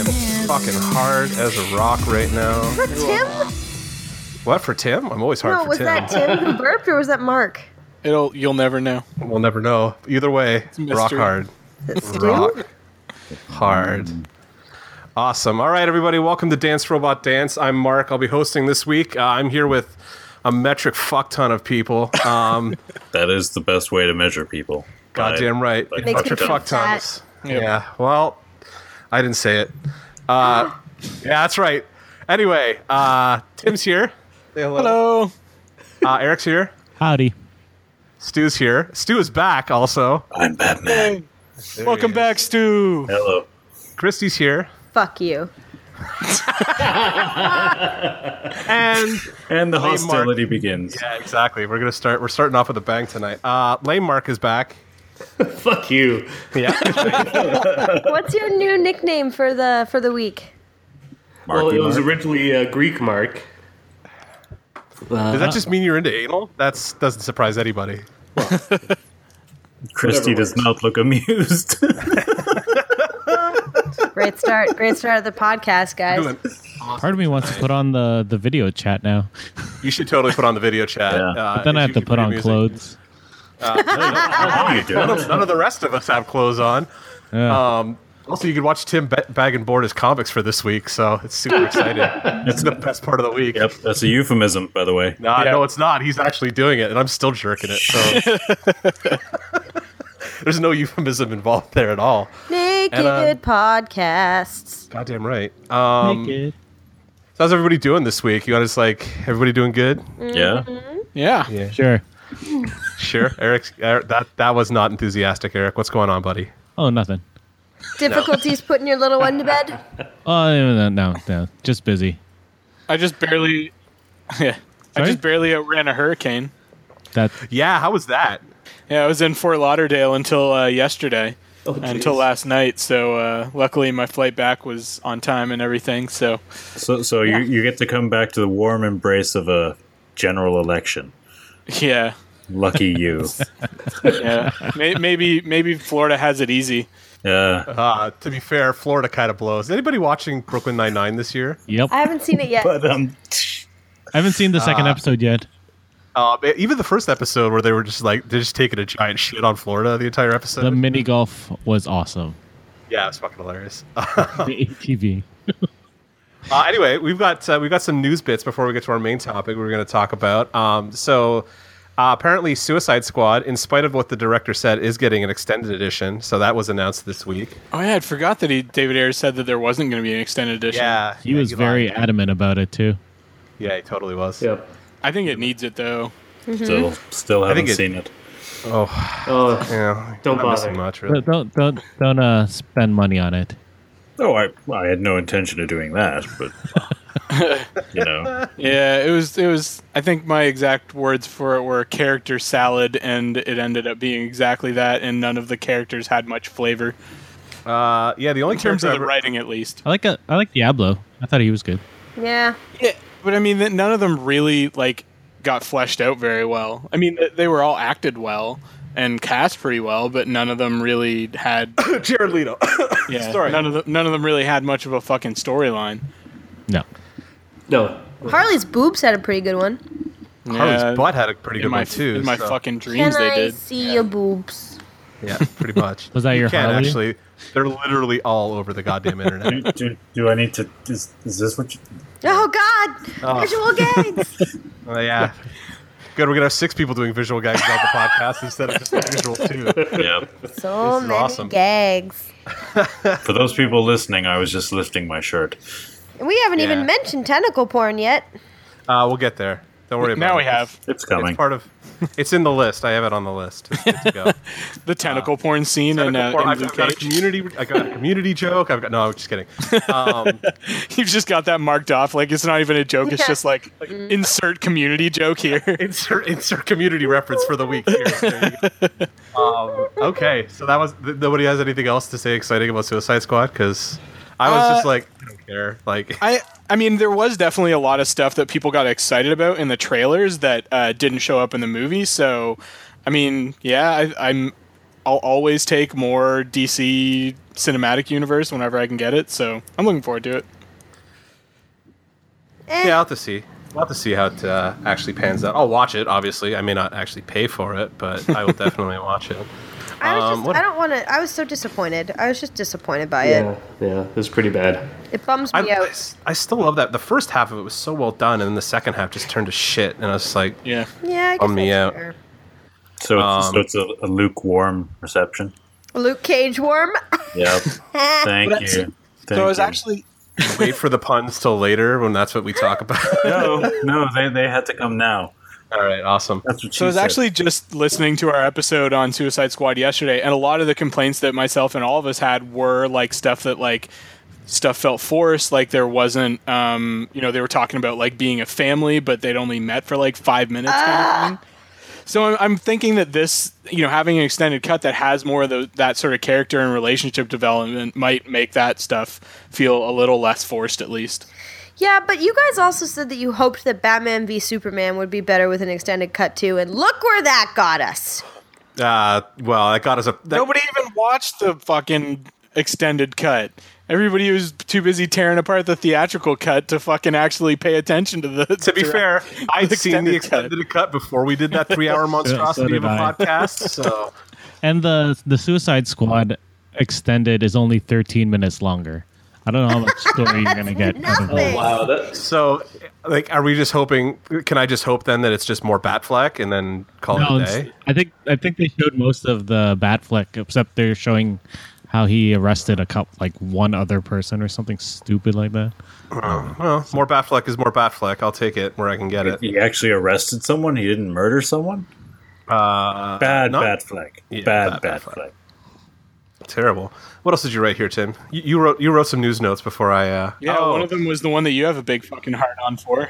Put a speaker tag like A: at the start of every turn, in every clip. A: fucking hard as a rock right now.
B: that Tim?
A: What for Tim? I'm always hard
B: No,
A: for
B: was
A: Tim.
B: that Tim who burped or was that Mark?
C: It'll you'll never know.
A: We'll never know. Either way,
C: mystery.
A: rock hard.
B: Is it Stu?
A: Rock hard. Awesome. All right, everybody, welcome to Dance Robot Dance. I'm Mark. I'll be hosting this week. Uh, I'm here with a metric fuck ton of people. Um,
D: That is the best way to measure people.
A: goddamn right.
D: Like,
B: Makes me
A: Metric
B: think
A: fuck
B: that-
A: tons. Yeah. Well, I didn't say it. Uh, yeah, that's right. Anyway, uh, Tim's here. Say
C: Hello.
A: Uh, Eric's here.
E: Howdy.
A: Stu's here. Stu is back also.
D: I'm Batman.
C: Welcome back, Stu.
A: Oh.
D: Hello.
A: Christy's here.
B: Fuck you.
A: And
D: And the
A: Mark.
D: hostility begins.
A: yeah, exactly. We're gonna start. We're starting off with a bang tonight. Uh, Lame Mark is back.
F: Fuck you.
A: Yeah,
B: What's your new nickname for the for the week?
D: Marky
F: well, Oh, it was
D: Mark.
F: originally uh, Greek Mark.
A: does
E: Uh-huh.
A: that just mean you're into anal? That's doesn't surprise anybody.
D: Christy
F: Whatever
D: does
F: works.
D: not look amused.
B: Great start. Great start of the podcast, guys.
A: Doing-
E: Part of me wants to put on the, the video chat now.
A: You should totally put on the video chat.
D: Yeah.
A: Uh,
E: Then I
A: it's
E: have to
A: usually
E: put
A: pretty
E: on
A: amusing.
E: clothes.
D: How do you do it?
A: None of the rest of us have clothes on.
E: Yeah.
A: Um, also, you can watch Tim ba- bag and board his comics for this week, so it's super exciting. it's the best part of the week.
D: Yep, that's a euphemism, by the way.
A: Nah,
C: Yeah.
A: No, it's not. He's actually doing it, and I'm still jerking it. So there's no euphemism involved there at all.
B: Naked
A: And, um,
B: podcasts.
A: Goddamn right. Um, so how's everybody doing this week? You guys like everybody doing good?
D: Yeah.
C: Yeah.
E: Sure.
A: Sure, Eric's Eric, that that was not enthusiastic. Eric, what's going on, buddy?
E: Oh, nothing.
B: Difficulties putting your little one to bed.
E: Oh, no, no, no, no. Just busy.
C: I just barely. Yeah. I
E: Sorry?
C: just barely outran a hurricane.
E: That
A: Yeah, how was that?
C: Yeah, I was in Fort Lauderdale until uh, yesterday,
F: Oh,
C: until
F: jeez.
C: last night. So uh, luckily, my flight back was on time and everything. So
D: So, so you, you get to come back to the warm embrace of a general election.
C: yeah,
D: Lucky you.
C: yeah. May- maybe maybe Florida has it easy.
D: Yeah.
A: Uh, to be fair, Florida kind of blows. Anybody watching Brooklyn Nine Nine this year?
E: yep.
B: I haven't seen it yet.
D: But um,
E: I haven't seen the second episode yet.
A: Uh, even the first episode where they were just like they're just taking a giant shit on Florida the entire episode.
E: The mini golf was awesome.
A: yeah, it's fucking hilarious.
E: The ATV.
A: Uh, anyway, we've got uh, we've got some news bits before we get to our main topic we're going to talk about. Um, so uh, apparently, Suicide Squad, in spite of what the director said, is getting an extended edition. So that was announced this week.
C: Oh yeah, I forgot that he David Ayers said that there wasn't going to be an extended edition.
A: Yeah,
E: He was very adamant about it too.
A: yeah, he totally was.
F: Yep.
C: I think it needs it though.
D: still,
A: Mm-hmm.
D: still haven't
A: think it-
D: seen it.
F: Oh,
A: Yeah,
F: Don't
A: not missing
F: bother.
A: much. Really.
E: Don't don't don't, don't uh, spend money on it.
D: Oh, I, I had no intention of doing that, but you know,
C: Yeah, it was it was I think my exact words for it were character salad and it ended up being exactly that and none of the characters had much flavor
A: Uh, yeah, the only
C: in terms
A: character
C: of
A: I
C: the
A: ever-
C: writing at least.
E: I like uh, I like Diablo. I thought he was good.
B: Yeah.
C: Yeah, but I mean that none of them really like got fleshed out very well. I mean th- they were all acted well and cast pretty well, but none of them really had
A: Jared Leto.
C: yeah,
A: Sorry.
C: none of the, none of them really had much of a fucking storyline.
E: No.
F: no.
B: Harley's boobs had a pretty good one.
A: Harley's
C: Yeah,
A: butt had a pretty
C: in
A: good
C: my
A: one too.
C: in my
A: so-
C: fucking
B: Can
C: dreams they
B: I
C: did.
B: see your boobs?
A: yeah, pretty much.
E: Was that
A: you
E: your
A: can
E: Harley?
A: actually? They're literally all over the goddamn internet.
D: do, do I need to? Is, is this what? You,
B: Oh God! Visual gags.
A: Oh yeah. Good. We're gonna have six people doing visual gags on the podcast instead of just visual two.
D: yeah.
B: so
A: This is
B: many
A: awesome.
B: gags.
D: For those people listening, I was just lifting my shirt.
B: And we haven't
A: Yeah.
B: even mentioned tentacle porn yet.
A: Uh, we'll get there. Don't worry about it.
C: Now we have
D: It's
A: It's,
D: coming.
A: it's part of. It's in the list. I have it on the list. It's good to go.
C: the tentacle porn scene and uh,
A: Or
C: in
A: I've,
C: Luke
A: I've got a
C: Cage.
A: community. I got a community joke. I've got no. I'm just kidding. Um,
C: You've just got that marked off. Like it's not even a joke. It's
B: Yeah.
C: just like insert community joke here.
A: insert insert community reference for the week. Here, There you go. um, okay, so that was. Th- nobody has anything else to say exciting about Suicide Squad because I was just
C: Uh,
A: like, I don't care. Like,
C: I I mean, there was definitely a lot of stuff that people got excited about in the trailers that uh, didn't show up in the movie. So, I mean, yeah, I, I'm I'll always take more DC cinematic universe whenever I can get it. So I'm looking forward to it.
B: Eh,
A: Yeah, I'll have to see. I'll have to see how it uh, actually pans out. I'll watch it, obviously. I may not actually pay for it, but I will definitely watch it.
B: I was
A: um,
B: just,
A: what-
B: I don't want to. I was so disappointed. I was just disappointed by
F: Yeah, yeah, it was pretty bad.
B: it. It bums
A: I,
B: me
A: I
B: out.
A: s- I still love that. The first half of it was so well done, and then the second half just turned to shit. And I was just like,
C: Yeah.
B: yeah, I guess
A: bummed me
B: that's
A: out.
B: fair.
D: So it's,
A: Um,
D: so it's a, a lukewarm reception.
B: Luke Cage worm.
D: Yep. Thank
C: That's-
D: you. Thank
C: so I was
D: you.
C: actually
A: wait for the puns till later when that's what we talk about.
D: no, no. They they had to come now.
A: All right, awesome.
D: That's what she
C: so I was
D: said.
C: actually just listening to our episode on Suicide Squad yesterday, and a lot of the complaints that myself and all of us had were like stuff that like stuff felt forced, like there wasn't um you know, they were talking about like being a family, but they'd only met for like five minutes kind of thing. So I'm, I'm thinking that this, you know, having an extended cut that has more of the, that sort of character and relationship development might make that stuff feel a little less forced, at least.
B: Yeah, but you guys also said that you hoped that Batman v Superman would be better with an extended cut too, and look where that got us.
A: Uh, well, that got us a. That,
C: Nobody even watched the fucking extended cut. Everybody was too busy tearing apart the theatrical cut to fucking actually pay attention to the.
A: to be fair, I'd seen the
C: extended cut.
A: extended cut. before we did that three-hour monstrosity of
E: did
A: a
E: I.
A: podcast. So
E: And the the Suicide Squad extended is only 13 minutes longer. I don't know how much story you're gonna get. out of it.
B: Nothing.
F: Wow, that
A: So, like, are we just hoping? Can I just hope then that it's just more Batfleck and then call
E: No,
A: it a
E: it's-
A: day?
E: I think I think they showed most of the Batfleck, except they're showing how he arrested a couple, like one other person or something stupid like that.
A: Well, more Batfleck is more Batfleck. I'll take it where I can get it.
D: he actually arrested someone. He didn't murder someone.
A: Uh,
D: Bad
A: not-
D: bad flag.
A: Yeah,
D: bad
A: bad
D: bad
A: flag.
D: flag.
A: Terrible. What else did you write here, Tim? You, you wrote you wrote some news notes before I. Uh,
C: Yeah,
A: oh,
C: one of them was the one that you have a big fucking heart on for.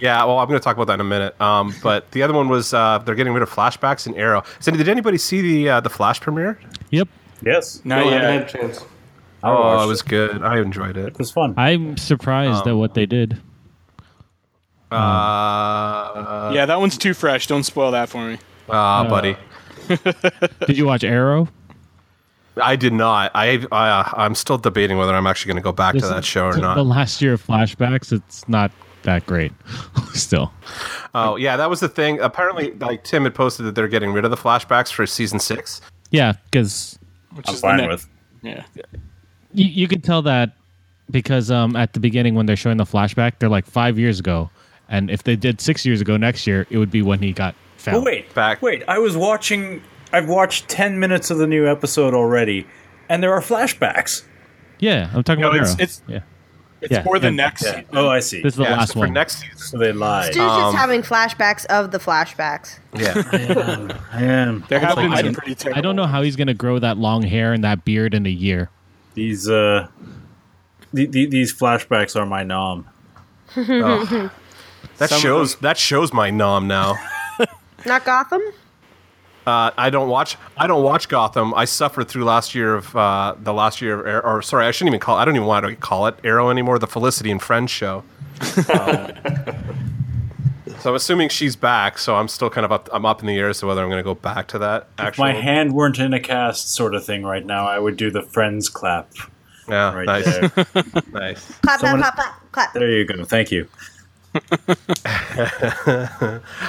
A: yeah. Well, I'm going to talk about that in a minute. Um, but the other one was uh, they're getting rid of flashbacks in Arrow. So, did anybody see the uh, the Flash premiere?
E: Yep,
D: Yes.
C: Not
F: no, I haven't had
C: yet.
F: a chance.
D: I
A: Oh,
D: watched
A: it was good. I enjoyed it.
D: It was fun.
E: I'm surprised at what they did.
A: Uh,
C: yeah, that one's too fresh. Don't spoil that for me.
A: uh, buddy. Oh.
E: Did you watch Arrow?
A: I did not. I uh, I'm still debating whether I'm actually going to go back to
E: This-
A: that show or
E: to
A: not.
E: The last year of flashbacks, it's not that great. Still,
A: Oh yeah, that was the thing. Apparently, like Tim had posted that they're getting rid of the flashbacks for season six.
E: yeah, because
C: Which
D: I'm
C: is the
D: fine
C: next-
D: with.
C: Yeah.
E: you, you can tell that because um, at the beginning when they're showing the flashback, they're like five years ago, and if they did six years ago next year, it would be when he got found.
D: Oh wait,
A: Back-
D: wait. I was watching. I've watched ten minutes of the new episode already, and there are flashbacks.
E: yeah, I'm talking
C: No,
E: about
C: it's-
E: Arrow.
C: it's-
E: yeah,
C: It's
E: Yeah,
C: for the
E: yeah,
C: next.
D: Yeah. Oh, I see.
E: this is the
A: Yeah,
E: last
A: so for
E: one.
A: next season.
D: so they lied.
B: Dude's
A: Um,
B: just having flashbacks of the flashbacks.
A: Yeah,
D: Man,
C: There have been
E: I
C: some
E: don't-
C: pretty terrible.
E: I don't know how he's gonna grow that long hair and that beard in a year.
D: these uh, the, the, these flashbacks are my nom.
A: that
C: Some of
A: shows that shows my nom now.
B: Not Gotham.
A: Uh, I don't watch. I don't watch Gotham. I suffered through last year of uh, the last year of Arrow. Or sorry, I shouldn't even call. I don't even want to call it Arrow anymore. The Felicity and Friends show.
D: Uh,
A: Um, so I'm assuming she's back. So I'm still kind of up. I'm up in the air as to whether I'm going to go back to that.
D: If
A: Actually,
D: my hand weren't in a cast, sort of thing, right now, I would do the friends clap.
A: yeah,
D: Right
A: nice,
D: there.
A: nice.
B: Clap, clap,
D: Someone-
B: clap, clap, clap.
D: there you go. Thank you.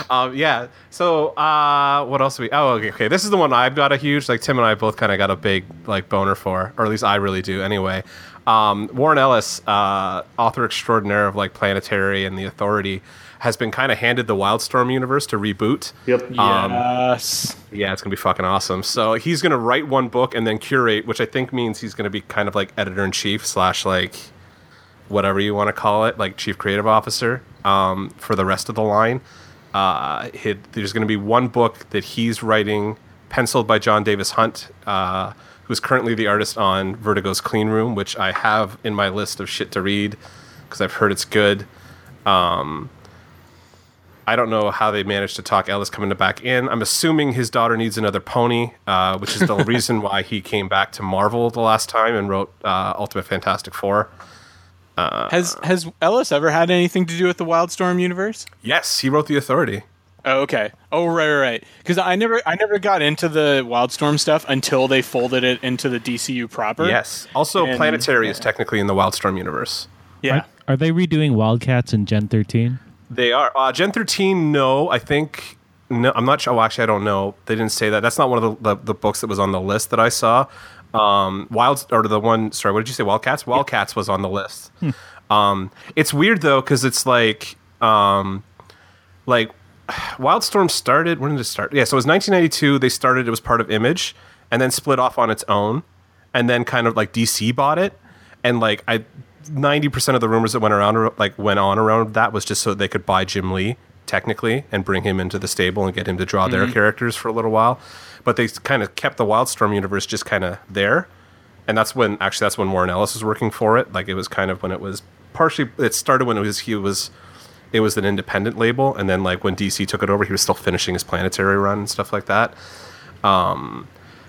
A: Um, yeah. So uh, what else do we? Oh, okay, okay. This is the one I've got a huge like. Tim and I both kind of got a big like boner for, or at least I really do. Anyway, um, Warren Ellis, uh, author extraordinaire of like Planetary and The Authority, has been kind of handed the Wildstorm universe to reboot.
F: Yep.
C: Um, Yes.
A: Yeah, it's gonna be fucking awesome. So he's gonna write one book and then curate, which I think means he's gonna be kind of like editor in chief slash like whatever you want to call it, like chief creative officer um, for the rest of the line. Uh, he- there's gonna be one book that he's writing, penciled by John Davis Hunt, uh, who's currently the artist on Vertigo's Clean Room, which I have in my list of shit to read because I've heard it's good. I don't know how they managed to talk Ellis coming to back in. I'm assuming his daughter needs another pony, uh, which is the reason why he came back to Marvel the last time and wrote uh, Ultimate Fantastic Four.
C: has has Ellis ever had anything to do with the Wildstorm universe?
A: Yes, he wrote The Authority.
C: Oh, okay. Oh, right, right, right. Because I never, I never got into the Wildstorm stuff until they folded it into the DCU proper.
A: Yes. Also,
C: And-
A: Planetary is technically in the Wildstorm universe.
C: Yeah.
E: Are, are they redoing Wildcats in Gen 13?
A: They are uh, Gen 13. No, I think no. I'm not sure. Oh, actually, I don't know. They didn't say that. That's not one of the, the, the books that was on the list that I saw. Um, Wilds or the one. Sorry, what did you say? Wildcats. Wildcats was on the list. um, it's weird though because it's like um, like Wildstorm started. When did it start? Yeah, so it was 1992. They started. It was part of Image, and then split off on its own, and then kind of like DC bought it, and like I, 90 percent of the rumors that went around like went on around that was just so they could buy Jim Lee technically and bring him into the stable and get him to draw their characters for a little while, but they kind of kept the Wildstorm universe just kind of there, and that's when actually that's when Warren Ellis was working for it. Like it was kind of when it was partially. It started when it was he was it was an independent label and then like when dc took it over he was still finishing his planetary run and stuff like that um,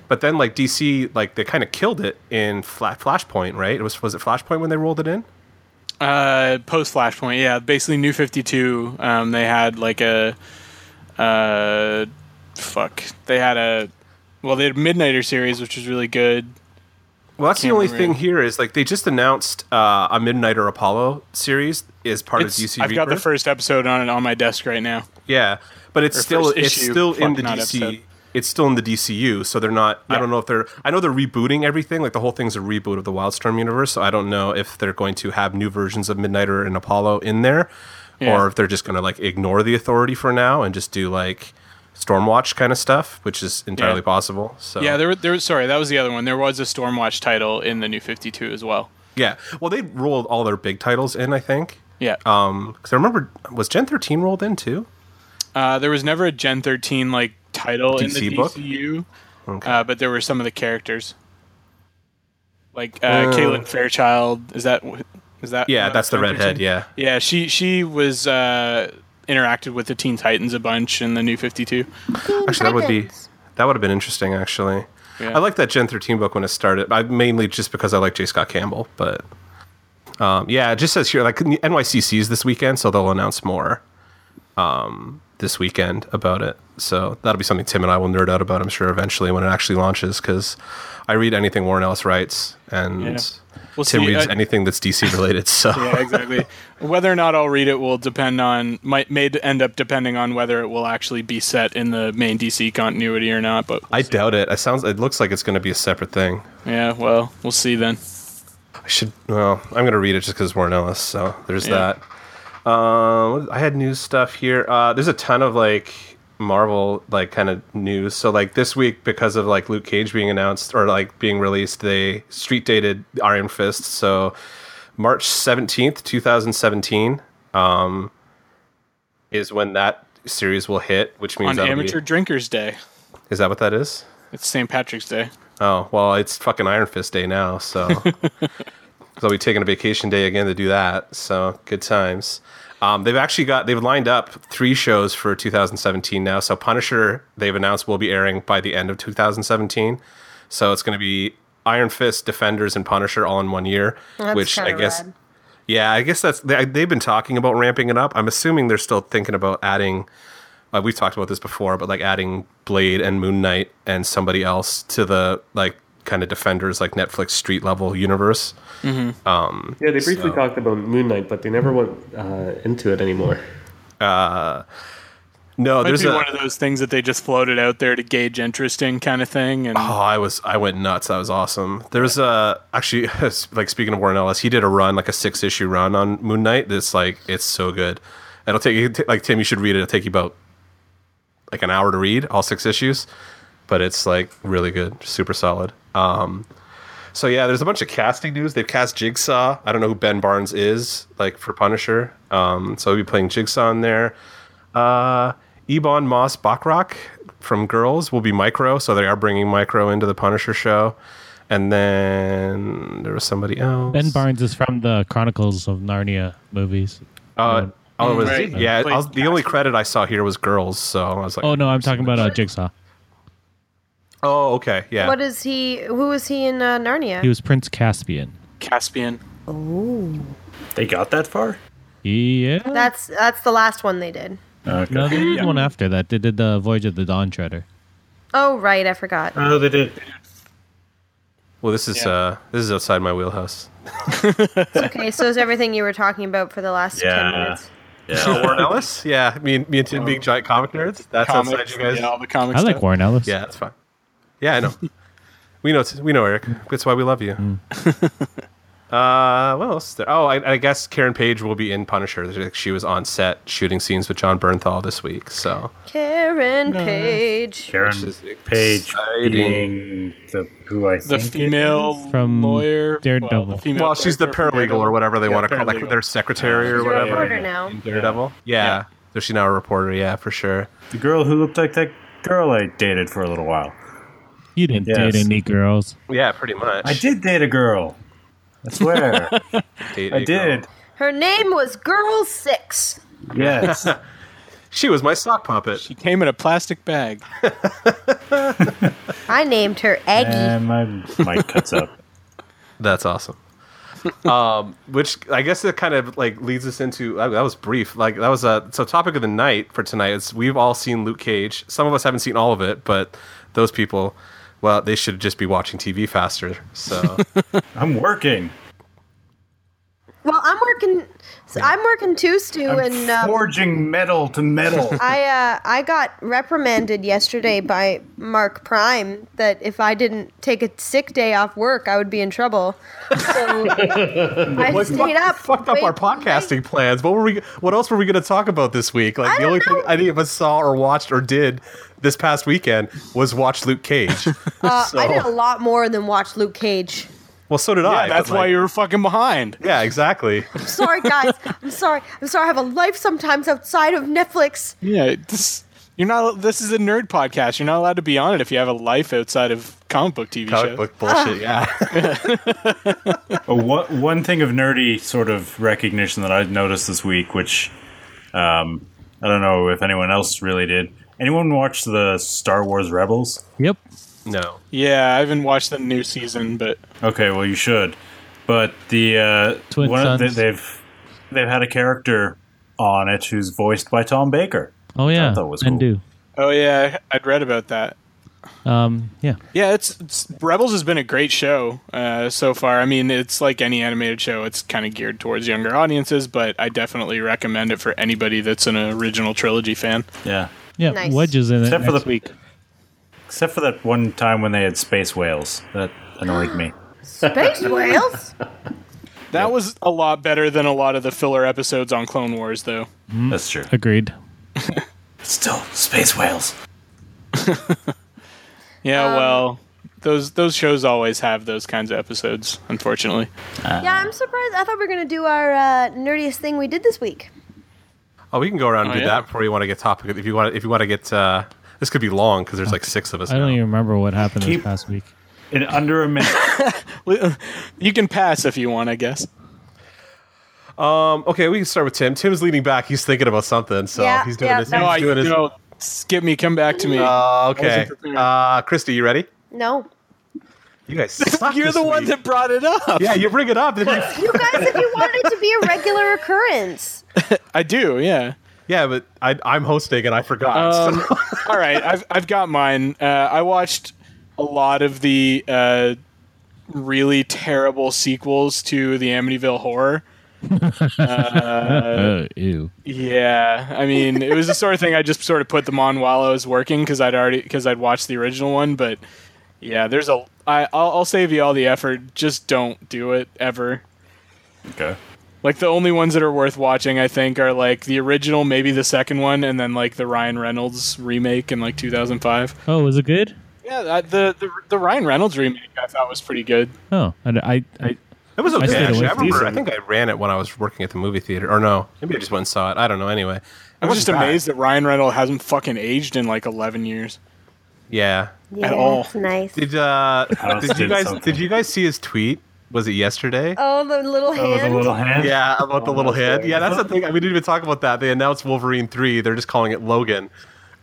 A: but then like dc like they kind of killed it in Fla- flashpoint right it was was it flashpoint when they rolled it in
C: Uh, Post Flashpoint. Yeah. Basically, New Fifty Two. Um, they had like a, uh, fuck. They had a, well, they had Midnighter series, which was really good.
A: well that's the
C: Can't
A: only thing
C: remember.
A: here is like they just announced uh, a midnighter apollo series is part
C: It's-
A: of dc
C: I've got the
A: Rebirth.
C: first episode on it on my desk right now.
A: Yeah, but it's
C: Or
A: still
C: first
A: it's
C: issue,
A: still in
C: fuck,
A: the
C: not
A: DC.
C: episode.
A: It's still in the DCU, so they're not. I don't know if they're. I know they're rebooting everything. Like the whole thing's a reboot of the Wildstorm universe. So I don't know if they're going to have new versions of Midnighter and Apollo in there, or if they're just going to like ignore the Authority for now and just do like Stormwatch kind of stuff, which is entirely
C: Yeah.
A: possible. So
C: Yeah, there, were- there. was- Sorry, that was the other one. There was a Stormwatch title in the New Fifty Two as well.
A: yeah. Well, they rolled all their big titles in. I think.
C: Yeah.
A: Um, 'cause I remember was Gen thirteen rolled in too.
C: Uh, there was never a Gen 13 like title in the
A: DC book?
C: DCU, uh, but there were some of the characters, like uh, Caitlin Fairchild. Is that wh- is that?
A: Yeah,
C: uh,
A: that's the
C: Gen 13?
A: redhead. Yeah.
C: Yeah, she she was uh, interacted with the Teen Titans a bunch in the New 52.
A: Actually, that would be that would have been interesting. Actually,
C: Yeah.
A: I like that Gen 13 book when it started. I mainly just because I like J. Scott Campbell, but um, yeah, it just says here like NYCC's this weekend, so they'll announce more um, this weekend about it. So that'll be something Tim and I will nerd out about, I'm sure, eventually when it actually launches. Because I read anything Warren Ellis writes, and
C: We'll
A: Tim
C: see,
A: reads
C: I-
A: anything that's DC related. So
C: Yeah, exactly. whether or not I'll read it will depend on might may end up depending on whether it will actually be set in the main DC continuity or not. But
A: I doubt it. It sounds. It looks like it's going to be a separate thing.
C: yeah, well, we'll see then.
A: I should. Well, I'm gonna read it just because Warren Ellis. So there's
C: Yeah.
A: that. Um, I had news stuff here. Uh, there's a ton of like Marvel like kind of news. So like this week, because of like Luke Cage being announced or like being released, they street dated Iron Fist. So March 17th, 2017, um, is when that series will hit. Which means
C: On
A: that'll be-
C: Amateur Drinkers Day,
A: is that what that is?
C: it's St. Patrick's Day.
A: Oh well, it's fucking Iron Fist Day now, so so I'll be taking a vacation day again to do that. So good times. Um, they've actually got they've lined up three shows for 2017 now. So Punisher they've announced will be airing by the end of 2017. So it's going to be Iron Fist, Defenders, and Punisher all in one year,
B: That's
A: which I
B: kinda
A: guess
B: rad.
A: yeah, I guess that's they, they've been talking about ramping it up. I'm assuming they're still thinking about adding. Uh, we've talked about this before, but like adding Blade and Moon Knight and somebody else to the like kind of Defenders like Netflix street level universe.
F: Yeah, they briefly talked about Moon Knight, but they never went uh, into it anymore.
A: No,
C: Might
A: there's
C: be
A: a.
C: one of those things that they just floated out there to gauge interest in, kind of thing. And
A: Oh, I was I went nuts. That was awesome. There's a actually like speaking of Warren Ellis, he did a run like a six issue run on Moon Knight. That's like it's so good. It'll take you like Tim. You should read it. It'll take you about like an hour to read all six issues, but it's like really good, super solid. Um, so yeah, there's a bunch of casting news. They've cast Jigsaw. I don't know who Ben Barnes is like for Punisher. Um, so he'll be playing Jigsaw in there. Uh, Ebon Moss Bachrock from Girls will be Micro, so they are bringing Micro into the Punisher show. And then there was somebody else.
E: Ben Barnes is from the Chronicles of Narnia movies.
A: Uh, oh, it was,
C: Right.
A: Yeah, I was,
C: Played
A: the only credit I saw here was Girls, so I was like,
E: Oh no, I'm talking about uh, Jigsaw.
A: oh, okay, yeah.
B: What is he? Who is he in uh, Narnia?
E: He was Prince Caspian.
C: Caspian.
D: They got that far?
E: Yeah.
B: that's that's the last one they did.
G: Okay.
E: No, they did one after that. They did the Voyage of the Dawn Treader.
B: Oh right, I forgot.
G: Oh, they did.
A: Well, this is uh, this is outside my wheelhouse.
B: Okay, so is everything you were talking about for the last ten
G: Yeah.
B: minutes?
C: Oh,
G: Yeah.
A: Warren Ellis? Yeah, me and me and Tim being giant comic nerds. That's outside
C: comics,
A: you guys.
C: yeah,
A: Yeah,
C: all the comics.
E: I like Warren Ellis.
A: that's fine. Yeah, I know. we know we know Eric. That's why we love you.
G: Mm.
A: uh, what else? is There? Oh, I, I guess Karen Page will be in Punisher. There's- She was on set shooting scenes with John Bernthal this week. So
B: Karen Page.
G: Karen
A: Which is
G: Page
A: exciting.
G: being the who I
C: the
G: think
C: female
E: From
C: lawyer,
E: Daredevil.
C: Well, the female
A: well, she's the
C: character
A: paralegal
C: from
A: or
C: Daredevil.
A: whatever they
G: Yeah,
A: want to call like
G: paralegal.
A: their secretary or
B: She's a
A: whatever.
B: reporter now.
A: Daredevil. Yeah.
C: Yeah.
A: So she's now a reporter. Yeah, for sure.
G: the girl who looked like that girl I dated for a little while.
E: You didn't
G: Yes.
E: date any girls.
A: Yeah, pretty much.
G: I did date a girl. I swear,
A: Date
G: I
A: a girl.
G: did.
B: Her name was Girl Six.
G: Yes.
A: She was my sock puppet.
C: She came in a plastic bag.
B: I named her Aggie.
G: and my mic cuts up.
A: That's awesome. um, which I guess it kind of like leads us into uh, that that was brief. Like that was a so topic of the night for tonight is we've all seen Luke Cage. Some of us haven't seen all of it, but those people, well, they should just be watching TV faster. So
G: I'm working.
B: Well, I'm working. so I'm working too, Stu,
G: I'm
B: and um,
G: forging metal to metal.
B: I uh, I got reprimanded yesterday by Mark Prime that if I didn't take a sick day off work, I would be in trouble. So I stayed up.
A: fucked up
B: way
A: our
B: too
A: podcasting plans. What were we? What else were we going to talk about this week? Like
B: I
A: the
B: don't
A: only
B: know.
A: thing any of us saw or watched or did this past weekend was watch Luke Cage.
B: Uh, I did a
A: So-
B: lot more than watch Luke Cage.
A: well, so did I.
C: Yeah,
A: but,
C: that's why
A: like-
C: you were fucking behind.
A: Yeah, exactly.
B: I'm sorry, guys. I'm sorry. I'm sorry. I have a life sometimes outside of Netflix.
C: Yeah, this you're not. This is a nerd podcast. You're not allowed to be on it if you have a life outside of comic book TV
A: Comic
C: shows.
A: book bullshit. Yeah.
G: Oh, one, one thing of nerdy sort of recognition that I noticed this week, which um, I don't know if anyone else really did. Anyone watch the Star Wars Rebels?
E: Yep.
A: No.
C: Yeah, I haven't watched the new season, but
G: Okay, well you should. But the uh,
E: Twin
G: one of the,
E: sons.
G: they've they've had a character on it who's voiced by Tom Baker.
E: Oh yeah.
G: that was
E: and
G: cool.
C: oh yeah, I'd read about that.
E: do. Um, yeah.
C: Yeah, it's, it's Rebels has been a great show uh, so far. I mean, it's like any animated show; it's kind of geared towards younger audiences, but I definitely recommend it for anybody that's an original trilogy fan.
G: Yeah,
E: Yeah.
B: Nice.
E: Wedges in
G: Except
E: it
G: for
E: next
G: the-
E: week.
G: except for that one time when they had space whales that annoyed me.
B: Space whales.
C: That was a lot better than a lot of the filler episodes on Clone Wars, though.
E: Hmm?
G: That's true.
E: Agreed.
G: Still space whales.
C: Yeah, well, those those shows always have those kinds of episodes, unfortunately.
B: Yeah, I'm surprised. I thought we were gonna do our uh, nerdiest thing we did this week.
A: Oh, we can go around and
C: Oh,
A: do
C: yeah?
A: that before you want to get topic. If you want, if you want to get, uh, this could be long because there's like six of us.
E: I don't
A: now.
E: even remember what happened
G: Keep-
E: this past week.
G: In under a minute.
C: You can pass if you want, I guess.
A: Um, okay, we can start with Tim. Tim's leaning back. He's thinking about something, so
B: Yeah,
A: he's doing
B: yeah,
A: his.
B: no,
A: he's
C: No, I,
A: doing his
C: no, skip me. Come back to me.
A: uh, okay,
C: wasn't prepared.
A: uh, Christy, you ready?
B: No,
A: You guys, suck
C: You're
A: this
C: the one
A: week.
C: that brought it up.
A: Yeah, you bring it up. and you-
B: you guys, if you wanted it to be a regular occurrence,
C: I do. Yeah.
A: yeah, but I, I'm hosting and I forgot.
C: Um,
A: so.
C: all right, I've I've got mine. Uh, I watched a lot of the uh, really terrible sequels to the Amityville Horror.
E: Uh, ew.
C: Yeah, I mean, it was the sort of thing I just sort of put them on while I was working because I'd already because I'd watched the original one. But yeah, there's a I I'll, I'll save you all the effort. Just don't do it ever.
G: Okay.
C: Like the only ones that are worth watching, I think, are like the original, maybe the second one, and then like the Ryan Reynolds remake in like 2005.
E: Oh, was it good?
C: Yeah, that, the, the the Ryan Reynolds remake I thought was pretty good.
E: Oh, and I, I
A: It was
E: stayed
A: okay.
E: away
A: actually. I
E: from
A: remember. I
E: these.
A: think I ran it when I was working at the movie theater, or no, maybe I just went and saw it. I don't know. Anyway,
C: I was just
A: wasn't bad.
C: amazed that Ryan Reynolds hasn't fucking aged in like 11 years.
A: Yeah.
B: yeah,
C: all.
B: it's nice.
A: Did uh,
G: I'll
A: did you
G: do
A: guys
G: something.
A: did you guys see his tweet? Was it yesterday?
B: Oh, the little
G: Oh, with a
B: hand.
G: little hand.
A: Yeah,
C: Oh,
A: about the little head. Yeah, that's the thing. We didn't even talk about that. They announced Wolverine three. They're just calling it Logan,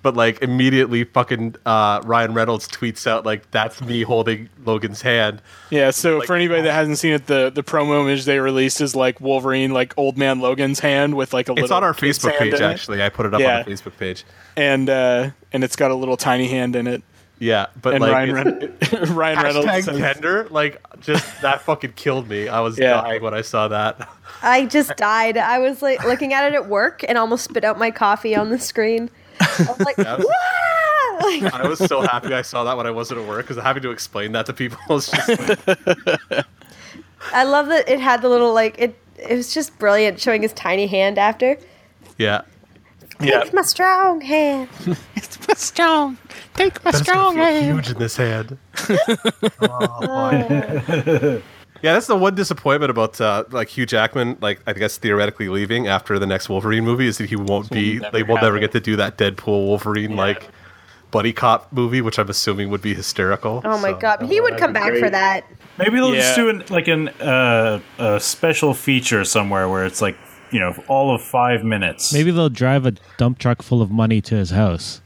A: But like immediately, fucking uh, Ryan Reynolds tweets out like, "That's me holding Logan's hand."
C: Yeah, so for anybody that hasn't seen it, the, the promo image they released is like Wolverine, like old man Logan's hand with like a little.
A: It's on our
C: kid's
A: Facebook
C: hand
A: page
C: in it.
A: actually. I put it up on
C: Yeah.
A: our Facebook page.
C: and uh, and it's got a little tiny hand in it.
A: Yeah, but
C: And
A: like
C: Ryan,
A: it's-
C: Ren- Ryan Reynolds.
A: hashtag
C: says-
A: tender, like just that fucking killed me. I was
C: Yeah.
A: dying when I saw that.
B: I just died. I was like looking at it at work and almost spit out my coffee on the screen. I was like, "Wah!" Like,
A: I was so happy I saw that when I wasn't at work because having to explain that to people was just
B: I love that it had the little like it. It was just brilliant showing his tiny hand after.
A: yeah.
C: yeah,
B: My strong hand.
A: strong huge in this hand. Oh, yeah, that's the one disappointment about uh, like Hugh Jackman. Like I guess theoretically leaving after the next Wolverine movie is that he won't be.
C: never
A: They will never
C: happen.
A: get to do that Deadpool Wolverine like buddy cop movie, which I'm assuming would be hysterical.
B: Oh my
A: so.
B: god, he would
F: that'd
B: come
F: be
B: back for
F: great.
B: that.
G: Maybe they'll just
C: Yeah.
G: do an, like an uh, a special feature somewhere where it's like you know all of five minutes.
E: Maybe they'll drive a dump truck full of money to his house.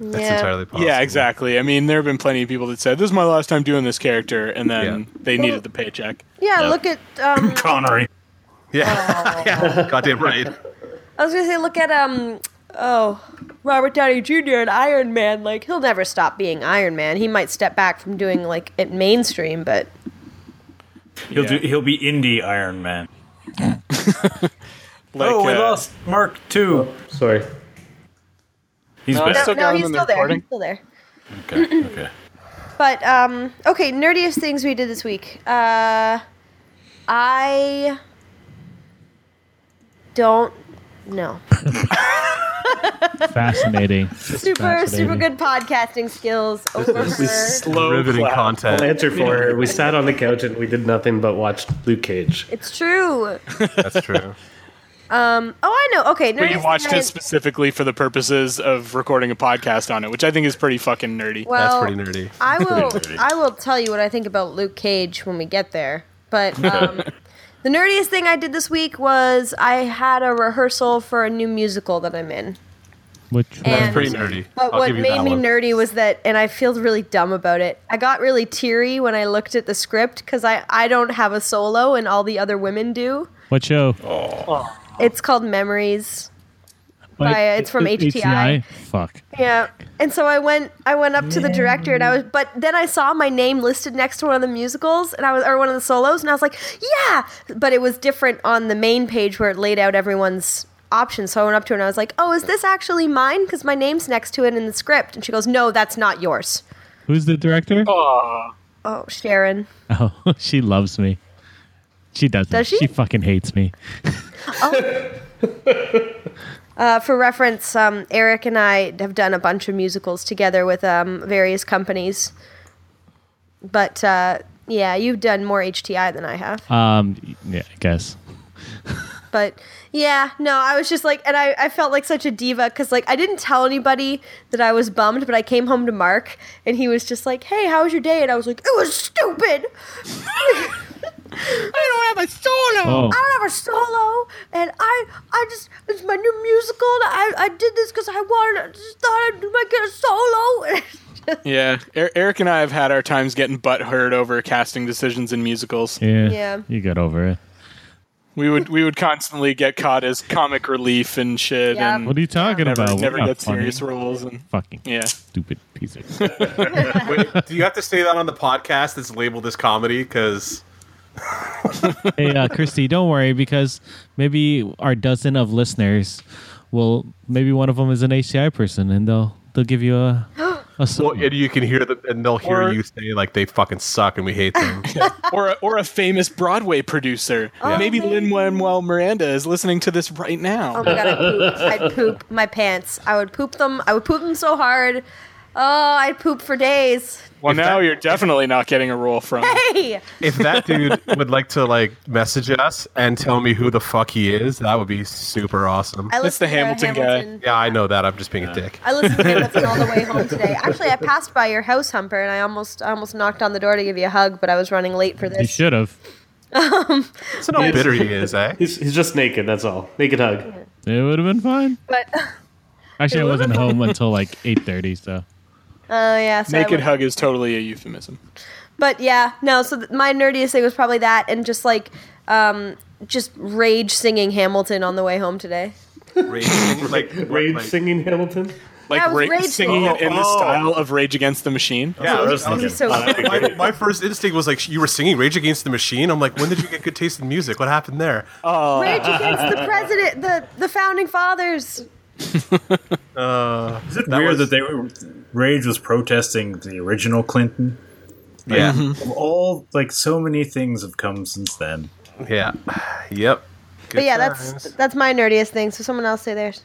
A: That's
B: yeah.
A: entirely possible.
C: yeah, exactly. I mean, there have been plenty of people that said this is my last time doing this character, and then
A: Yeah.
C: they needed the paycheck.
B: Yeah, look at um.
G: Connery.
B: Oh.
A: Yeah, yeah. goddamn right.
B: I was gonna say, look at um. Oh, Robert Downey Jr. and Iron Man. Like he'll never stop being Iron Man. He might step back from doing like it mainstream, but
G: He'll
C: Yeah.
G: do. He'll be indie Iron Man.
C: Like,
G: oh, we
C: uh,
G: lost Mark too.
F: Oh, Sorry.
G: He's
C: No,
G: back.
C: Still
B: no,
C: got him
B: he's
C: in the
B: still there.
C: recording?
B: He's still there.
G: Okay. okay.
B: But um, okay, nerdiest things we did this week. Uh, I don't know.
E: Fascinating.
B: Super, super
E: fascinating.
B: good podcasting skills over her.
C: Slow
A: Riveting
C: clap.
A: content.
F: Answer for her. We sat on the couch and we did nothing but watch Luke Cage.
B: It's true.
A: That's true.
B: Oh, I know. Okay,
C: But
B: nerdiest
C: you
B: thing
C: watched
B: I-
C: it specifically for the purposes of recording a podcast on it, which I think is pretty fucking nerdy.
A: That's
B: Well,
A: pretty nerdy.
B: I will.
G: nerdy.
B: I will tell you what I think about Luke Cage when we get there. But um, the nerdiest thing I did this week was I had a rehearsal for a new musical that I'm in.
E: Which one?
B: And-
A: Pretty nerdy.
B: But
A: I'll
B: what
A: give you
B: made
A: that
B: me
A: one.
B: nerdy was that, and I feel really dumb about it. I got really teary when I looked at the script because I, I don't have a solo and all the other women do.
E: What show?
B: It's called Memories. by- it's from HTI.
E: Fuck.
B: Yeah. And so I went I went up to the director and I was but then I saw my name listed next to one of the musicals and I was or one of the solos and I was like, "Yeah." But it was different on the main page where it laid out everyone's options. So I went up to her and I was like, "Oh, is this actually mine cuz my name's next to it in the script?" And she goes, "No, that's not yours."
E: Who's the director?
B: Oh, Sharon.
E: Oh, she loves me. She doesn't.
B: Does she?
E: she fucking hates me.
B: Uh, for reference, um, Eric and I have done a bunch of musicals together with um, various companies. But uh, yeah, you've done more HTI than I have.
E: Um, yeah, I guess.
B: but yeah, no, I was just like, and I, I felt like such a diva because like I didn't tell anybody that I was bummed, but I came home to Mark and he was just like, "Hey, how was your day?" And I was like, "It was stupid.
C: I don't have a solo.
E: Oh,
B: I don't have a solo, and I I just it's my new musical. And I I did this because I wanted, I just thought I might get a solo."
C: Yeah, er- Eric and I have had our times getting butt hurt over casting decisions in musicals.
E: yeah.
B: Yeah.
E: You get over it.
C: We would we would constantly get caught as comic relief and shit,
B: Yeah.
C: and
E: What are you talking
C: never,
E: about? We're
C: never
E: not
C: get
E: funny.
C: serious roles. And
E: Fucking
C: yeah,
E: stupid piece of.
A: Wait, do you have to say that on the podcast that's labeled as comedy? Because
E: hey, uh, Christy, don't worry because maybe our dozen of listeners will. Maybe one of them is an HCI person, and they'll they'll give you a. a
A: well,
E: solo.
A: and you can hear them, and they'll hear
C: Or-
A: you say like they fucking suck and we hate them.
C: or a, or a famous Broadway producer. Maybe Lin Manuel Miranda is listening to this right
B: Oh
C: now.
B: my god, I poop. I poop my pants. I would poop them. I would poop them so hard. Oh, I would poop for days.
C: well, now you're definitely not getting a role from.
B: Hey,
A: if that dude would like to like message us and tell me who the fuck he is, that would be super awesome.
B: I
C: That's
B: listened
C: the Hamilton guy.
A: yeah, I know that. I'm just being a dick.
B: I listened to Hamilton all the way home today. Actually, I passed by your house, Humper, and I almost I almost knocked on the door to give you a hug, but I was running late for
E: You
B: this.
E: should have.
A: That's how bitter he is, eh?
F: He's, he's just naked, that's all. Naked hug.
E: It would have been fine.
B: But uh,
E: Actually, I wasn't home until like eight thirty. So
B: Oh yeah, so I
C: Naked
B: went-
C: hug is totally a euphemism.
B: But yeah, no. So th- my nerdiest thing was probably that, and just like, um, just rage singing Hamilton on the way home today.
A: Rage singing, like
F: Rage
A: like-
F: singing Hamilton.
C: Like
B: Yeah, it was
C: ra-
B: Rage
C: singing
B: Singing.
C: it in the
A: Oh.
C: style of Rage Against the Machine.
A: Yeah, I was-
B: That'd be so
F: That'd be
B: funny.
A: my,
F: great.
A: my first instinct was like you were singing Rage Against the Machine. I'm like, when did you get good taste in music? What happened there?
B: Rage against the president, the the founding fathers.
G: Is it
A: That
G: weird
A: was-
G: that they were Rage was protesting the original Clinton?
A: Yeah,
G: Of all like so many things have come since then.
A: yeah, yep.
B: But yeah, that's that's my nerdiest thing. So someone else say theirs.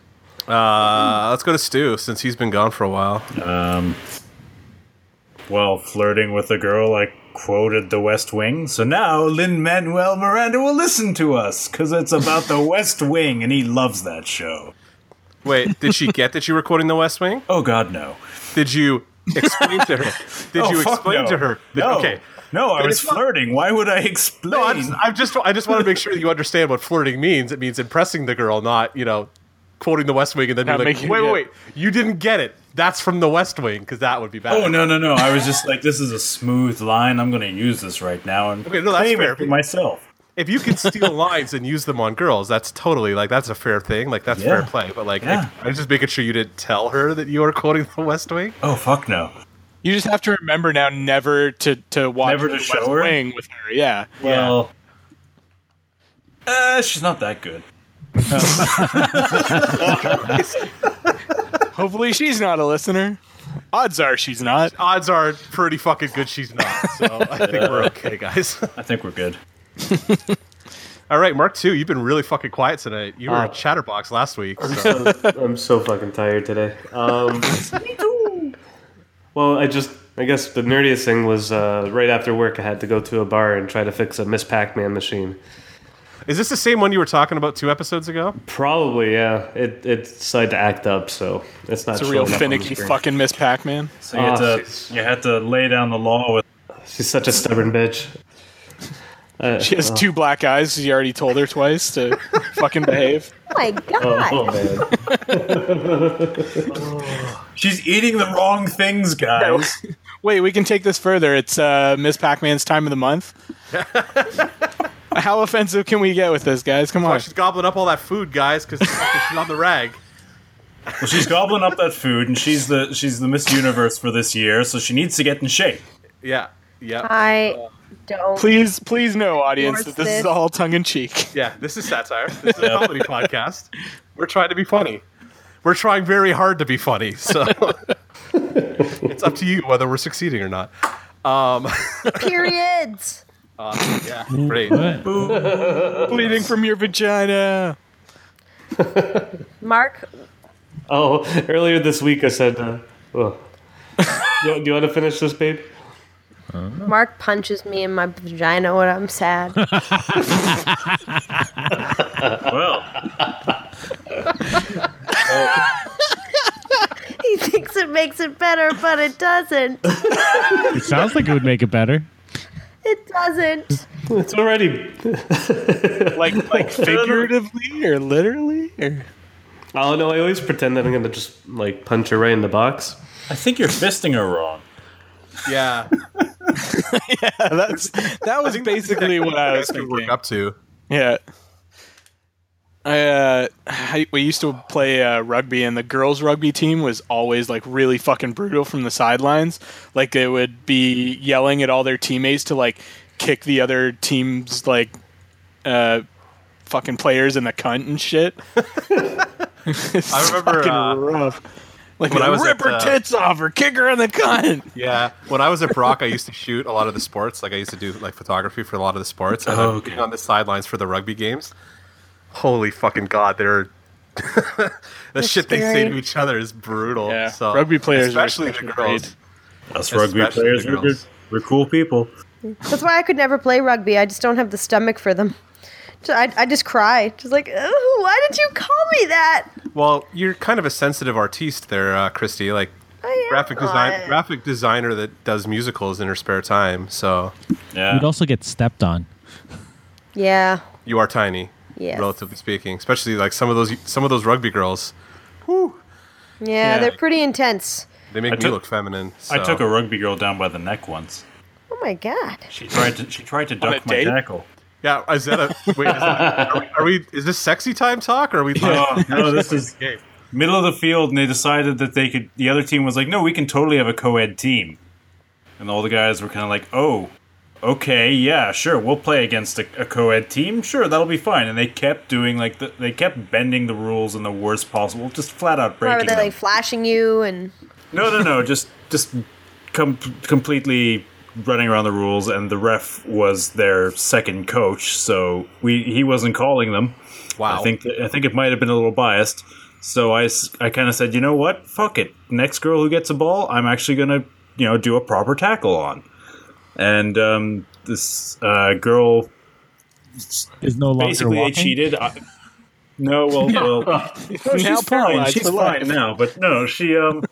A: Uh, let's go to Stu since he's been gone for a while.
G: Well, flirting with a girl I quoted The West Wing, so now Lin Manuel Miranda will listen to us because it's about The West Wing, and he loves that show.
A: Wait, did she get that you were quoting The West Wing?
G: Oh God, no!
A: Did you explain to her? Did
G: oh,
A: you
G: fuck
A: explain
G: no.
A: to her? that-
G: No.
A: Okay.
G: No, I
A: Then
G: was
A: it's not-
G: flirting. Why would I explain?
A: No, I just, I just, I just want to make sure that you understand what flirting means. It means impressing the girl, not you know, quoting The West Wing and then
C: Not
A: you're like,
C: making-
A: wait, wait,
C: yeah.
A: wait, you didn't get it. That's from The West Wing because that would be bad.
G: Oh no no no! I was just like, this is a smooth line. I'm going to use this right now and
A: Okay, no, that's
G: claim
A: fair.
G: it for myself.
A: If you can steal lines and use them on girls, that's totally like that's a fair thing. Like that's fair
G: Yeah.
A: play. But like,
G: Yeah.
A: I was just making sure you didn't tell her that you were quoting The West Wing.
G: Oh fuck no!
C: You just have to remember now never to to watch
G: Never to
C: The
G: show
C: West
G: her?
C: Wing with her. Yeah.
G: Well, uh, she's not that good.
C: Hopefully she's not a listener. Odds are she's not.
A: Odds are pretty fucking good she's not. So I think we're okay, guys.
G: I think we're good.
A: All right, Mark Two, you've been really fucking quiet tonight. You were
C: Oh.
A: a chatterbox last week. So.
F: I'm so fucking tired today. Um, well, I just, I guess the nerdiest thing was uh, right after work, I had to go to a bar and try to fix a Miss Pac Man machine.
A: Is this the same one you were talking about two episodes ago?
F: Probably, yeah. It it decided to act up, so it's not.
C: It's a real
F: showing up on the
C: finicky
F: screen.
C: fucking Miss Pac-Man.
G: So you, had
F: Ah, she's-
G: to, you had to lay down the law with.
F: She's such a stubborn bitch. Uh,
C: She has two black eyes. You already told her twice to fucking behave.
B: Oh my
F: oh
B: god!
F: man.
G: She's eating the wrong things, guys.
C: Wait, we can take this further. It's uh, Miss Pac-Man's time of the month. How offensive can we get with this, guys? Come
A: Oh,
C: on.
A: she's gobbling up all that food, guys, because she's on the rag.
G: Well, she's gobbling up that food, and she's the she's the Miss Universe for this year, so she needs to get in shape.
A: Yeah, yeah,
B: I don't.
C: Please, please know, audience, that this
B: Towards
C: is
B: this.
C: all tongue in cheek.
A: yeah. This is satire. This is a comedy podcast. We're trying to be funny. We're trying very hard to be funny. So it's up to you whether we're succeeding or not.
B: Periods.
A: Yeah, great.
E: what?
C: Bleeding from your vagina.
B: Mark,
F: Oh, earlier this week I said, uh, oh. do, do you want to finish this, babe?
B: Mark punches me in my vagina when I'm sad.
G: Well,
B: he thinks it makes it better, but it doesn't.
E: It sounds like it would make it better.
B: It doesn't.
F: It's already.
C: Like, like figuratively or literally? Or...
F: Oh no! I always pretend that I'm gonna just like punch her right in the box.
G: I think you're fisting her wrong.
A: Yeah,
C: That's that was basically what I was
A: that's what we
C: thinking.
A: work up to.
C: Yeah. I, uh, I we used to play uh, rugby, and the girls' rugby team was always like really fucking brutal from the sidelines. Like they would be yelling at all their teammates to like kick the other team's like uh, fucking players in the cunt and shit. It's
A: I remember,
C: fucking
A: uh,
C: rough. Like
A: when I was
C: rip
A: at,
C: her
A: uh,
C: tits off or kick her in the cunt.
A: Yeah, when I was at Brock, I used to shoot a lot of the sports. Like I used to do like photography for a lot of the sports, and I'm being on the sidelines for the rugby games. Holy fucking god, they're the shit they say
B: scary.
A: to each other is brutal.
C: Yeah,
A: So
C: rugby players are
A: especially the
C: especially
A: girls.
C: great.
G: Us rugby
A: Especially
G: players,
A: the
G: we're, good,
A: girls.
G: we're cool people.
B: That's why I could never play rugby. I just don't have the stomach for them. So I, I just cry. Just like, oh, why did you call me that?
A: Well, you're kind of a sensitive artiste there, uh, Christy. Like
B: I am
A: graphic design,
B: not.
A: graphic designer that does musicals in her spare time. So
G: Yeah.
E: You'd also get stepped on.
B: Yeah.
A: you are tiny,
B: Yes.
A: relatively speaking. Especially like some of those some of those rugby girls. Whew.
B: Yeah, they're pretty intense.
A: They make
G: I
A: me
G: took-
A: look feminine.
G: I
A: so-
G: took a rugby girl down by the neck once.
B: Oh my god.
G: She tried to she tried to
C: On a
G: duck my
C: date?
G: tackle.
A: Yeah, is that a wait? Is that, are, we, are we? Is this sexy time talk? Or are we?
G: Oh, no, this is
A: Okay.
G: middle of the field, and they decided that they could. The other team was like, "No, we can totally have a co-ed team," and all the guys were kind of like, "Oh, okay, yeah, sure, we'll play against a, a co-ed team. Sure, that'll be fine." And they kept doing like the, they kept bending the rules in the worst possible, just flat out
B: Why were
G: breaking
B: they
G: them.
B: like flashing you and
G: No, no, no. Just just com- completely running around the rules, and the ref was their second coach, so we he wasn't calling them.
A: Wow.
G: I think I think it might have been a little biased. So I, s- I kind of said, you know what? Fuck it. Next girl who gets a ball, I'm actually gonna you know do a proper tackle on. And um, this uh, girl
E: Is no longer
G: basically I
E: walking.
G: cheated. I, no, well, well no,
C: Now
G: she's fine.
C: paralyzed
G: She's
C: for life.
G: fine now. But no, she um,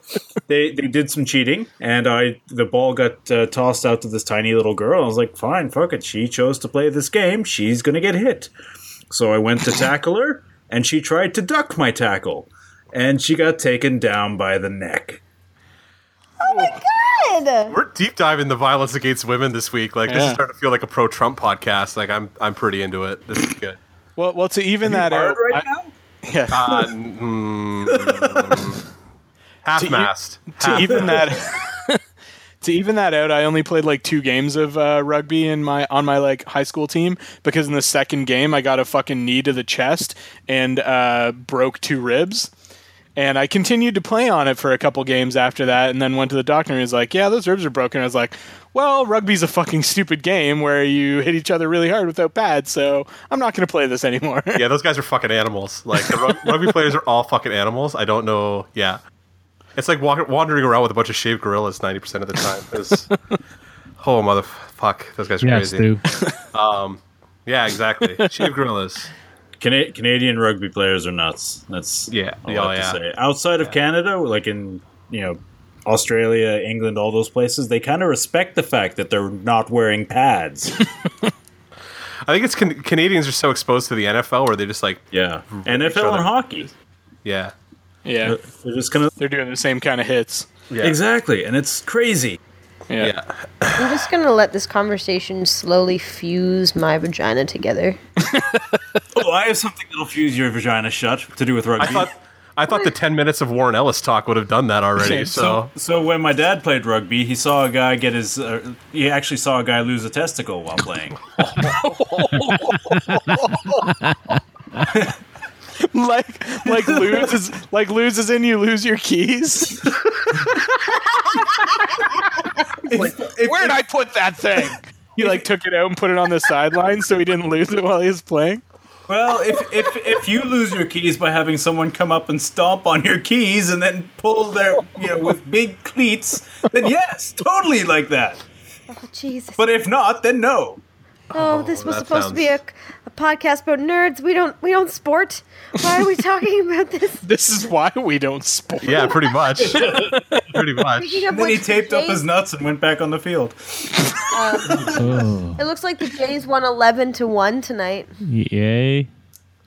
G: they they did some cheating, and I the ball got uh, tossed out to this tiny little girl. I was like, fine, fuck it. She chose to play this game. She's gonna get hit. So I went to tackle her, and she tried to duck my tackle, and she got taken down by the neck.
B: God.
A: We're deep diving the violence against women this week. Like this is
C: Yeah.
A: starting to feel like a pro Trump podcast. Like I'm I'm pretty into it. This is good.
C: Well, well, to even that out, I- yeah,
A: Uh, mm, half mast.
C: e-, to even that, to even that out, I only played like two games of uh, rugby in my on my like high school team because in the second game I got a fucking knee to the chest and uh, broke two ribs. And I continued to play on it for a couple games after that, and then went to the doctor and he was like, "Yeah, those ribs are broken." I was like, "Well, rugby's a fucking stupid game where you hit each other really hard without pads, so I'm not going to play this anymore."
A: yeah, those guys are fucking animals. Like the rug- rugby players are all fucking animals. I don't know. Yeah, it's like walk- wandering around with a bunch of shaved gorillas ninety percent of the time. It's, oh mother fuck, those guys are
E: Yeah,
A: crazy.
E: Stu.
A: Yeah, exactly. shaved gorillas.
G: Cana- Canadian rugby players are nuts. That's
A: Yeah.
G: all
A: Yeah,
G: I have to
A: yeah.
G: say. Outside of Canada, like in you know Australia, England, all those places, they kind of respect the fact that they're not wearing pads.
A: I think it's can- Canadians are so exposed to the NFL where they just like
G: yeah,
A: each
G: NFL
A: other.
G: and hockey.
A: yeah.
C: yeah,
G: They're just kind of
C: they're doing the same kind of hits.
A: Yeah.
G: exactly, and it's crazy.
C: Yeah.
A: Yeah.
B: I'm just gonna let this conversation slowly fuse my vagina together.
G: Oh, I have something that'll fuse your vagina shut to do with rugby.
A: I thought I thought the ten minutes of Warren Ellis talk would have done that already. So,
G: So when my dad played rugby, he saw a guy get his. Uh, he actually saw a guy lose a testicle while playing.
C: like like lose is like lose is in you lose your keys. Where did I put that thing? He like took it out and put it on the sideline so he didn't lose it while he was playing.
G: Well, if, if if you lose your keys by having someone come up and stomp on your keys and then pull their you know with big cleats, then yes, totally like that.
B: Oh Jesus!
G: But if not, then no.
B: oh, this was
A: that
B: supposed to be a, a podcast about nerds. We don't we don't sport. Why are we talking about this?
C: This is why we don't sport.
A: yeah, pretty much. pretty much.
B: Speaking of
G: And then he
B: which,
G: taped up
B: Jays-
G: his nuts and went back on the field.
E: Oh,
B: It looks like the Jays won 11 to one tonight.
E: yay!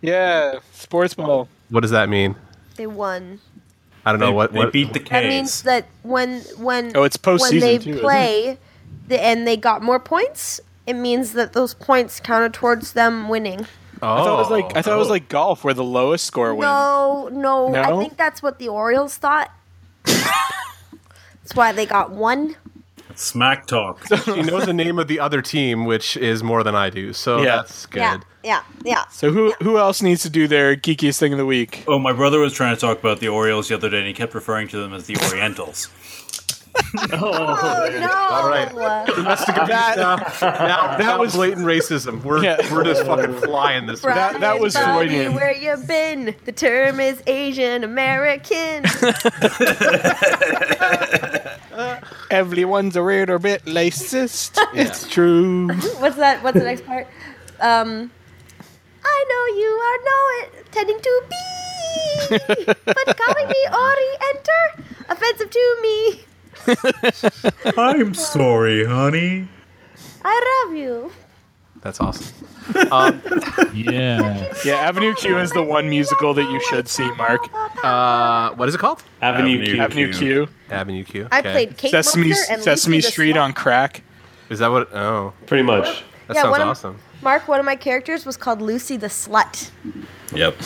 C: Yeah, sports ball.
A: What does that mean?
B: They won.
A: I don't know Uh, what,
G: they
A: what
G: beat the
B: That means
G: K's.
B: that when when
C: Oh, it's
B: when
C: postseason
B: they
C: too, isn't it?
B: play, the, and they got more points, it means that those points counted towards them winning.
A: Oh,
C: I thought it was like I thought it was like golf where the lowest score wins.
B: No, no, I
C: No?
B: think that's what the Orioles thought. that's why they got one.
G: Smack talk.
A: she knows the name of the other team, which is more than I do. So
C: Yeah.
A: that's good.
B: Yeah, yeah, yeah.
C: So who who else needs to do their geekiest thing of the week?
G: Oh, my brother was trying to talk about the Orioles the other day, and he kept referring to them as the Orientals.
B: Oh no! All
A: right. Now, that was blatant racism. We're
C: Yeah.
A: we're just fucking flying this. week.
C: That- that was Freudian.
B: Where you been? The term is Asian American.
C: Everyone's a little bit racist. It's true.
B: What's that? What's the next part? Um, I know you are no tending to be, but calling me Ori enter offensive to me.
G: I'm sorry, honey.
B: I love you.
A: That's awesome.
E: Yeah.
C: Yeah, Avenue Q is the one musical that you should see, Mark.
A: Uh, what is it called?
F: Avenue,
G: Avenue
F: Q.
C: Avenue Q,
A: Avenue Q.
B: I
A: Okay.
B: played Kate
C: Sesame
B: Mulder and
C: Sesame
B: Lucy the
C: Street
B: Slut.
C: on crack.
A: Is that what? Oh,
F: Pretty much.
A: that
B: Yeah,
A: sounds
B: one of-
A: awesome.
B: Mark, one of my characters was called Lucy the Slut.
G: Yep.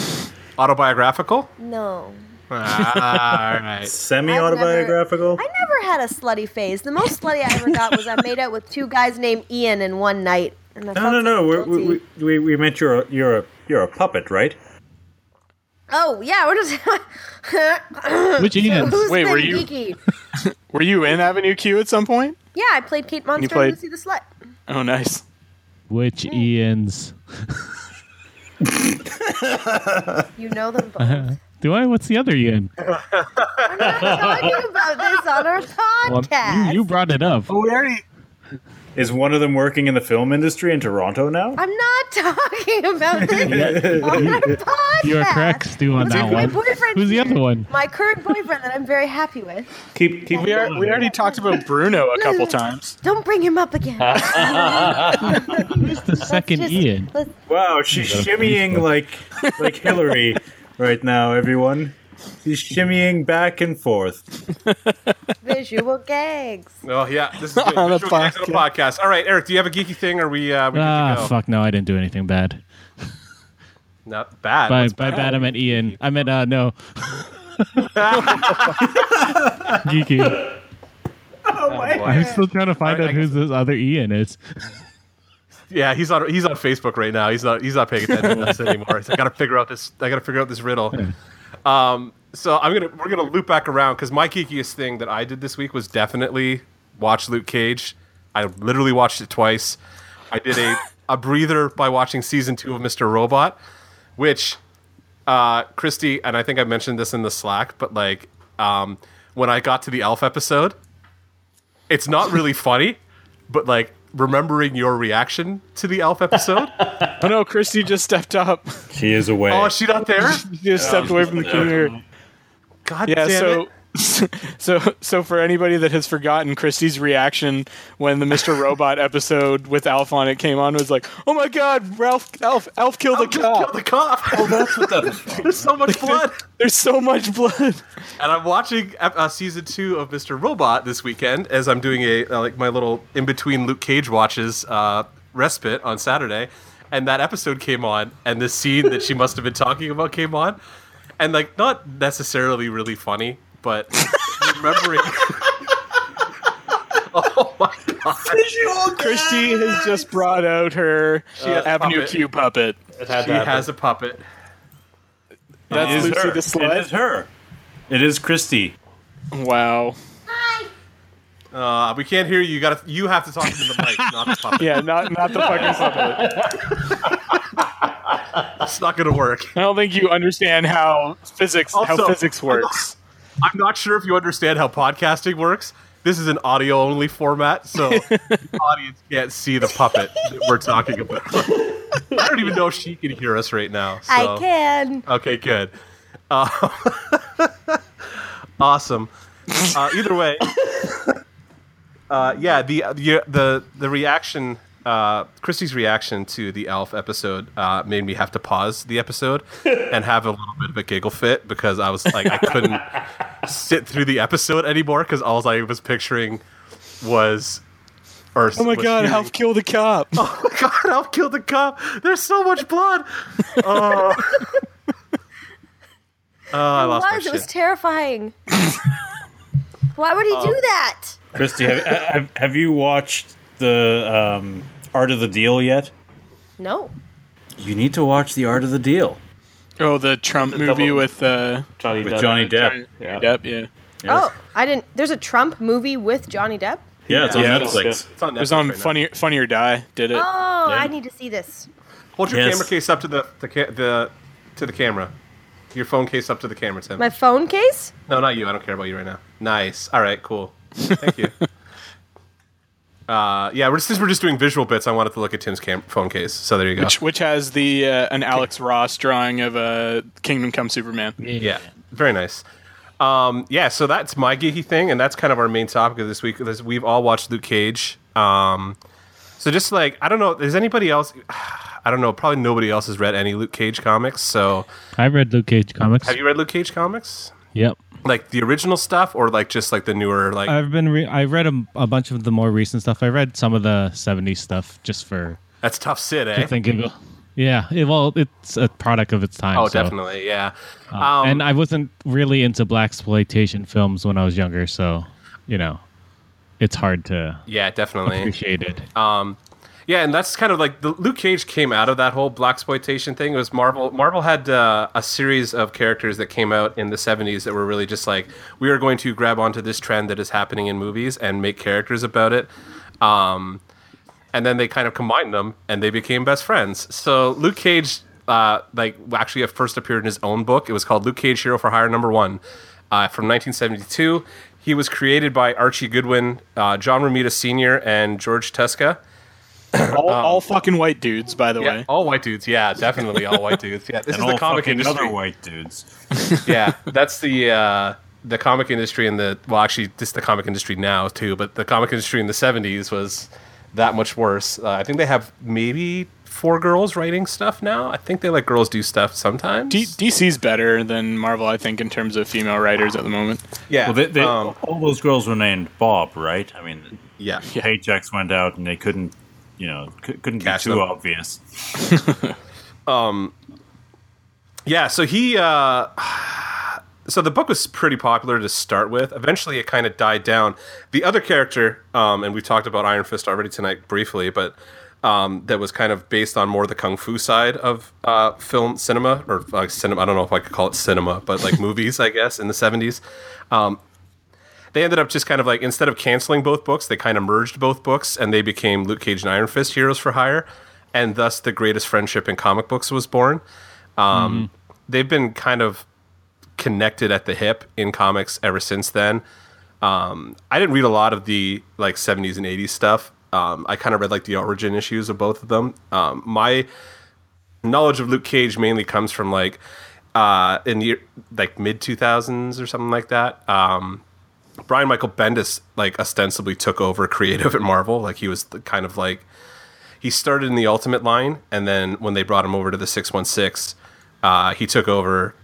A: Autobiographical?
B: No.
A: Ah, all right.
G: Semi autobiographical.
B: I never had a slutty phase. The most slutty I ever got was I made out with two guys named Ian in one night. And I
G: No,
B: felt
G: no, no.
B: so
G: We, we,
B: guilty.
G: we, we, we meant you're a, you're a you're a puppet, right?
B: Oh yeah, we're just.
E: Which Ian?
B: Who's
C: Wait,
B: been
C: were you-
B: geeky?
C: Were you in Avenue Q at some point?
B: Yeah, I played Kate Monster
C: played-
B: and Lucy the Slut.
C: Oh, nice.
E: Which Ian's?
B: You know them both. I'm
E: Do I? What's the other Ian?
B: talking about this on our
E: Well,
B: podcast.
E: you, you brought it up.
C: We already.
G: Is one of them working in the film industry in Toronto now?
B: I'm not talking about this on our podcast.
E: You're correct, Stu, on that
B: My
E: one.
B: boyfriend.
E: Who's the other one?
B: My current boyfriend that I'm very happy with.
G: Keep keep.
C: We, are, we already talked about Bruno a couple times.
B: Don't bring him up again.
E: Who's the second
B: Just-
E: Ian?
B: let's-
G: Wow, she's shimmying like like Hillary right now, everyone. She's shimmying back and forth.
B: visual gags.
A: Oh yeah, this is good.
C: On a
A: Visual gags on a podcast. All right, Eric, do you have a geeky thing? Or are we? Uh, we good to
E: Ah,
A: go?
E: fuck no, I didn't do anything bad.
A: Not bad.
E: By,
A: What's
E: by bad, I meant Ian. I meant, uh, no. Geeky.
A: Oh, bad, boy?
E: I'm still trying to find
A: Alright, I
E: out who's this other Ian is.
A: Yeah, he's on. He's on Facebook right now. He's not. He's not paying attention to us anymore. So I got to figure out this. I got to figure out this riddle. Um, so I'm gonna. We're gonna loop back around because my geekiest thing that I did this week was definitely watch Luke Cage. I literally watched it twice. I did a a breather by watching season two of Mr. Robot, which uh, Christy and I think I mentioned this in the Slack, but like um, when I got to the Elf episode, it's not really funny, but like remembering your reaction to the Elf episode.
C: Oh no, Christy just stepped up.
G: She is away.
A: oh, is she not there?
C: She just stepped away from the computer.
A: God
C: Oh, Yeah,
A: damn
C: so
A: it!
C: so so for anybody that has forgotten Christy's reaction when the Mr. Robot episode with Alf on it came on was like, "Oh my god, Ralph Alf Alf killed
A: Just
C: a cop.
A: killed the cop. There's so much blood,
C: There's so much blood."
A: and I'm watching uh, uh, season two of Mr. Robot this weekend as I'm doing a uh, like my little in between Luke Cage watches uh, respite on Saturday, and that episode came on, and the scene that she must have been talking about came on, and like not necessarily really funny, but remembering. oh my god!
C: Christy has just brought out her
A: has a
C: Avenue
A: puppet.
C: Q puppet.
F: It had
A: She
F: that.
A: has a puppet.
G: It
C: That's
G: is
C: Lucy
G: her.
C: the
G: It is
C: slut.
G: her. It is Christy.
C: Wow.
A: Uh, we can't hear you. You gotta. You have to talk into the mic, not the puppet.
C: Yeah, not not the fucking puppet.
A: It's not gonna work.
C: I don't think you understand how physics
A: Also-
C: how physics works.
A: I'm not sure if you understand how podcasting works. This is an audio only format, so the audience can't see the puppet that we're talking about. I don't even know if she can hear us right now. So.
B: I can.
A: Okay, good. Uh, awesome. Uh, either way, uh, yeah, the the the, the reaction, uh, Christy's reaction to the Alf episode uh, made me have to pause the episode and have a little bit of a giggle fit because I was like, I couldn't sit through the episode anymore because all I was picturing was. Or
C: Oh my god, Alf killed a cop.
A: Oh my god, I'll kill the cop. There's so much blood. Oh. Oh, I
B: It
A: lost my
B: was. It was
A: shit.
B: terrifying. Why would he do that?
G: Christy, have, have, have you watched the um, Art of the Deal yet?
B: No.
G: You need to watch the Art of the Deal
C: Oh, the Trump movie
F: double-
C: with uh,
F: Johnny
G: with
F: Depp.
G: Johnny Depp.
F: Yeah.
C: Depp, yeah.
B: Oh, I didn't. There's a Trump movie with Johnny Depp.
G: Yeah, it's on
C: Yeah.
G: Netflix.
A: It's on
C: It was
A: Netflix
C: on
A: right now.
C: Funny Funny or Die. Did it?
B: Oh,
G: Yeah.
B: I need to see this.
A: Hold your
G: Yes.
A: camera case up to the, the ca- the to the camera. Your phone case up to the camera, Tim.
B: My phone case.
A: no, not you. I don't care about you right now. Nice. All right, cool. Thank you. Uh, yeah, we're just, since we're just doing visual bits, I wanted to look at Tim's cam- phone case. So there you go.
C: Which, which has the uh, an Alex Ross drawing of a Kingdom Come Superman.
A: Yeah, very nice. Um, yeah, so that's my geeky thing, and that's kind of our main topic of this week. Is we've all watched Luke Cage. Um, So just like I don't know, is anybody else? I don't know. Probably nobody else has read any Luke Cage comics. So
E: I've read Luke Cage comics.
A: have you read Luke Cage comics?
E: Yep.
A: Like the original stuff, or like just like the newer? Like
E: I've been re- I've read a, a bunch of the more recent stuff. I read some of the 70s stuff just for
A: that's tough, Sid. Eh?
E: thinking. Yeah, it, well, it's a product of its time.
A: Oh,
E: so. Uh,
A: definitely, yeah. Um,
E: and I wasn't really into black exploitation films when I was younger, so you know, it's hard to
A: yeah, Uh, definitely.
E: appreciate it.
A: Yeah, and that's kind of like the Luke Cage came out of that whole black exploitation thing. It was Marvel. Marvel had uh, a series of characters that came out in the '70s that were really just like we are going to grab onto this trend that is happening in movies and make characters about it. Um, and then they kind of combined them and they became best friends. So Luke Cage, uh, like actually, first appeared in his own book. It was called Luke Cage: Hero for Hire Number One, uh, from 1972. He was created by Archie Goodwin, uh, John Romita Sr., and George Tuska.
C: All, all fucking white dudes, by the
A: Yeah,
C: way.
A: all white dudes. Yeah, definitely all white dudes. Yeah, this
G: and
A: is
G: all
A: the comic
G: fucking
A: industry.
G: other white dudes.
A: yeah, that's the uh, the comic industry and the well, actually, just the comic industry now too. But the comic industry in the '70s was that much worse. Uh, I think they have maybe four girls writing stuff now. I think they let girls do stuff sometimes.
C: D- DC's better than Marvel, I think, in terms of female writers at the moment.
A: yeah,
G: Well, they, they,
A: um,
G: all those girls were named Bob, right? I mean,
A: yeah.
G: paychecks went out, and they couldn't, you know, c- couldn't
A: Cash
G: be too
A: them.
G: obvious.
A: Yeah, so he uh so the book was pretty popular to start with. Eventually it kind of died down. The other character, um, and we talked about Iron Fist already tonight briefly, but um, that was kind of based on more the kung fu side of uh, film cinema or like cinema. I don't know if I could call it cinema, but like movies, I guess, in the seventies. Um, they ended up just kind of like instead of canceling both books, they kind of merged both books and they became Luke Cage and Iron Fist Heroes for Hire, and thus the greatest friendship in comic books was born. Um, They've been kind of connected at the hip in comics ever since then. Um, I didn't read a lot of the like 70s and 80s stuff. Um, I kind of read like the origin issues of both of them. Um, my knowledge of Luke Cage mainly comes from like uh, in the like mid 2000s or something like that. Um, Brian Michael Bendis like ostensibly took over creative at Marvel. Like he was the kind of like he started in the Ultimate line, and then when they brought him over to the 616, uh, he took over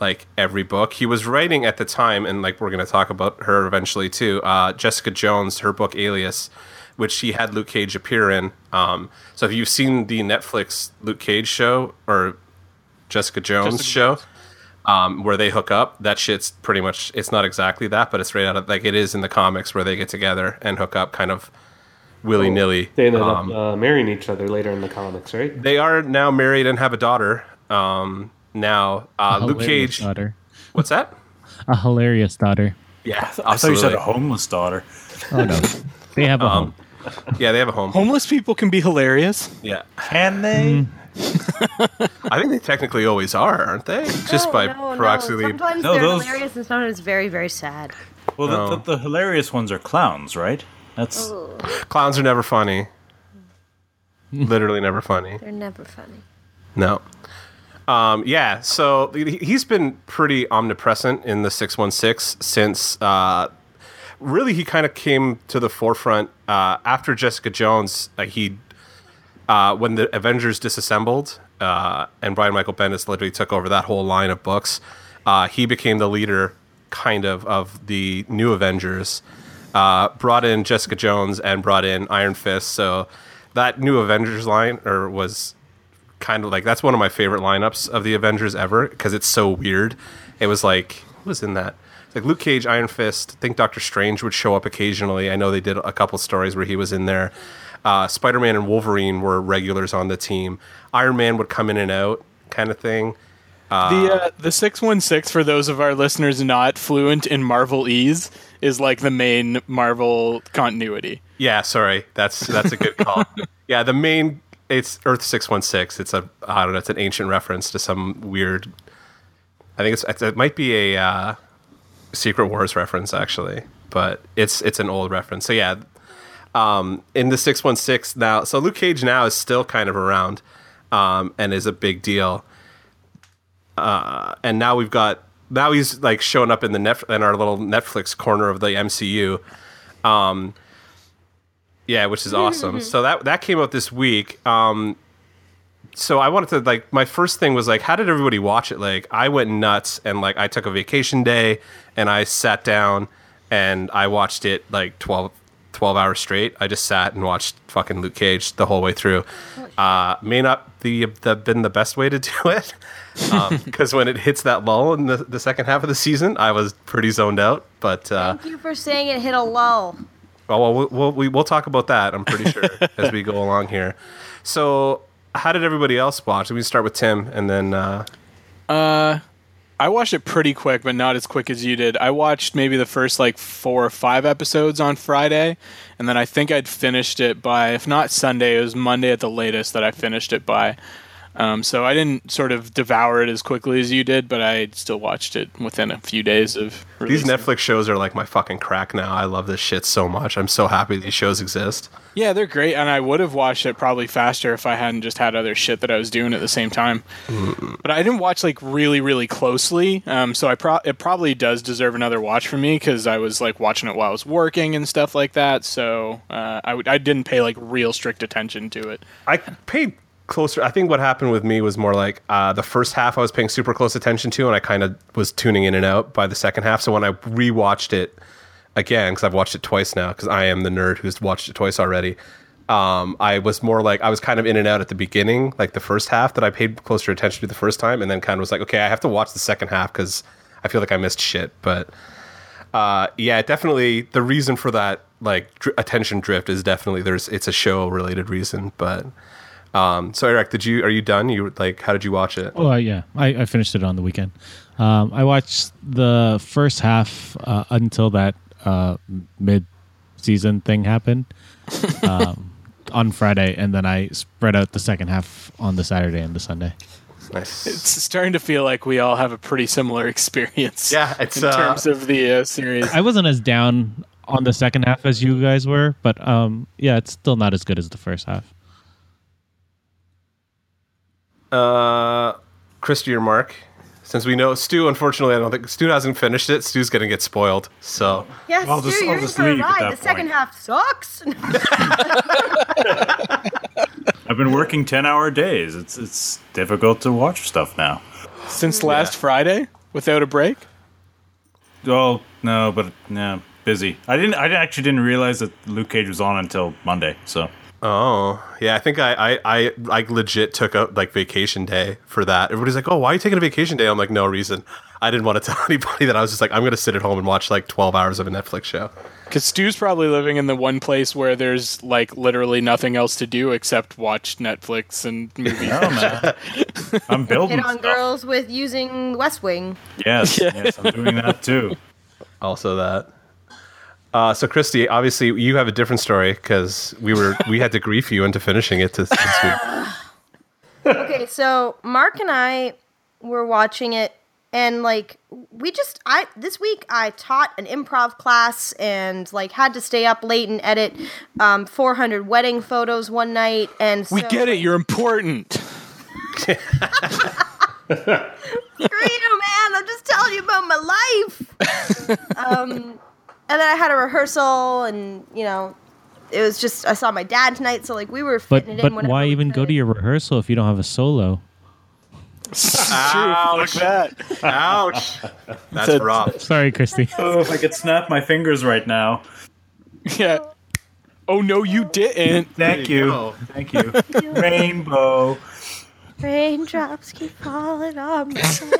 A: like every book he was writing at the time and like we're going to talk about her eventually too uh, jessica jones her book alias which she had luke cage appear in um, so if you've seen the netflix luke cage show or jessica jones
C: Jessica
A: show um, where they hook up that shit's pretty much it's not exactly that but it's right out of like it is in the comics where they get together and hook up kind of willy-nilly
F: They ended
A: Um,
F: up uh, marrying each other later in the comics, right?
A: they are now married and have a daughter um, now uh,
E: A
A: luke
E: hilarious
A: cage
E: daughter,
A: what's that
E: a hilarious daughter.
A: yeah,
G: I thought you said
A: absolutely.
G: a homeless daughter.
E: Oh no, they have a
C: Um,
E: home.
A: Yeah, they have a home.
C: Homeless people can be hilarious.
A: Yeah,
G: Can they?
A: I think they technically always are, aren't they? Just by proximity.
B: Oh, Sometimes
G: No,
B: they're
G: those-
B: hilarious and sometimes very, very sad.
G: Well, the, the, the hilarious ones are clowns, right? That's
A: Clowns are never funny.
G: Hmm.
A: Literally never funny.
B: They're never funny.
A: No. Um, yeah, so he- he's been pretty omnipresent in the 616 since uh, really he kind of came to the forefront uh, after Jessica Jones. Like he, uh, when the Avengers disassembled uh, and Brian Michael Bendis literally took over that whole line of books, uh, he became the leader kind of of the new Avengers. Uh, brought in Jessica Jones and brought in Iron Fist, so that new Avengers line or was kind of like that's one of my favorite lineups of the Avengers ever because it's so weird. It was like who was in that? It's like Luke Cage, Iron Fist. I think Doctor Strange would show up occasionally. I know they did a couple stories where he was in there. Uh, Spider Man and Wolverine were regulars on the team. Iron Man would come in and out, kind of thing.
C: the uh, the six one six for those of our listeners not fluent in Marvelese is like the main Marvel continuity.
A: Yeah, sorry, that's that's a good call. yeah, the main it's Earth six one six. It's a I don't know. It's an ancient reference to some weird. I think it's it's- it might be a uh, Secret Wars reference actually, but it's it's an old reference. So yeah, um, in the six one six now. So Luke Cage now is still kind of around, um, and is a big deal. Uh, and now we've got now he's like showing up in the net in our little Netflix corner of the MCU Yeah, which is awesome. so that that came out this week. Um, so I wanted to like my first thing was like, how did everybody watch it? Like, I went nuts and like I took a vacation day and I sat down and I watched it like 12, 12 hours straight. I just sat and watched fucking Luke Cage the whole way through. Uh, may not the, the been the best way to do it because when it hits that lull in the, the second half of the season, I was pretty zoned out. But uh,
B: Thank you for saying it hit a lull.
A: Oh, well, we'll, we'll, we- we'll talk about that, I'm pretty sure, as we go along here. So, how did everybody else watch? We can start with Tim and then. Uh,
C: I watched it pretty quick, but not as quick as you did. I watched maybe the first like four or five episodes on Friday, and then I think I'd finished it by, if not Sunday, it was Monday at the latest that I finished it by. Um, so I didn't sort of devour it as quickly as you did, but I still watched it within a few days of
A: these
C: releasing.
A: Netflix shows are like my fucking crack now. I love this shit so much. I'm so happy these shows exist.
C: Yeah, they're great, and I would have watched it probably faster if I hadn't just had other shit that I was doing at the same time.
A: Mm-hmm.
C: But I didn't watch like really, really closely, um, so I pro- it probably does deserve another watch from me because I was like watching it while I was working and stuff like that. So uh, I w- I didn't pay like real strict attention to it.
A: I paid closer. I think what happened with me was more like uh, the first half I was paying super close attention to, and I kind of was tuning in and out by the second half. So when I rewatched it again, because I've watched it twice now, because I am the nerd who's watched it twice already. Um, I was more like I was kind of in and out at the beginning, like the first half that I paid closer attention to the first time, and then kind of was like, okay, I have to watch the second half because I feel like I missed shit. But uh, yeah, definitely the reason for that like dr- attention drift is definitely there's it's a show related reason, but um, so Eric, did you are you done? You were, like how did you watch it?
E: Oh yeah, I, I finished it on the weekend. Um, I watched the first half uh, until that uh, mid-season thing happened um, on Friday, and then I spread out the second half on the Saturday and the Sunday.
A: Nice.
C: It's starting to feel like we all have a pretty similar experience.
A: Yeah, it's,
C: in
A: uh,
C: terms of the uh, series.
E: I wasn't as down on the second half as you guys were, but um, yeah, it's still not as good as the first half.
A: Uh, Christy or Mark? Since we know Stu, unfortunately, I don't think Stu hasn't finished it. Stu's gonna get spoiled. So
B: Yes,
G: I'll
B: Stu,
G: just- I'll
B: you're in
G: just
B: for a
G: leave at
B: ride. The
G: that
B: second
G: point.
B: half sucks.
G: I've been working ten hour days. It's it's difficult to watch stuff now.
C: Since last Friday, without a break.
G: Well, no, but no, busy. I didn't. I actually didn't realize that Luke Cage was on until Monday. So
A: oh yeah, I think I I I like legit took a like vacation day for that. Everybody's like, oh, why are you taking a vacation day? I'm like, no reason. I didn't want to tell anybody that I was just like, I'm gonna sit at home and watch like 12 hours of a Netflix show.
C: Because Stu's probably living in the one place where there's like literally nothing else to do except watch Netflix and movies.
G: no, Oh, man, I'm building.
B: Hit on
G: stuff.
B: girls with using West Wing.
G: Yes, yes, I'm doing that too.
A: also that. Uh, so Christy, obviously you have a different story because we were we had to grief you into finishing it to, this week.
B: Okay, so Mark and I were watching it, and like we just I this week I taught an improv class and like had to stay up late and edit um, 400 wedding photos one night, and
C: We
B: so,
C: get it. You're important.
B: Screw you, man. I'm just telling you about my life. um, and then I had a rehearsal, and you know, it was just I saw my dad tonight, so like we were
E: But
B: fitting it
E: but
B: in. whenever
E: why
B: we
E: even go
B: could.
E: to your rehearsal if you don't have a solo?
C: Ouch. that.
A: Ouch, that's
C: It's a-
A: rough.
E: Sorry, Christy.
G: Oh, if I could snap my fingers right now.
C: Yeah. Oh no, you didn't.
G: Thank you.
A: go.
G: Thank you. Rainbow.
B: Raindrops keep falling on my head.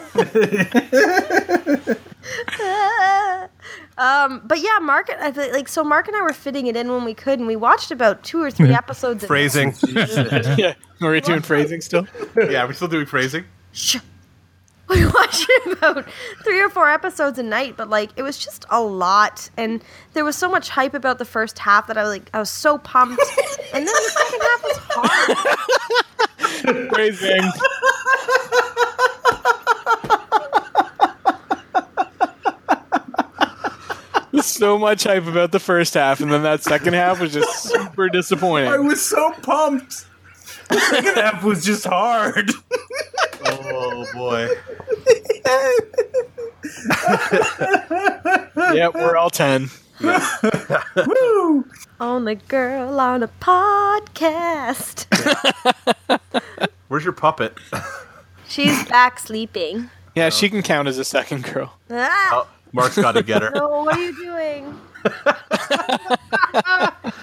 B: um, but yeah, Mark, and I feel like so Mark and I were fitting it in when we could, and we watched about two or three episodes. a
A: Phrasing,
C: Yeah. Are we doing phrasing still?
A: yeah, we're still doing phrasing.
B: night. We watched about three or four episodes a night, but like it was just a lot, and there was so much hype about the first half that I was like, I was so pumped, and then the second half was hard.
C: Phrasing. There's so much hype about the first half, and then that second half was just super
G: I
C: disappointing.
G: was so pumped. The second half was just hard.
A: Oh boy,
C: Yep, we're all ten.
B: On a girl on a podcast.
A: Where's your puppet?
B: She's back sleeping.
C: Yeah, she can count as a second girl. Oh.
B: Ah,
A: Oh, Mark's got to get her.
B: no, what are you doing?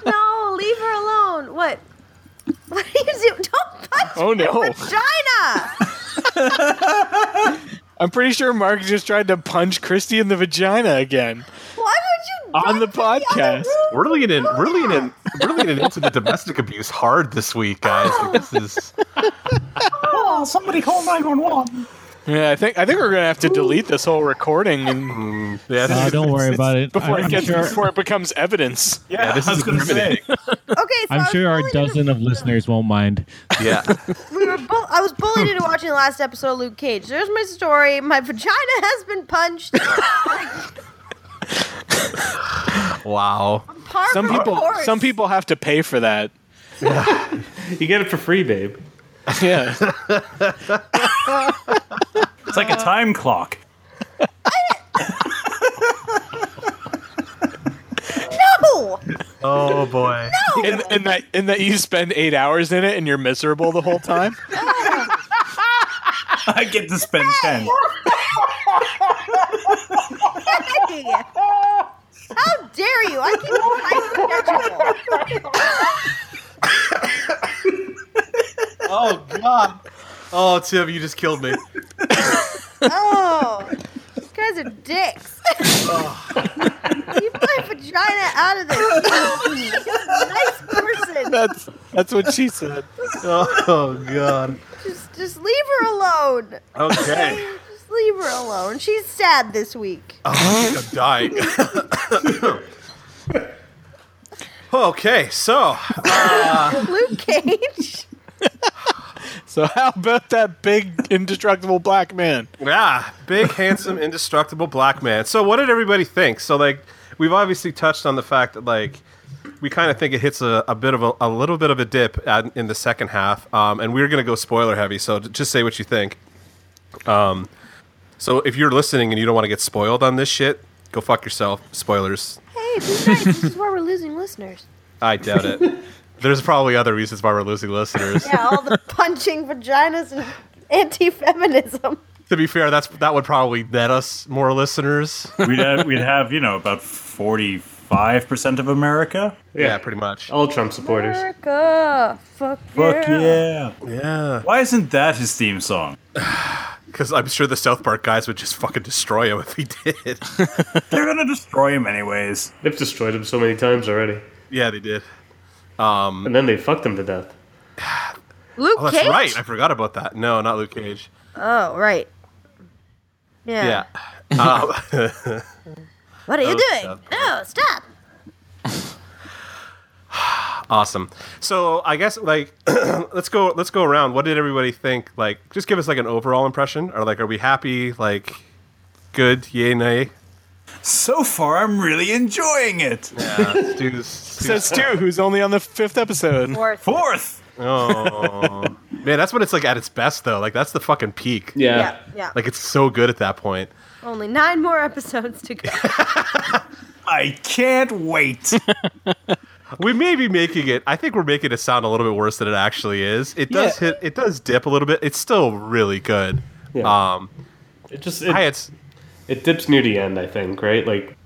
B: no, leave her alone. What? What are you doing? Don't punch
C: Oh no.
B: China.
C: I'm pretty sure Mark just tried to punch Christy in the vagina again.
B: Why would you?
C: On
B: run
C: the
B: to other
C: podcast.
B: room?
A: We're leaning in. We're leaning in. We're leaning into the domestic abuse hard this week, guys. Like, this is
D: Oh, somebody call 911.
C: Yeah, I think I think we're gonna have to delete this whole recording and
A: yeah. This
E: Uh,
A: is,
E: don't worry about it.
C: before
E: I,
C: it
E: am
C: gets
E: sure,
C: before it becomes evidence.
A: yeah, this is incriminating.
B: Okay, so I
E: I'm
B: was
E: sure our
B: bullied into-
E: dozen of listeners won't mind.
A: Yeah,
B: We were bull- I was bullied into watching the last episode of Luke Cage. There's my story. My vagina has been punched.
A: wow.
B: Par
C: Some
B: for
C: people
B: course.
C: some people have to pay for that.
F: You get it for free, babe.
C: Yeah.
G: It's like a time clock.
B: No.
A: Oh boy.
C: and, and that and that you spend eight hours in it and you're miserable the whole time.
G: I get to spend ten.
B: Hey! How dare you? I keep my credential.
A: Oh god. Oh Tim, you just killed me.
B: Oh, you guys are dicks. Keep my vagina out of this. She's a nice person.
C: That's that's what she said.
A: Oh god.
B: Just, just leave her alone.
A: Okay.
B: Just leave her alone. She's sad this week.
A: I'm dying. okay, so
B: Luke Cage.
C: So how about that big indestructible black man?
A: yeah, Ah, big, handsome, indestructible black man. So what did everybody think? So like we've obviously touched on the fact that like we kind of think it hits a, a bit of a, a little bit of a dip at, in the second half, um, and we're gonna go spoiler heavy. So j- just say what you think. Um, so if you're listening and you don't want to get spoiled on this shit, go fuck yourself. Spoilers.
B: Hey, be nice. This is why we're losing listeners.
A: I doubt it. There's probably other reasons why we're losing listeners.
B: Yeah, all the punching vaginas and anti-feminism.
A: To be fair, that's that would probably net us more listeners. Yeah,
G: We'd have, we'd have you know about forty-five percent of America.
A: pretty much.
F: All Trump supporters.
B: America, fuck,
G: Fuck yeah!
A: Yeah,
G: Why isn't that his theme song?
A: because I'm sure the South Park guys would just fucking destroy him if he did.
G: They're gonna destroy him anyways.
F: They've destroyed him so many times already.
A: yeah, they did.
F: And then they fucked him to death.
B: Luke
A: Oh, that's
B: Cage.
A: right. I forgot about that. No, not Luke Cage.
B: Oh, right. Yeah.
A: Yeah. Um,
B: What are you doing?
A: stop.
B: No, stop.
A: awesome. So I guess like let's go let's go around. What did everybody think? Like, just give us like an overall impression, or like, are we happy? Like, good? Yay, nay?
G: So far, I'm really enjoying it.
A: Yeah, let's do this.
C: Says Stu, who's only on the fifth episode.
B: Fourth.
G: Fourth,
A: Oh man, that's when it's like at its best though. Like that's the fucking peak.
B: Yeah, yeah.
A: Like it's so good at that point.
B: Only nine more episodes to go.
G: I can't wait.
A: We may be making it. I think we're making it sound a little bit worse than it actually is. It does hit. It does dip a little bit. It's still really good.
F: Yeah.
A: Um,
F: It just it,
A: I had s-
F: it dips near the end, I think, right? Like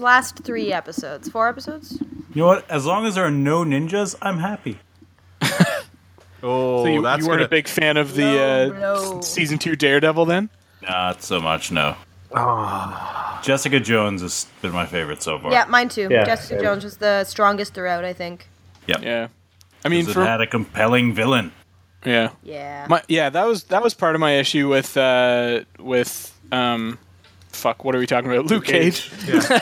B: Last three episodes. Four episodes?
G: You know what? As long as there are no ninjas, I'm happy.
A: oh,
C: So you,
A: that's
C: you weren't
A: gonna-
C: a big fan of the
B: No,
C: uh,
B: no.
C: season two Daredevil then?
G: Not so much, no. Jessica Jones has been my favorite so far.
B: Yeah, mine too.
F: Yeah,
B: Jessica
F: same.
B: Jones was the strongest throughout, I think.
C: Yeah. I mean,
G: 'Cause It
C: for
G: had a compelling villain.
C: yeah,
B: Yeah.
C: my yeah, that was that was part of my issue with uh, with um, fuck, what are we talking about? Luke Cage.
A: Welcome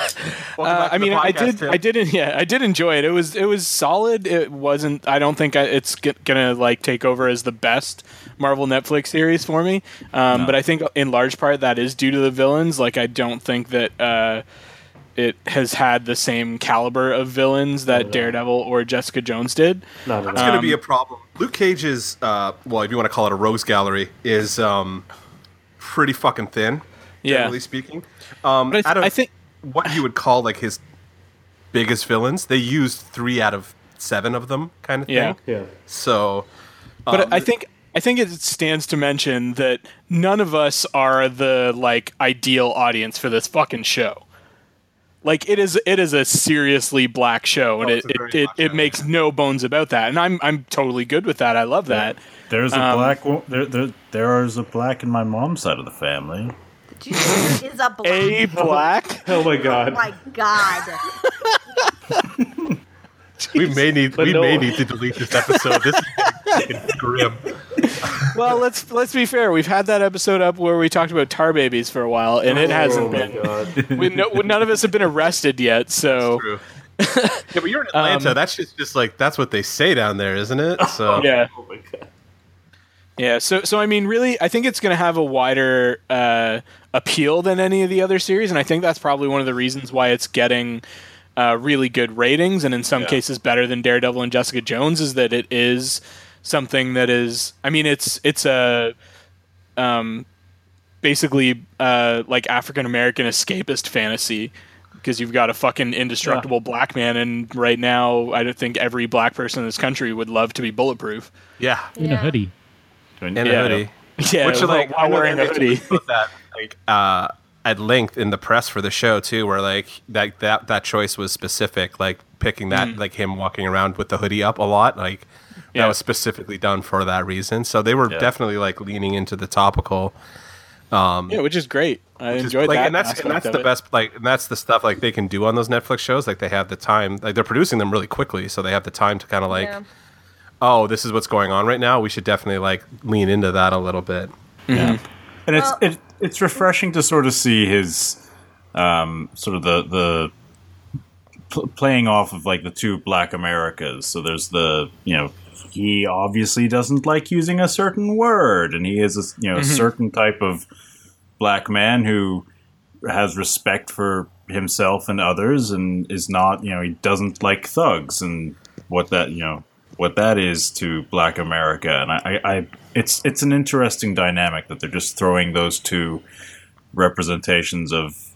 C: Uh,
A: back to
C: I
A: the
C: mean, I
A: podcast,
C: did,
A: Tim.
C: I didn't, yeah, I did enjoy it. It was, it was solid. It wasn't. I don't think I, it's g- gonna like take over as the best Marvel Netflix series for me. Um, But I think in large part that is due to the villains. Like, I don't think that uh, it has had the same caliber of villains that Daredevil or Jessica Jones did.
F: not at
A: It's
F: all.
A: going to
C: um,
A: be a problem. Luke Cage's, uh, well, if you want to call it a rose gallery, is um, pretty fucking thin.
C: Yeah.
A: generally speaking. Um,
C: But I th-
A: out of
C: I think-
A: what you would call like his biggest villains. They used three out of seven of them, kind of thing.
C: Yeah.
F: Yeah.
A: So, Um,
C: But I think I think it stands to mention that none of us are the like ideal audience for this fucking show. Like it is it is a seriously black show and
A: Oh,
C: it
A: it's a
C: it,
A: very
C: it,
A: black
C: it
A: show,
C: makes no bones about that. And I'm I'm totally good with that. I love that.
G: There's a black wo- there there there is a black in my mom's side of the family.
B: Did you say it is a black?
C: A black
F: Oh my
B: Oh
F: god.
B: my God.
A: we may need
F: But
A: we
F: no-
A: may need to delete this episode. This is fucking grim.
C: Well, let's let's be fair. We've had that episode up where we talked about tar babies for a while and it
F: Oh
C: hasn't
F: my
C: been
F: god.
C: we, no, none of us have been arrested yet, so
A: True. Yeah, but you're in Atlanta. that's just, just like that's what they say down there, isn't it? So
C: Um, yeah.
F: Oh my god.
C: Yeah, so so I mean, really, I think it's going to have a wider uh, appeal than any of the other series, and I think that's probably one of the reasons why it's getting uh, really good ratings, and in some cases better than Daredevil and Jessica Jones, is that it is something that is. I mean, it's it's a um, basically uh, like African American escapist fantasy because you've got a fucking indestructible black man, and right now, I don't think every black person in this country would love to be bulletproof.
A: yeah,
E: in a hoodie.
A: and
C: Yeah.
A: a hoodie.
C: Yeah,
A: Which are
C: while-
A: like
C: while
A: I know
C: wearing
A: they
C: a hoodie.
A: talked about that like uh, at length in the press for the show too, where like that that that choice was specific, like picking that like him walking around with the hoodie up a lot, like
C: Mm. Yeah.
A: that was specifically done for that reason. So they were definitely like leaning into the topical.
C: Yeah, which is great. I
A: Just,
C: enjoyed
A: like,
C: that.
A: and that's and
C: aspect
A: that's
C: of
A: the
C: it.
A: best like and that's the stuff like they can do on those Netflix shows like they have the time like they're producing them really quickly so they have the time to kind of like
B: Yeah.
A: oh this is what's going on right now we should definitely like lean into that a little bit
G: And it's
B: Well-
G: it, it's refreshing to sort of see his um, sort of the the pl- playing off of like the two Black Americas. So there's the you know he obviously doesn't like using a certain word, and he is a you know
A: Mm-hmm.
G: a certain type of black man who has respect for himself and others, and is not you know he doesn't like thugs and what that you know what that is to Black America, and I, I, I it's it's an interesting dynamic that they're just throwing those two representations of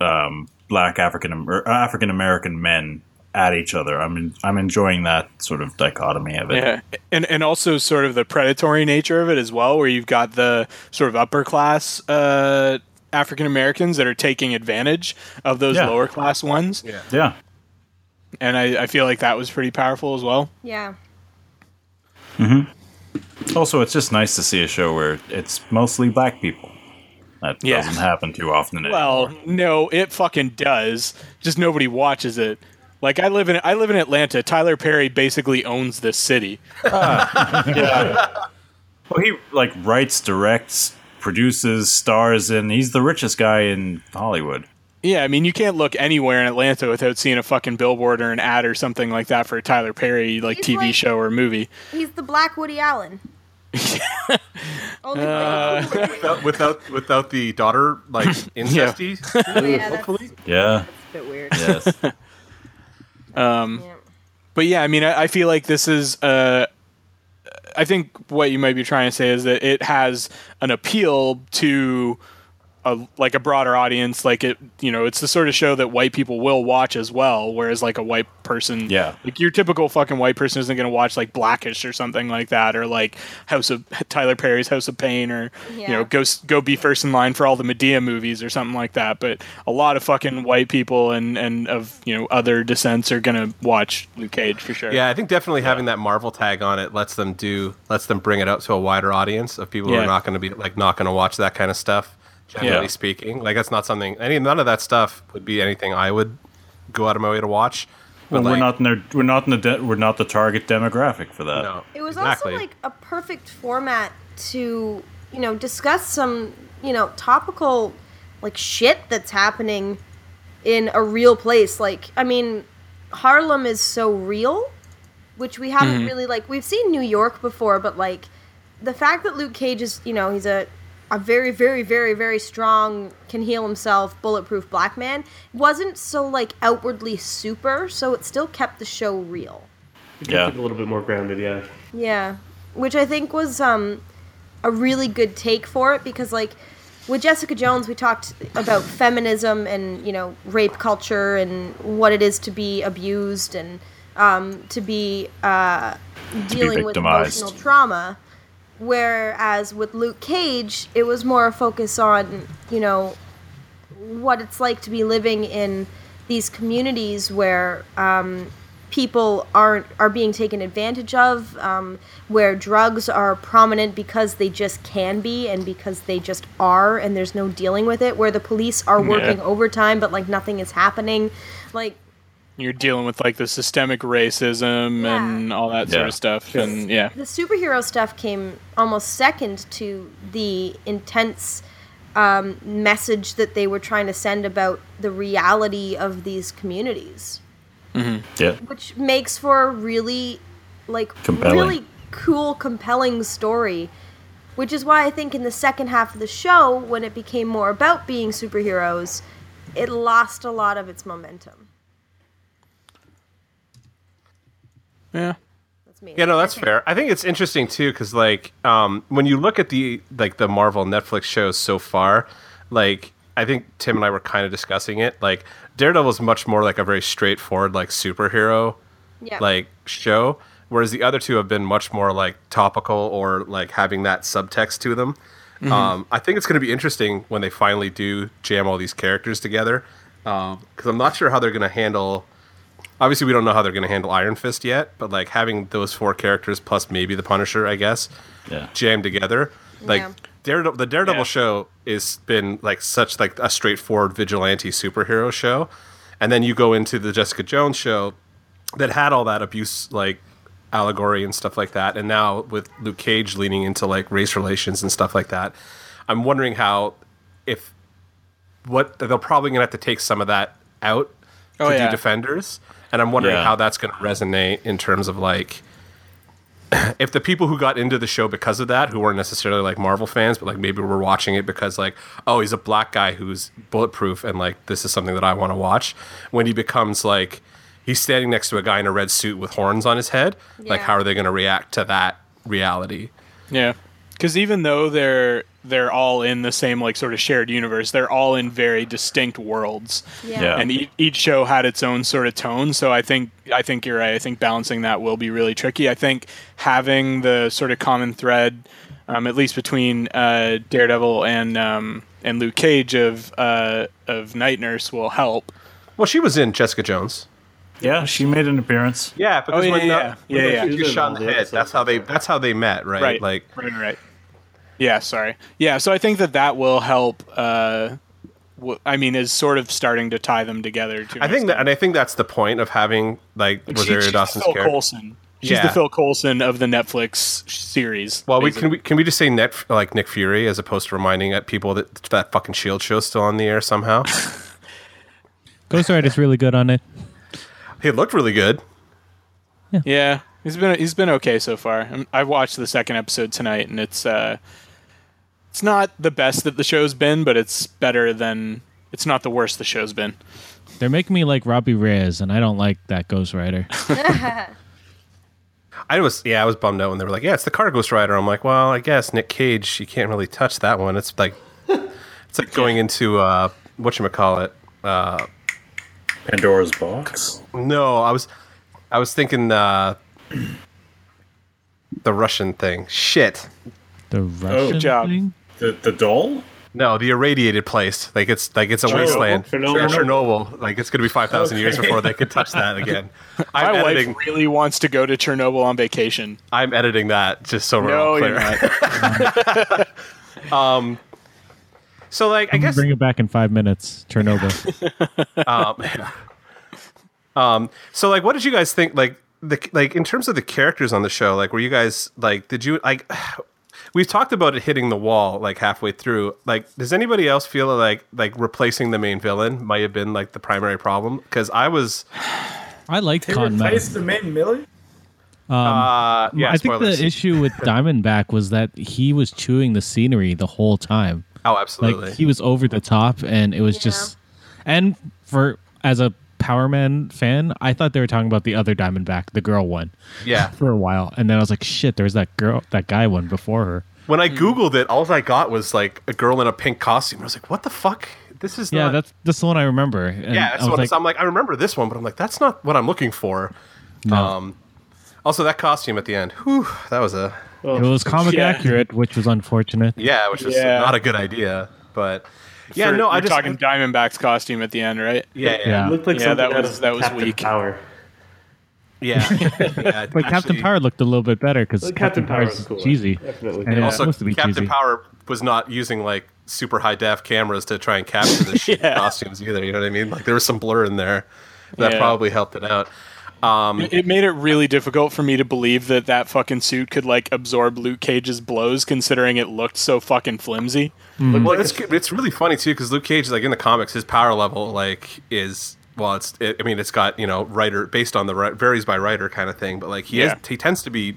G: um, Black African or African American men at each other. I'm en- I'm enjoying that sort of dichotomy of it.
C: Yeah, and and also sort of the predatory nature of it as well, where you've got the sort of upper class uh, African Americans that are taking advantage of those
G: Yeah.
C: lower class ones,
G: Yeah.
C: and I, I feel like that was pretty powerful as well.
B: Yeah.
G: Also, it's just nice to see a show where it's mostly black people. That
C: Yeah.
G: doesn't happen too often. Anymore.
C: Well, no, it fucking does. Just nobody watches it. Like I live in I live in Atlanta. Tyler Perry basically owns this city.
G: Well, he like writes, directs, produces, stars in. He's the richest guy in Hollywood.
C: Yeah, I mean, you can't look anywhere in Atlanta without seeing a fucking billboard or an ad or something like that for a Tyler Perry like
B: He's
C: TV
B: like-
C: show or movie.
B: He's the black Woody Allen. Only black.
A: without without, without the daughter like incesty
B: yeah, that's
A: hopefully
G: Yeah.
B: a bit weird.
G: Yes.
B: Yeah.
C: But yeah, I mean, I, I feel like this is. Uh, I think what you might be trying to say is that it has an appeal to a, like a broader audience. Like it, you know, it's the sort of show that white people will watch as well. Whereas like a white person,
G: Yeah.
C: like your typical fucking white person isn't going to watch like Blackish or something like that, or like House of Tyler Perry's House of Pain, or you
B: Yeah.
C: know, go s- go be first in line for all the Medea movies or something like that. But a lot of fucking white people and and of you know other descents are going to watch Luke Cage for sure.
A: yeah I think definitely having that Marvel tag on it lets them do lets them bring it out to a wider audience of people who
C: Yeah.
A: are not going to be like not going to watch that kind of stuff generally
G: Yeah.
A: speaking like that's not something any none of that stuff would be anything I would go out of my way to watch
G: Well,
A: like-
G: we're not in their, we're not in the de- we're not the target demographic for that.
A: no
B: It was
A: exactly
B: also like a perfect format to, you know, discuss some, you know, topical like shit that's happening in a real place. Like, I mean, Harlem is so real, which we haven't really like we've seen New York before, but like the fact that Luke Cage is, you know, he's a a very, very, very, very strong, can heal himself, bulletproof black man wasn't so like outwardly super, so it still kept the show real.
G: Yeah.
F: Keep it a little bit more grounded, yeah.
B: Yeah, which I think was um, a really good take for it because like with Jessica Jones, we talked about feminism and you know rape culture and what it is to be abused and um, to be uh, dealing with
G: victimized.
B: emotional trauma. Whereas with Luke Cage, it was more a focus on you know what it's like to be living in these communities where um, people aren't are being taken advantage of, um, where drugs are prominent because they just can be and because they just are, and there's no dealing with it. Where the police are working overtime, but like nothing is happening. Like
C: You're dealing with like the systemic racism
B: Yeah.
C: and all that
G: Yeah.
C: sort of stuff, and yeah,
B: the superhero stuff came almost second to the intense um, message that they were trying to send about the reality of these communities.
G: Yeah.
B: which makes for a really like
G: Compelling.
B: really cool compelling story which is why i think in the second half of the show when it became more about being superheroes it lost a lot of its momentum
C: yeah.
B: that's me
A: Yeah, no, that's
B: I think-
A: fair. I think it's interesting too because like um, when you look at the like the Marvel Netflix shows so far, like I think Tim and I were kind of discussing it. Like Daredevil is much more like a very straightforward like superhero
B: yeah.
A: like show, whereas the other two have been much more like topical or like having that subtext to them. Um, I think it's going to be interesting when they finally do jam all these characters together because I'm not sure how they're going to handle. Obviously, we don't know how they're going to handle Iron Fist yet, but like having those four characters plus maybe the Punisher, I guess,
G: Yeah.
A: jammed together, like.
B: Yeah.
A: Daredevil, the Daredevil
C: Yeah.
A: show is been like such like a straightforward vigilante superhero show, and then you go into the Jessica Jones show, that had all that abuse like allegory and stuff like that and now with Luke Cage leaning into like race relations and stuff like that I'm wondering how if what they're probably going to have to take some of that out
C: Oh,
A: to
C: yeah.
A: do defenders and I'm wondering
G: Yeah.
A: how that's going to resonate in terms of like if the people who got into the show because of that who weren't necessarily like Marvel fans but like maybe were watching it because like oh he's a black guy who's bulletproof and like this is something that I want to watch when he becomes like he's standing next to a guy in a red suit with horns on his head like
B: Yeah.
A: how are they going to react to that reality
C: Yeah, because even though they're they're all in the same like sort of shared universe, they're all in very distinct worlds,
B: yeah
G: Yeah.
C: and e- each show had its own sort of tone. So I think I think you're right. I think balancing that will be really tricky. I think having the sort of common thread, um, at least between uh, Daredevil and um, and Luke Cage of uh, of Night Nurse will help.
A: well she was in Jessica Jones Oh,
G: Yeah, she made an appearance.
A: yeah because
C: yeah,
A: when
C: yeah,
A: the-
C: yeah.
A: when
C: Yeah,
A: the
C: yeah.
A: kid
F: She was
A: gets
F: in
A: shot
F: all
A: in the
F: the
A: head
F: episodes
A: that's how they that's how they met right,
C: right
A: like
C: right right yeah sorry yeah so i think that that will help uh w- i mean is sort of starting to tie them together to an
A: I think that,
C: extent.
A: and I think that's the point of having like,
C: Like, she-
A: Rosario
C: she's
A: Dawson's
C: phil
A: character.
C: colson she's
A: Yeah.
C: the phil colson of the netflix sh- series
A: Well, we can we can we just say net like Nick Fury as opposed to reminding uh, people that that fucking Shield E show's still on the air somehow.
E: Ghost Rider's really good on it.
A: he looked really good.
C: yeah he's been he's been okay so far I'm, i watched the second episode tonight and it's uh it's not the best that the show's been but it's better than it's not the worst the show's been
E: They're making me like Robbie Reyes, and I don't like that Ghost Rider.
A: I was yeah, I was bummed out when they were like, yeah, it's the car Ghost Rider. I'm like, well, I guess Nick Cage, you can't really touch that one. It's like it's like going into uh, what you call it.
G: Pandora's box.
A: No, I was I was thinking uh, the Russian thing. Shit.
E: The Russian
C: job.
E: thing?
G: The the doll.
A: No, the irradiated place. Like it's like
C: Oh,
A: it's a wasteland.
F: Chernobyl.
A: Chernobyl. Like it's gonna be five thousand years before they could touch that again. I'm
C: my
A: editing.
C: wife really wants to go to chernobyl on vacation
D: Oh,
A: I'm editing that just so we're
C: No,
A: all clear.
C: you're
A: um, so like I
E: I
A: guess
E: Bring it back in five minutes, Chernobyl.
A: so like what did you guys think like the like in terms of the characters on the show like were you guys like did you like we've talked about it hitting the wall like halfway through like does anybody else feel like like replacing the main villain might have been like the primary problem because I was
E: I like
D: They
E: Con Man.
D: replaced the main villain.
A: uh yeah
E: I think
A: spoilers.
E: the issue with Diamondback was that he was chewing the scenery the whole time.
A: oh
E: Like
A: absolutely
E: he was over the top, and it was
B: Yeah.
E: just. And for as a Power Man fan, I thought they were talking about the other Diamondback, the girl one,
A: yeah
E: for a while, and then I was like, shit, there was that girl, that guy one before her.
A: when
C: Hmm.
A: I googled it, all I got was like a girl in a pink costume. I was like, what the fuck? This is
E: Yeah,
A: not-
E: that's that's the one I remember. And
A: yeah. That's
E: I was
A: what
E: like,
A: it's I'm like. I remember this one, but I'm like, that's not what I'm looking for. Um, also, that costume at the end. Whew, that was a
E: it was comic
C: Yeah.
E: accurate, which was unfortunate.
A: yeah, which was
C: Yeah.
A: not a good idea. But yeah,
C: For-
A: no, I
C: you're
A: just
C: talking Diamondbacks costume at the end, right?
A: yeah, yeah,
E: Yeah.
F: It looked like
C: Yeah,
F: something
C: that was-
F: out of
C: that was
F: Captain
C: weak.
F: Power.
A: yeah. yeah,
E: But Captain
A: actually-
E: Power looked a little bit better because
F: Well, Captain
E: Captain,
F: Power
E: Power's
F: was cooler,
E: cheesy.
F: definitely.
E: And it was
A: Also,
E: supposed to be
A: Captain
E: cheesy.
A: Power was not using like super high def cameras to try and capture the shit costumes either. You know what I mean? Like there was some blur in there that
C: Yeah.
A: probably helped it out. Um,
C: It made it really difficult for me to believe that that fucking suit could like absorb Luke Cage's blows, considering it looked so fucking flimsy. Mm.
A: well, it's it's really funny too because Luke Cage, like in the comics, his power level like is well, it's it, I mean, it's got you know writer based on the wri- varies by writer kind of thing, but like he
C: Yeah.
A: is, he tends to be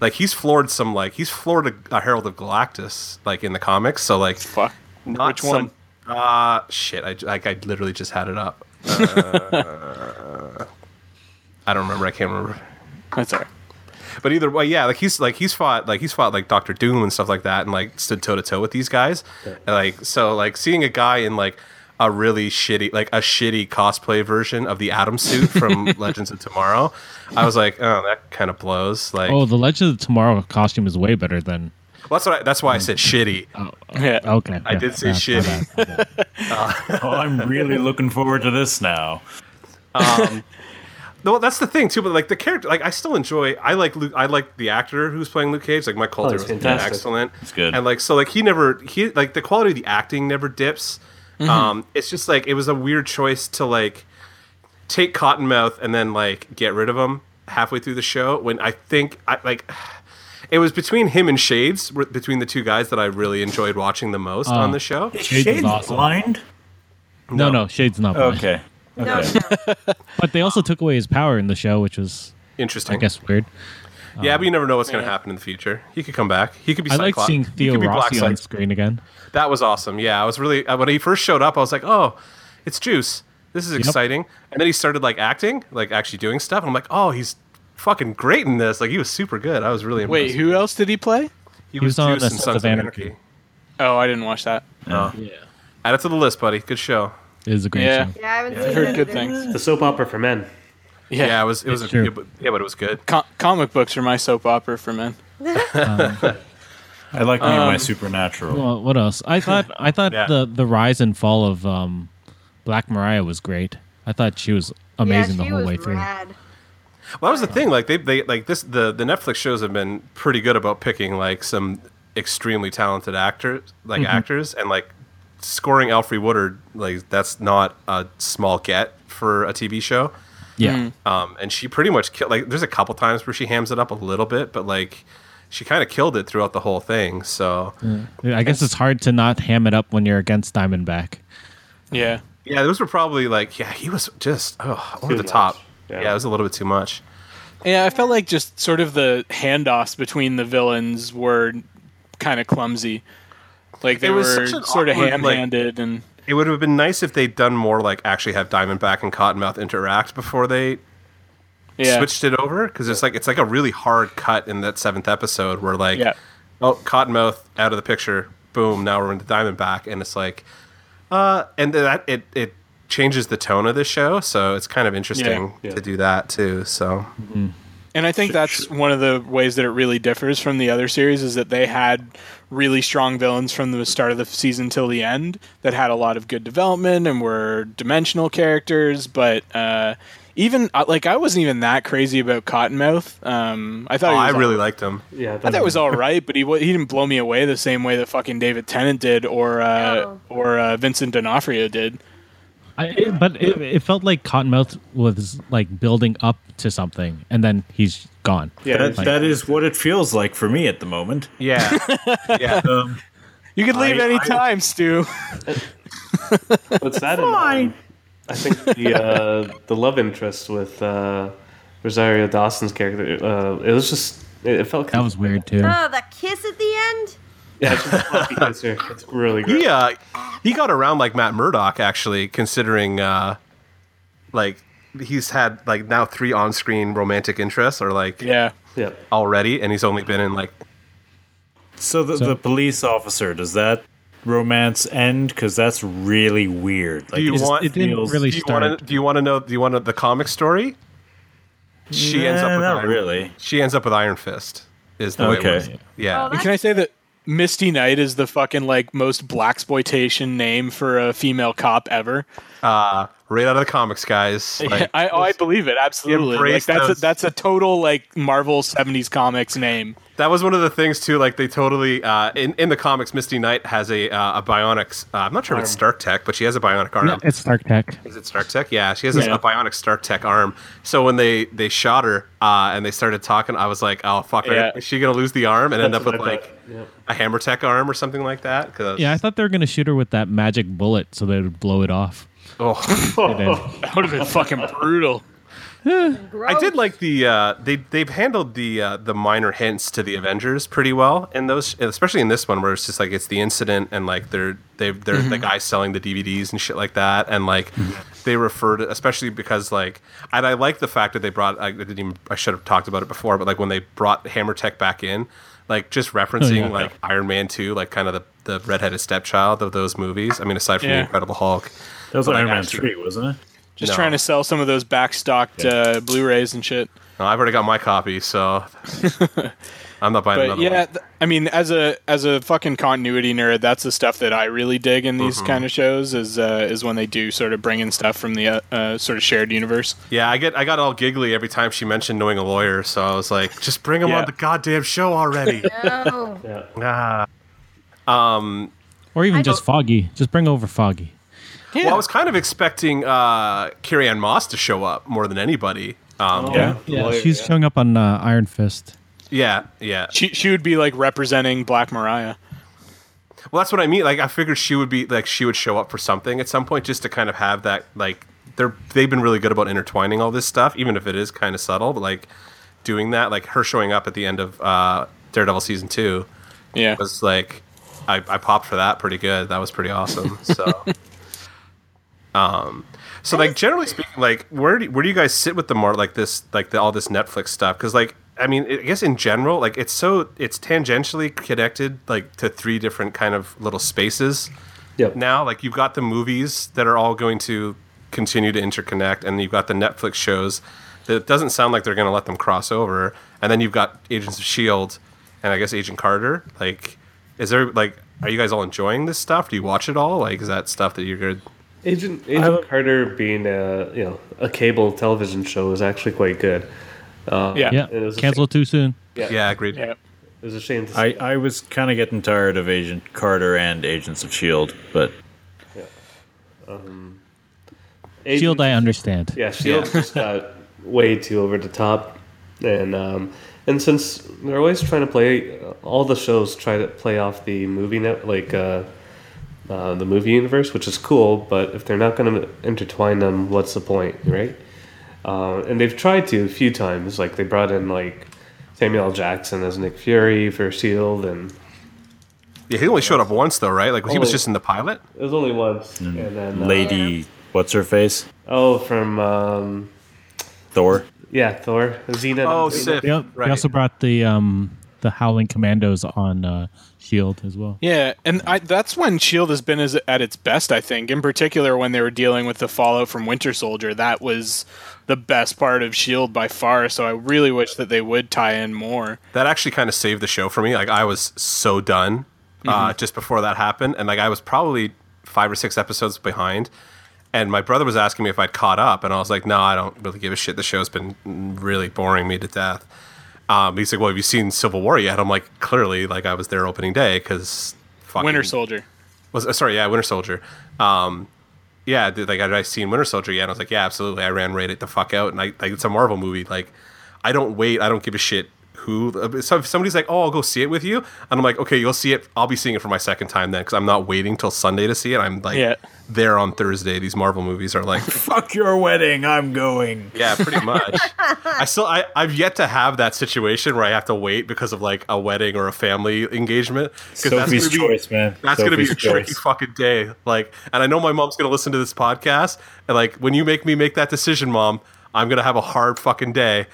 A: like he's floored some like he's floored a, a Herald of Galactus like in the comics, so like
C: Fuck.
A: not
C: Which one?
A: Some, uh shit. I like I literally just had it up. Uh, I don't remember. I can't remember.
C: That's all right.
A: But either way, yeah, like he's like he's fought like he's fought like Doctor Doom and stuff like that, and like stood toe to toe with these guys. And, like so, like seeing a guy in like a really shitty like a shitty cosplay version of the Atom suit from Legends of Tomorrow, I was like, oh, that kind of blows. Like
E: Oh, the Legend of Tomorrow costume is way better than.
A: well, that's what I, that's why I said shitty.
C: Yeah.
E: Okay,
A: I did say
E: shit.
A: shitty.
G: Oh, I'm really looking forward to this now.
A: No, that's the thing too. But like the character, like I still enjoy. I like Luke. I like the actor who's playing Luke Cage. Like
E: Oh,
A: Mike Coulter
F: he's
A: was
F: fantastic.
A: excellent.
G: He's good.
A: And like so, like he never he like the quality of the acting never dips.
G: Mm-hmm.
A: Um, it's just like it was a weird choice to like take Cottonmouth and then like get rid of him halfway through the show when I think I like. It was between him and Shades, were- between the two guys that I really enjoyed watching the most on the show.
E: Shades is
G: Shade's
E: awesome.
G: blind.
E: Uh, No, no, Shade's not. blind.
G: Okay.
B: No,
G: Okay.
B: no.
E: But they also took away his power in the show, which was,
A: Interesting.
E: I guess, weird.
A: Yeah, but you never know what's going to happen in the future. He could come back. He could be.
E: I like
A: Cyclops.
E: seeing
A: He
E: Theo
A: could be Black
E: Rossi on
A: Cyclops.
E: screen again.
A: That was awesome. Yeah, I was really uh, when he first showed up, I was like, "Oh, it's Juice. This is exciting." And then he started like acting, like actually doing stuff, and I'm like, "Oh, he's fucking great in this. Like he was super good. I was really impressed."
C: Wait, who else did he play?
A: he
E: was on the
A: in
E: Sons of Anarchy.
C: Oh, I didn't watch that.
A: Add it to the list, buddy. Good show.
E: It is a great
C: Yeah.
E: show.
B: yeah, I haven't
C: I
B: seen
C: heard
B: it
C: good
B: either.
C: things.
F: The soap opera for men.
A: Yeah, it was. It was. A,
E: Sure.
A: yeah, but, yeah, but it was good.
C: Co- comic books are my soap opera for men.
G: I like me and my supernatural.
E: Well, what else? I thought I thought
A: Yeah.
E: the the rise and fall of um, Black Mariah was great. I thought she was amazing
B: yeah, she
E: the whole
B: was
E: way through.
B: rad.
A: Well, that was the thing. Like they, they, like this. The the Netflix shows have been pretty good about picking like some extremely talented actors, like
E: Mm-hmm.
A: actors, and like scoring Alfre Woodard. Like that's not a small get for a TV show.
E: Yeah,
A: Um, and she pretty much killed. Like, there's a couple times where she hams it up a little bit, but like, she kind of killed it throughout the whole thing. So
F: Mm.
E: I guess it's hard to not ham it up when you're against Diamondback.
C: Yeah.
A: yeah, those were probably like, yeah, he was just oh, over
F: Too
A: the
F: much.
A: top.
F: Yeah.
A: Yeah. it was a little bit too much.
C: Yeah, I felt like just sort of the handoffs between the villains were kind of clumsy. Like they
A: It was
C: were
A: such an
C: sort of
A: awkward, like-
C: ham-handed and
A: It would have been nice if they'd done more like actually have Diamondback and Cottonmouth interact before they
C: yeah.
A: switched it over because it's like it's like a really hard cut in that seventh episode where like,
C: Yeah.
A: oh, Cottonmouth out of the picture. Boom! Now we're into Diamondback, and it's like, uh, and that it it changes the tone of the show, so it's kind of interesting
F: Yeah.
A: to do that too. So
C: And I think that's one of the ways that it really differs from the other series is that they had really strong villains from the start of the season till the end that had a lot of good development and were dimensional characters. But uh, even uh, like I wasn't even that crazy about Cottonmouth. Um, I thought
A: Oh,
C: he
A: I
C: was all-
A: really liked him.
F: Yeah,
C: I thought it was all right, but he wa- he didn't blow me away the same way that fucking David Tennant did or uh,
B: No.
C: or uh, Vincent D'Onofrio did.
E: I, it- but it, it felt like Cottonmouth was like building up to something, and then he's gone.
F: Yeah,
G: That,
F: it's-
G: that is what it feels like for me at the moment.
A: Yeah, yeah.
G: Um,
C: You could leave
G: I-
C: any
G: I-
C: time, Stu.
F: what's that? in, um, I think the uh, the love interest with uh, Rosario Dawson's character. Uh, it was just it, it felt
E: That was weird too.
B: Oh, the kiss at the end.
F: yeah, it's just a fluffy kisser. It's really great.
A: he uh, he got around like Matt Murdock actually, considering uh, like he's had like now three on-screen romantic interests or like
C: Yeah.
F: Yeah.
A: already, and he's only been in like
G: So the,
E: So-
G: the police officer does that romance end? Because that's really weird. Like
A: Do you
G: it just
A: want-
E: it didn't
G: feels-
E: really
A: Do you want to? Do you want to know? Do you want to know the comic story? She ends up
G: Nah,
A: with
G: not
A: Iron,
G: really.
A: She ends up with Iron Fist. Is the way it
G: Okay.
A: was. Yeah.
C: And can I say that Misty Knight is the fucking like most black exploitation name for a female cop ever?
A: Uh, right out of the comics, guys. Like,
C: I, oh, I believe it absolutely. Like
A: Embrace
C: that's a,
A: those-
C: that's a total like Marvel '70s comics name.
A: that was one of the things too. Like they totally uh, in in the comics, Misty Knight has a uh, a bionic. Uh, I'm not sure if it's Stark Tech, but she has a bionic arm.
E: No, it's Stark Tech.
A: Is it Stark Tech? Yeah, she has a-
C: Yeah.
A: a bionic Stark Tech arm. So when they they shot her uh, and they started talking, I was like, oh fuck, are-
C: Yeah.
A: is she gonna lose the arm and end up
F: That's
A: with
F: what I thought.
A: like a Hammer Tech arm or something like that? 'Cause-
E: Yeah, I thought they were gonna shoot her with that magic bullet so they would blow it off.
A: oh.
E: They did.
C: That would have been fucking brutal.
A: I
C: Oh.
A: did like the uh, they they've handled the uh, the minor hints to the Avengers pretty well, and those especially in this one where it's just like it's the incident and like they're they they're the
C: Mm-hmm.
A: guy selling the DVDs and shit like that, and like they refer to especially because like and I like the fact that they brought I didn't even I should have talked about it before, but like when they brought Hammer Tech back in, like just
C: Oh,
A: referencing
E: yeah.
A: like Iron Man two, like kind of the the redheaded stepchild of those movies. I mean, aside from the
C: Yeah.
A: Incredible Hulk,
G: That was
A: Like,
G: Iron Man
A: actually-
G: three, wasn't it?
C: Just
A: No.
C: trying to sell some of those backstocked uh, Blu-rays and shit.
A: No, I've already got my copy, so. I'm not buying
C: But
A: another one.
C: yeah, th- I mean, as a as a fucking continuity nerd, that's the stuff that I really dig in
A: Mm-hmm.
C: these kind of shows. Is uh, is when they do sort of bring in stuff from the uh, uh, sort of shared universe.
A: Yeah, I get I got all giggly every time she mentioned knowing a lawyer, so I was like, just bring him
C: Yeah.
A: on the goddamn show already.
B: Oh.
A: ah.
E: Or even just Foggy. Just bring over Foggy.
A: Well, I was kind of expecting uh Carrie Ann Moss to show up more than anybody.
G: Oh.
A: Um,
C: Yeah.
E: Yeah, she's showing up on uh, Iron Fist.
A: yeah, yeah.
C: She she would be like representing Black Mariah.
A: Well, that's what I mean. Like, I figured she would be like she would show up for something at some point, just to kind of have that like they're they've been really good about intertwining all this stuff, even if it is kind of subtle. But like doing that, like her showing up at the end of uh Daredevil season two
C: Yeah.
A: was like I, I popped for that pretty good. That was pretty awesome. So um so like generally speaking, like where do, where do you guys sit with the more like this like the, all this Netflix stuff? Because like I mean, I guess in general, like it's so it's tangentially connected like to three different kind of little spaces
F: Yep.
A: now. Like you've got the movies that are all going to continue to interconnect, and you've got the Netflix shows that it doesn't sound like they're going to let them cross over. And then you've got Agents of Shield, and I guess Agent Carter. Like, is there like, are you guys all enjoying this stuff? Do you watch it all? Like, is that stuff that you're good?
F: Agent Agent Carter being a you know a cable television show was actually quite good.
C: yeah.
E: Yeah,
F: It was a
E: cancel it too soon.
A: Yeah, agreed.
C: Yeah.
F: It was a shame to see.
G: I, I was kind of getting tired of Agent Carter and Agents of Shield, E but
F: Agent-
E: Shield, I understand.
F: Yeah, Shield just got way too over the top, and um, and since they're always trying to play all the shows try to play off the movie net like uh, uh, the movie universe, which is cool. But if they're not going to intertwine them, what's the point, right? Uh, and they've tried to a few times. Like they brought in like Samuel L. Jackson as Nick Fury for Shield, E and
A: Yeah, he only showed up once though, right? Like, he was
F: Oh.
A: just in the pilot.
F: it was only once. And then uh,
G: Lady, what's her face?
F: oh, from um,
G: Thor.
F: yeah, Thor, Xena.
A: Oh,
F: Xena.
A: Sif.
E: They, al- they
A: Right.
E: also brought the um, the Howling Commandos on uh, Shield as well.
C: Yeah, and I, that's when Shield has been is at its best. I think, in particular, when they were dealing with the fallout from Winter Soldier, that was the best part of Shield E by far. So I really wish that they would tie in more.
A: that actually kind of saved the show for me. Like I was so done uh, just before that happened, and like I was probably five or six episodes behind. And my brother was asking me if I'd caught up, and I was like, "No, I don't really give a shit. The show's been really boring me to death." Um, he's like, "Well, have you seen Civil War yet?" I'm like, "Clearly, like I was there opening day because Mm.
C: Winter Soldier.
A: was uh, sorry, yeah, Winter Soldier. Um, yeah, dude, like had I seen Winter Soldier yet? And I was like, yeah, absolutely. I ran right it the fuck out, and I like it's a Marvel movie. Like, I don't wait. I don't give a shit who. So if somebody's like, oh, I'll go see it with you, and I'm like, okay, you'll see it. I'll be seeing it for my second time then, because I'm not waiting till Sunday to see it. I'm like,
C: Yeah.
A: there on Thursday. These Marvel movies are like,
G: Fuck your wedding, I'm going.
A: yeah, pretty much. I still, I, I've yet to have that situation where I have to wait because of like a wedding or a family engagement. 'cause that's
G: Sophie's
A: gonna be-
G: choice, man.
A: that's going to be a
G: Sophie's
A: tricky
G: choice.
A: fucking day. Like, and I know my mom's going to listen to this podcast. And like, when you make me make that decision, mom, I'm going to have a hard fucking day.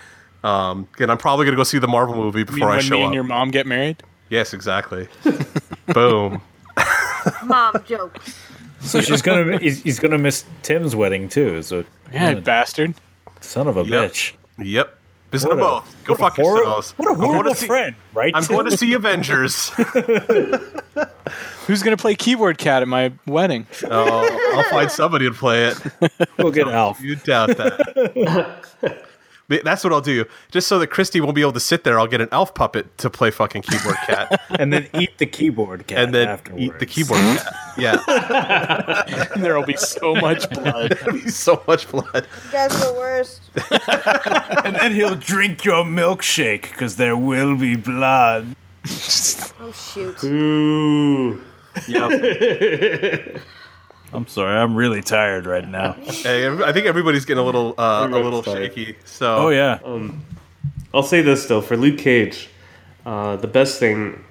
A: Um, and I'm probably going to go see the Marvel movie
C: You mean
A: before I
C: when
A: show
C: me and
A: up.
C: your mom get married.
A: Yes, exactly. Boom.
H: Mom jokes.
D: So she's gonna he's, he's gonna miss Tim's wedding too. So
C: Yeah, bastard.
D: son of a
A: Yep.
D: bitch.
A: Yep. Listen to
D: What a-
A: both. Go
D: what a
A: fuck
D: horrible-
A: yourselves.
D: What a
A: I'm going to
D: horrible
A: see-
D: friend, right?
A: I'm
D: Tim?
A: going to see Avengers.
C: Who's gonna play keyboard cat at my wedding?
A: oh, I'll find somebody to play it.
D: We'll get Alf.
A: You doubt that. But That's what I'll do. Just so that Christy won't be able to sit there, I'll get an elf puppet to play fucking keyboard cat,
D: and then eat the keyboard cat
A: and then
D: afterwards.
A: eat the keyboard cat. Yeah,
C: There'll be so much blood.
A: It'll be so much blood.
H: You guys are the worst.
G: and then he'll drink your milkshake because there will be blood.
H: Oh shoot.
F: Ooh.
G: I'm sorry, I'm really tired right now.
A: Hey, ev- I think everybody's getting a little uh, a
F: Everyone's
A: little
F: tired.
A: shaky. So
G: Oh yeah,
F: I'll say this though for Luke Cage, uh, the best thing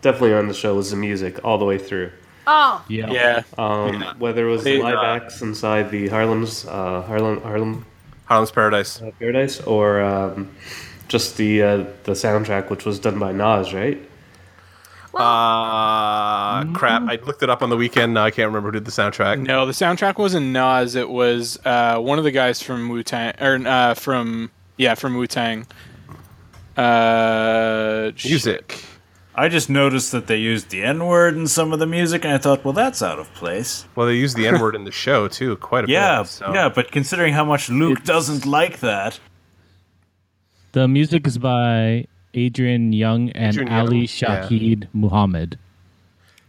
F: definitely on the show was the music all the way through.
H: Oh,
C: Yeah.
F: Um, Whether it was
A: They,
F: the live
A: uh,
F: acts inside the Harlem's uh, Harlem Harlem
A: Harlem's Paradise.
F: uh, Paradise or um, just the uh, the soundtrack which was done by Nas, right?
A: Uh, crap! I looked it up on the weekend. Now I can't remember who did the soundtrack.
C: No, the soundtrack wasn't Nas. It was uh, one of the guys from Wu Tang, or uh, from yeah, from Wu Tang. Uh, sh-
A: Music.
G: I just noticed that they used the N word in some of the music, and I thought, well, that's out of place.
A: Well, they used the N word in the show too, quite a
G: Yeah,
A: bit. so-
G: yeah, but considering how much Luke doesn't like that,
E: The music is by Adrian Young and
A: Adrian
E: Ali
A: Young, yeah.
E: Shahid Muhammad.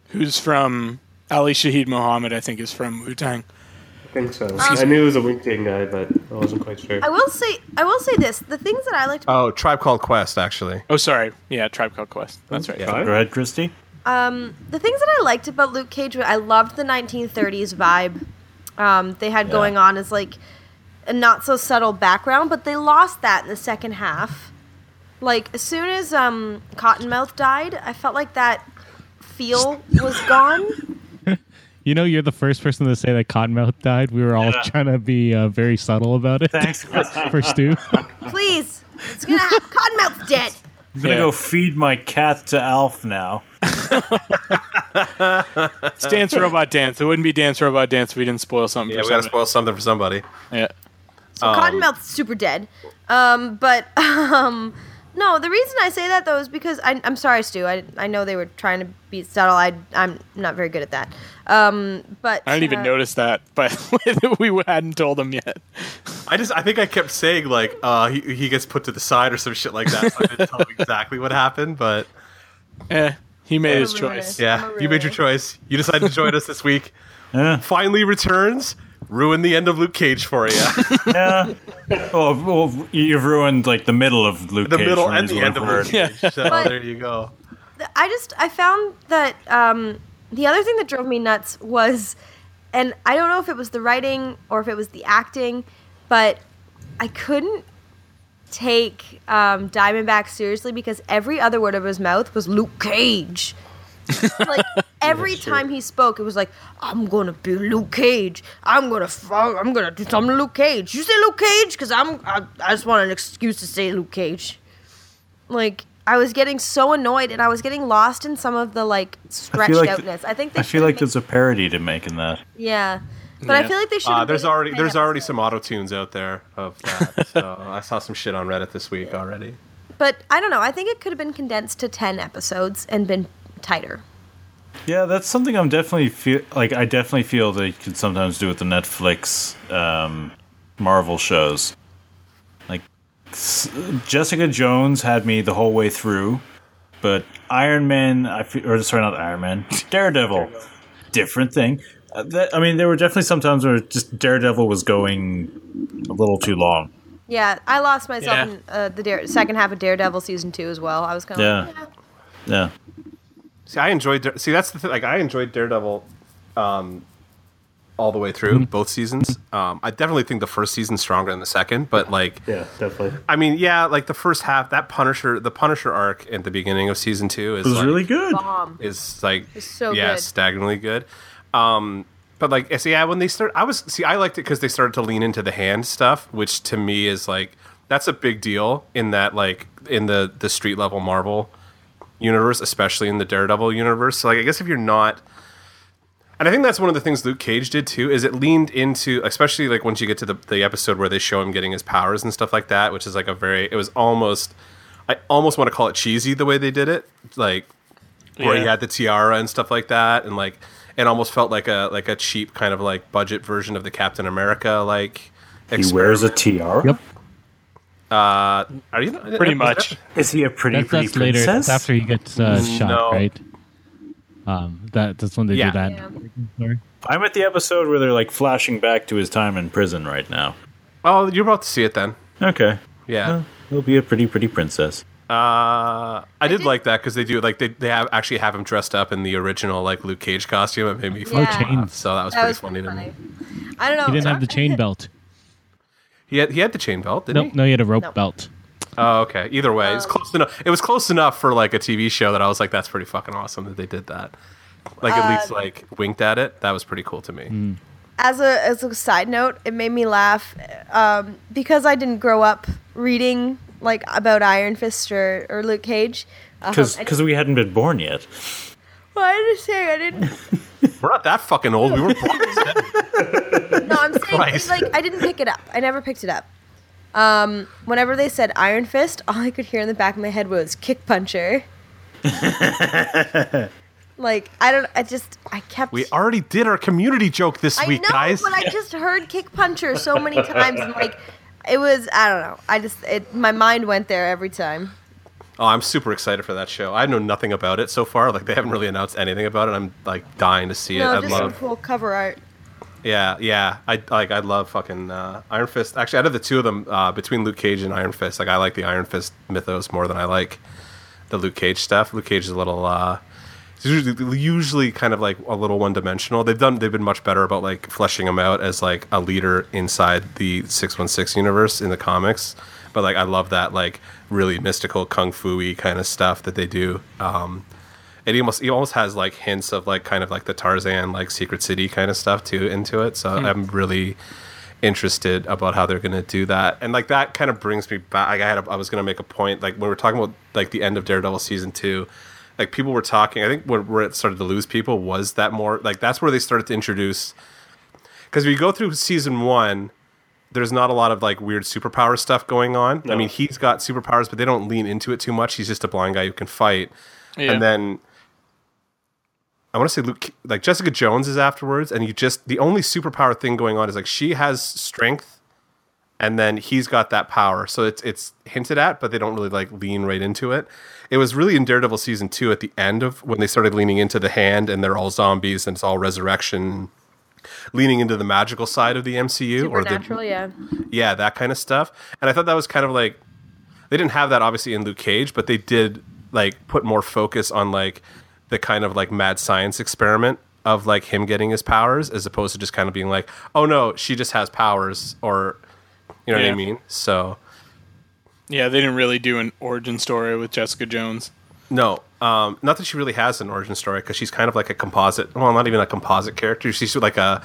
C: who's from Ali Shaheed Mohammed? I think is from Wu Tang.
F: I think so. I knew it was a Winking guy, but I wasn't quite sure.
B: I will say, I will say this: the things that I liked.
A: Oh, Tribe Called Quest actually.
C: Oh, sorry. Yeah, Tribe Called Quest. That's right.
G: go ahead, Christy.
B: Um, the things that I liked about Luke Cage, I loved the 1930s vibe um, they had going on as like a not so subtle background, but they lost that in the second half. Like as soon as um, Cottonmouth died, I felt like that feel was gone.
E: You know, you're the first person to say that Cottonmouth died. We were all trying to be uh, very subtle about it.
G: Thanks, Christy.
E: for Stu.
B: Please, it's gonna happen. Cottonmouth's dead.
G: I'm gonna
C: Yeah.
G: go feed my cat to Alf now.
C: It's Dance Robot Dance. It wouldn't be Dance Robot Dance if we didn't spoil something.
A: Yeah,
C: for
A: we gotta
C: somebody.
A: spoil something for somebody.
C: Yeah.
B: So Cottonmouth's super dead. Um, but um, no, the reason I say that though is because I, I'm sorry, Stu. I, I know they were trying to be subtle. I I'm not very good at that. Um, but
C: I didn't even
B: uh,
C: notice that, but we hadn't told him yet.
A: I just I think I kept saying like uh he, he gets put to the side or some shit like that. So I didn't tell him exactly what happened, but
C: Eh, he made his choice.
A: yeah, you made your choice. You decided to join us this week.
G: Yeah.
A: Finally returns. Ruin the end of Luke Cage for you.
G: Yeah. oh, well, you've ruined like the middle of Luke.
A: the
G: Cage
A: middle
G: from
A: and
G: his
A: the
G: one
A: end of
G: word.
A: Luke Cage. So
B: But-
A: there you go.
B: I just I found that um, the other thing that drove me nuts was, and I don't know if it was the writing or if it was the acting, but I couldn't take um, Diamondback seriously because every other word of his mouth was Luke Cage. like every time he spoke, it was like, "I'm gonna be Luke Cage. I'm gonna, f- I'm gonna do something Luke Cage." You say Luke Cage because I'm, I, I just want an excuse to say Luke Cage. Like I was getting so annoyed, and I was getting lost in some of the like stretched
G: like th-
B: outness. I think they
G: I feel
B: should've
G: like
B: made-
G: there's a parody to making that.
B: yeah, but I
C: Yeah.
B: feel like they should.
A: Uh, there's already there's already some auto tunes out there of that. So I saw some shit on Reddit this week already.
B: But I don't know. I think it could have been condensed to ten episodes and been tighter.
G: Yeah, that's something I'm definitely feel like I definitely feel they could sometimes do with the Netflix um, Marvel shows. Like s- Jessica Jones had me the whole way through, but Iron Man, I fe- or sorry, not Iron Man, Daredevil, different thing. Uh, that, I mean, there were definitely some times where just Daredevil was going a little too long.
B: Yeah, I lost myself
C: Yeah.
B: in uh, the dare- second half of Daredevil season two as well. I was kind of
G: Yeah,
B: like, "Yeah,
G: yeah.
A: See, I enjoyed. Dare- See, that's the thing. Like, I enjoyed Daredevil, um, all the way through
G: Mm-hmm.
A: both seasons. Um, I definitely think the first season's stronger than the second, but like,
F: Yeah, definitely.
A: I mean, yeah, like the first half, that Punisher, the Punisher arc at the beginning of season two is
G: It was
A: like,
G: really good.
B: bomb.
A: is like
B: so
A: yeah,
B: good.
A: staggeringly good. Um, but like, see, yeah, when they start, I was see, I liked it because they started to lean into the hand stuff, which to me is like that's a big deal in that like in the the street level Marvel universe, especially in the Daredevil universe. So like, I guess if you're not and I think that's one of the things Luke Cage did too, is it leaned into, especially like once you get to the, the episode where they show him getting his powers and stuff like that, which is like a very, it was almost, I almost want to call it cheesy the way they did it, like where he
C: Yeah.
A: had the tiara and stuff like that, and like it almost felt like a like a cheap kind of like budget version of the Captain America like.
D: He wears a tiara.
E: Yep.
A: Uh, are you
C: Pretty much.
D: Is he a pretty
E: That's,
D: pretty
E: that's later. That's
D: princess?
E: after he gets uh, shot,
A: Mm, No.
E: right? Um, that that's when they
A: Yeah.
E: do that. Sorry.
G: I'm at the episode where they're like flashing back to his time in prison right now.
A: Oh, you're about to see it then.
G: Okay.
A: Yeah.
G: Well, he'll be a pretty pretty princess.
A: Uh, I did like that because they do like they they have actually have him dressed up in the original like Luke Cage costume. It made me
H: Oh,
A: fucking
E: chains.
A: laugh, so that was
B: That
A: pretty
B: was
A: funny,
B: pretty
A: to me.
B: funny. I don't know.
E: He didn't have the chain belt.
A: He had he had the chain belt, didn't
E: Nope,
A: he?
E: no, he had a rope
B: Nope.
E: belt.
A: Oh, okay. Either way, it's close enough. It was close enough for like a TV show that I was like, that's pretty fucking awesome that they did that. Like
B: Um,
A: at least like winked at it. That was pretty cool to me.
E: Hmm.
B: as a as a side note, it made me laugh um, because I didn't grow up reading like about Iron Fist or, or Luke Cage. Um,
G: Because
B: I-
G: we hadn't been born yet.
B: well, I didn't say I didn't.
A: We're not that fucking old. We were born.
B: No, I'm saying
A: Christ.
B: like I didn't pick it up. I never picked it up. Um, whenever they said Iron Fist, all I could hear in the back of my head was kick puncher. like I don't. I just I kept.
A: we already did our community joke this
B: I
A: week,
B: know,
A: guys.
B: but I just heard kick puncher so many times, and like it was I don't know. I just it my mind went there every time.
A: Oh, I'm super excited for that show. I know nothing about it so far. Like they haven't really announced anything about it. I'm like dying to see it.
B: no,
A: I
B: just
A: love.
B: some cool cover art.
A: Yeah, yeah. I like I love fucking uh, Iron Fist. Actually, out of the two of them, uh, between Luke Cage and Iron Fist, like I like the Iron Fist mythos more than I like the Luke Cage stuff. Luke Cage is a little uh, he's usually, usually kind of like a little one dimensional. They've done they've been much better about like fleshing him out as like a leader inside the six one six universe in the comics. But like I love that like really mystical kung fu y kind of stuff that they do. Um, it almost it almost has like hints of like kind of like the Tarzan like Secret City kind of stuff too into it. So I'm really interested about how they're going to do that. And like that kind of brings me back. Like I had a, I was going to make a point like when we were talking about like the end of Daredevil season 2 like people were talking I think where, where it started to lose people was that more like that's where they started to introduce cuz we go through season 1 there's not a lot of like weird superpower stuff going on. I mean, he's got superpowers, but they don't lean into it too much. He's just a blind guy who can fight.
C: Yeah.
A: And then I want to say Luke, like Jessica Jones is afterwards, and you just the only superpower thing going on is like she has strength, and then he's got that power. So it's it's hinted at, but they don't really like lean right into it. It was really in Daredevil season two at the end of when they started leaning into the hand, and they're all zombies, and it's all resurrection, leaning into the magical side of the MCU or the
B: Supernatural, yeah.
A: yeah, that kind of stuff. And I thought that was kind of like they didn't have that obviously in Luke Cage, but they did like put more focus on like the kind of like mad science experiment of like him getting his powers as opposed to just kind of being like, "Oh no, she just has powers," or you know what
C: Yeah.
A: I mean? So,
C: Yeah, they didn't really do an origin story with Jessica Jones.
A: no, um, not that she really has an origin story because she's kind of like a composite. Well, not even a composite character. She's like a,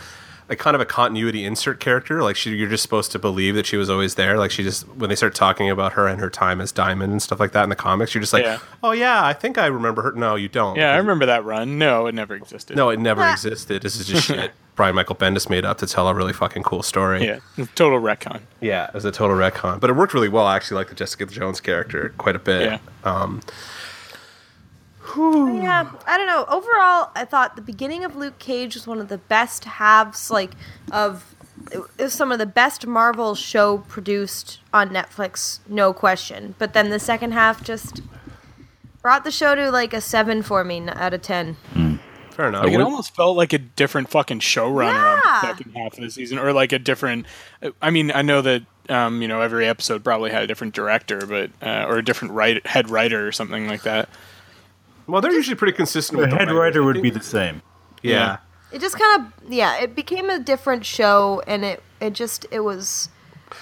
A: like kind of a continuity insert character. Like she, you're just supposed to believe that she was always there. Like she just when they start talking about her and her time as Diamond and stuff like that in the comics, you're just like,
C: Yeah.
A: oh yeah, I think I remember her. No, you don't.
C: Yeah, I remember that run. No, it never existed.
A: No, it never existed. This is just shit. Brian Michael Bendis made up to tell a really fucking cool story.
C: Yeah, total retcon.
A: Yeah, it was a total retcon, but it worked really well. I actually like the Jessica Jones character quite a bit.
C: Yeah.
A: Um,
B: Yeah, I don't know. Overall, I thought the beginning of Luke Cage was one of the best halves, like of it was some of the best Marvel show produced on Netflix, no question. But then the second half just brought the show to like a seven for me n- out of ten.
A: fair enough.
C: Like it almost felt like a different fucking showrunner on
B: Yeah.
C: the second half of the season, or like a different. I mean, I know that um, you know every episode probably had a different director, but uh, or a different write, head writer or something like that.
A: well, they're usually pretty consistent.
G: The
A: with
G: head
A: writers.
G: writer
A: I
G: would
A: think-
G: be the same.
A: yeah.
B: It just kind of yeah, it became a different show, and it it just it was.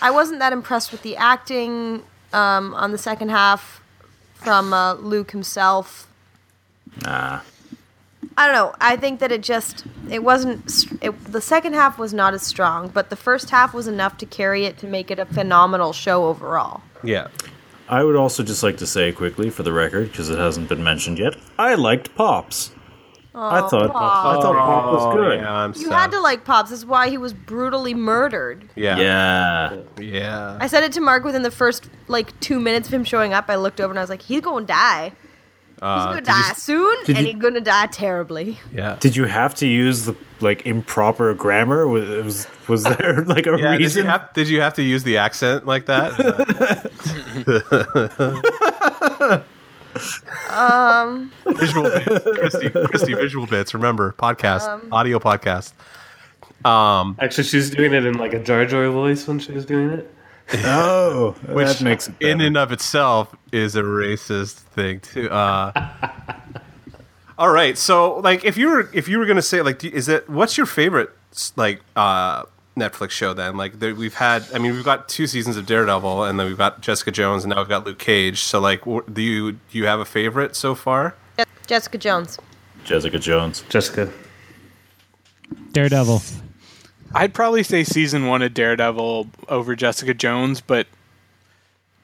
B: I wasn't that impressed with the acting um, on the second half from uh, Luke himself.
G: Nah.
B: I don't know. I think that it just it wasn't st- it, the second half was not as strong, but the first half was enough to carry it to make it a phenomenal show overall.
A: Yeah.
G: I would also just like to say quickly, for the record, because it hasn't been mentioned yet, I liked Pops. I thought I thought Pop was good.
A: Oh, Yeah, I'm
B: You
A: sad.
B: had to like Pops. That's why he was brutally murdered.
A: Yeah.
G: Yeah.
A: Yeah.
B: I said it to Mark within the first like two minutes of him showing up. I looked over and I was like, he's gonna die. He's gonna
A: did you
B: die soon,
G: did
B: and
G: you-
B: he's gonna die terribly.
A: Yeah.
G: Did you have to use the like improper grammar? Was was, was there like a
A: Yeah, did you,
G: reason?
A: have, did you have to use the accent like that? um, visual bits, Christy, Christy, visual bits. Remember, podcast,
B: Um.
A: audio podcast.
F: Actually, she's doing it in like a Jar Jar voice when she was doing it.
G: oh,
A: Which
G: that makes it
A: in
G: better.
A: and of itself is a racist thing too. Uh, all right, so like if you were if you were gonna say like do- is it what's your favorite s- like uh, Netflix show then? Like there, we've had, I mean, we've got two seasons of Daredevil, and then we've got Jessica Jones, and now we've got Luke Cage. So like, wh- do you do you have a favorite so far?
B: Jessica Jones.
G: Jessica Jones.
F: Jessica.
E: Daredevil.
C: I'd probably say season one of Daredevil over Jessica Jones, but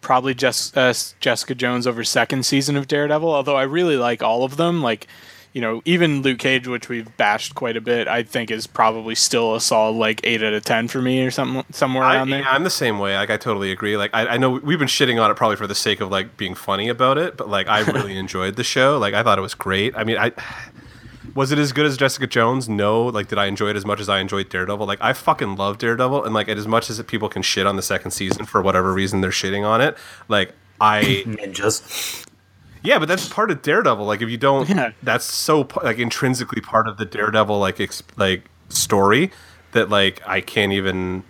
C: probably just uh, Jessica Jones over second season of Daredevil. Although I really like all of them, like you know, even Luke Cage, which we've bashed quite a bit, I think is probably still a solid like eight out of ten for me or something somewhere
A: I,
C: around there.
A: yeah, I'm the same way. Like, I totally agree. Like, I, I know we've been shitting on it probably for the sake of like being funny about it, but like, I really enjoyed the show. Like, I thought it was great. I mean, I was it as good as Jessica Jones? No. Like, did I enjoy it as much as I enjoyed Daredevil? Like, I fucking love Daredevil, and like, as much as people can shit on the second season for whatever reason they're shitting on it, like, I.
G: Ninjas.
A: Yeah, but that's part of Daredevil. Like, if you don't,
C: Yeah.
A: that's so p- like intrinsically part of the Daredevil like ex- like story that like I can't even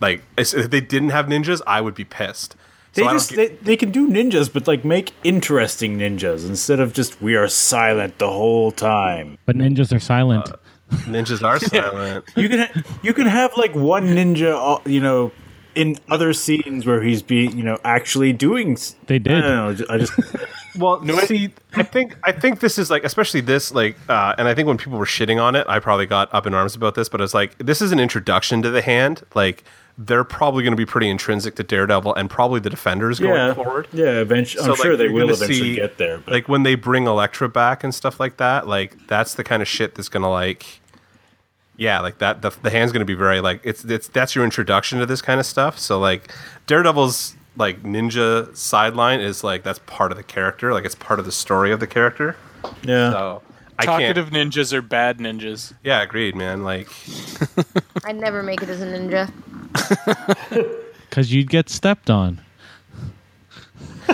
A: like if if they didn't have ninjas, I would be pissed.
G: They
A: So I don't
G: just
A: get-
G: they, they can do ninjas, but like make interesting ninjas instead of just we are silent the whole time.
E: But ninjas are silent.
A: ninjas are silent.
G: You can ha- you can have like one ninja, all- you know, in other scenes where he's being, you know, actually doing. s-
E: They did.
G: I don't know. I just
A: Well, see, I think I think this is like, especially this, like, uh, and I think when people were shitting on it, I probably got up in arms about this, but it's like this is an introduction to the hand. Like, they're probably going to be pretty intrinsic to Daredevil and probably the Defenders going
G: yeah,
A: forward.
G: yeah. Eventually, I'm
A: So, like,
G: sure they
A: you're
G: will
A: gonna
G: eventually
A: see,
G: get there. But
A: Like when they bring Elektra back and stuff like that, like that's the kind of shit that's gonna like, yeah, like that. The, the hand's gonna be very like it's it's that's your introduction to this kind of stuff. So like Daredevil's like ninja sideline is like that's part of the character, like it's part of the story of the character.
G: yeah,
A: So I
C: Talkative
A: can't.
C: ninjas are bad ninjas.
A: Yeah, agreed, man. Like
B: I'd never make it as a ninja.
E: Because you'd get stepped on.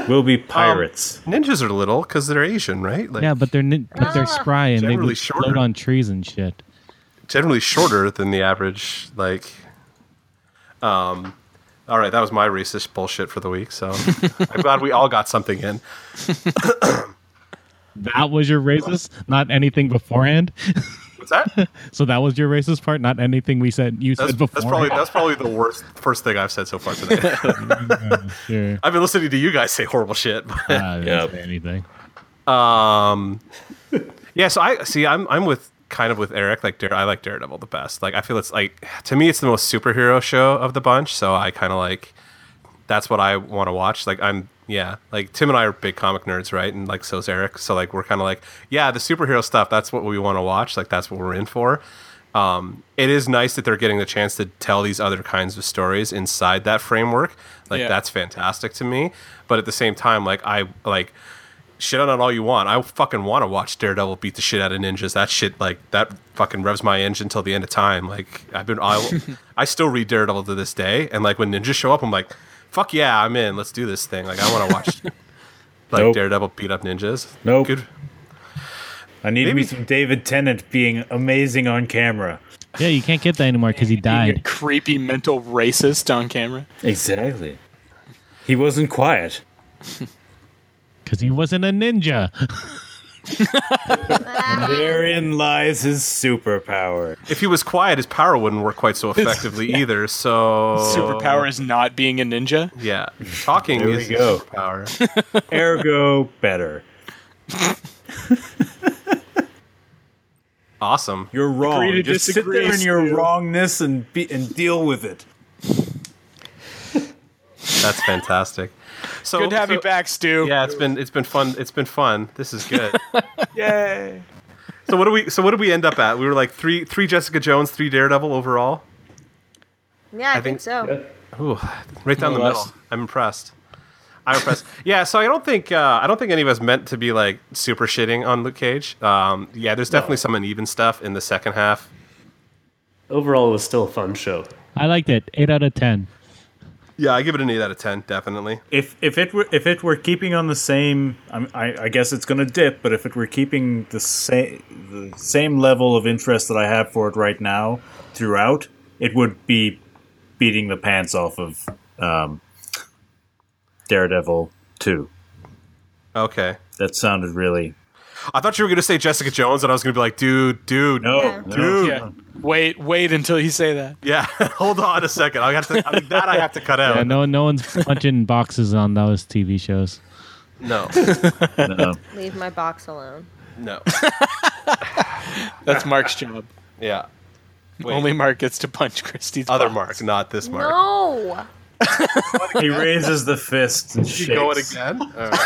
G: we'll
A: um,
G: be pirates.
A: ninjas are little because they're Asian, right? Like
E: Yeah, but they're nin- but they're spry and they
A: Generally
E: would
A: shorter.
E: float on trees and shit.
A: generally shorter than the average. Like, um, all right, that was my racist bullshit for the week. So I'm glad we all got something in.
E: That was your racist, not anything beforehand.
A: What's that? That's,
E: So that was your racist part, not anything we said you said before.
A: that's probably that's probably the worst first thing I've said so far today.
E: sure.
A: I've been listening to you guys say horrible shit. but-
E: Uh,
G: Yeah.
E: yeah. Anything.
A: Um, yeah, so I see. I'm I'm with kind of with Eric. Like, Dare, I like Daredevil the best. Like, I feel it's like to me, it's the most superhero show of the bunch. So I kind of like that's what I want to watch. Like, I'm yeah. Like Tim and I are big comic nerds, right? And like so's Eric. So like we're kind of like yeah, the superhero stuff. That's what we want to watch. Like that's what we're in for. Um, it is nice that they're getting the chance to tell these other kinds of stories inside that framework. Like
C: Yeah.
A: that's fantastic to me. But at the same time, like I like shit on it all you want. I fucking want to watch Daredevil beat the shit out of ninjas. That shit, like that, fucking revs my engine till the end of time. Like I've been, I, I still read Daredevil to this day, and like when ninjas show up, I'm like, fuck yeah, I'm in. Let's do this thing. Like I want to watch, like
G: Nope.
A: Daredevil beat up ninjas.
G: Nope.
A: Good.
G: I need
A: maybe-
G: me some David Tennant being amazing on camera.
E: Yeah, you can't get that anymore because he
C: Being a
E: died.
C: creepy mental racist on camera.
G: Exactly. He wasn't quiet.
E: Because he wasn't a ninja.
G: Therein lies his superpower.
A: If he was quiet, his power wouldn't work quite so effectively either. So
C: Superpower is not being a ninja.
A: Yeah, talking
G: There we
A: is his
G: go.
A: superpower.
G: Ergo, better.
A: awesome.
G: You're wrong.
C: to
G: Just sit
C: disagree,
G: there in your
C: Stu.
G: wrongness and be, and deal with it.
A: That's fantastic. So
C: Good to have
A: so-
C: you back, Stu.
A: Yeah, it's been it's been fun. It's been fun. This is good.
C: Yay.
A: so what do we so what did we end up at? We were like three three Jessica Jones, three Daredevil overall.
B: Yeah, I, think,
A: think-
B: so.
A: Ooh, right down the
C: Nonetheless.
A: middle. I'm impressed. I'm impressed. yeah, so I don't think uh, I don't think any of us meant to be like super shitting on Luke Cage. Um, yeah, there's definitely some uneven stuff in the second half.
F: Overall, it was still a fun show.
E: I liked it. Eight out of ten.
A: Yeah, I give it an eight out of ten, definitely.
G: If if it were if it were keeping on the same, I'm- I, I guess it's going to dip. But if it were keeping the same the same level of interest that I have for it right now throughout, it would be beating the pants off of um, Daredevil two.
A: Okay.
G: That sounded really
A: I thought you were gonna say Jessica Jones, and I was gonna be like, dude, dude,
G: no,
B: Yeah.
G: no.
A: dude.
C: Yeah. Wait, wait until you say that.
A: Yeah, hold on a second. I have to I mean, that I have to cut out.
E: Yeah, no, no one's punching boxes on those TV shows.
A: No,
G: no.
B: Leave my box alone.
A: no.
C: That's Mark's job.
A: Yeah, Wait.
C: Only Mark gets to punch Christie's
A: other Mark,
C: box.
A: not this Mark.
H: No.
G: he raises the fist and shakes.
A: You going again? All right.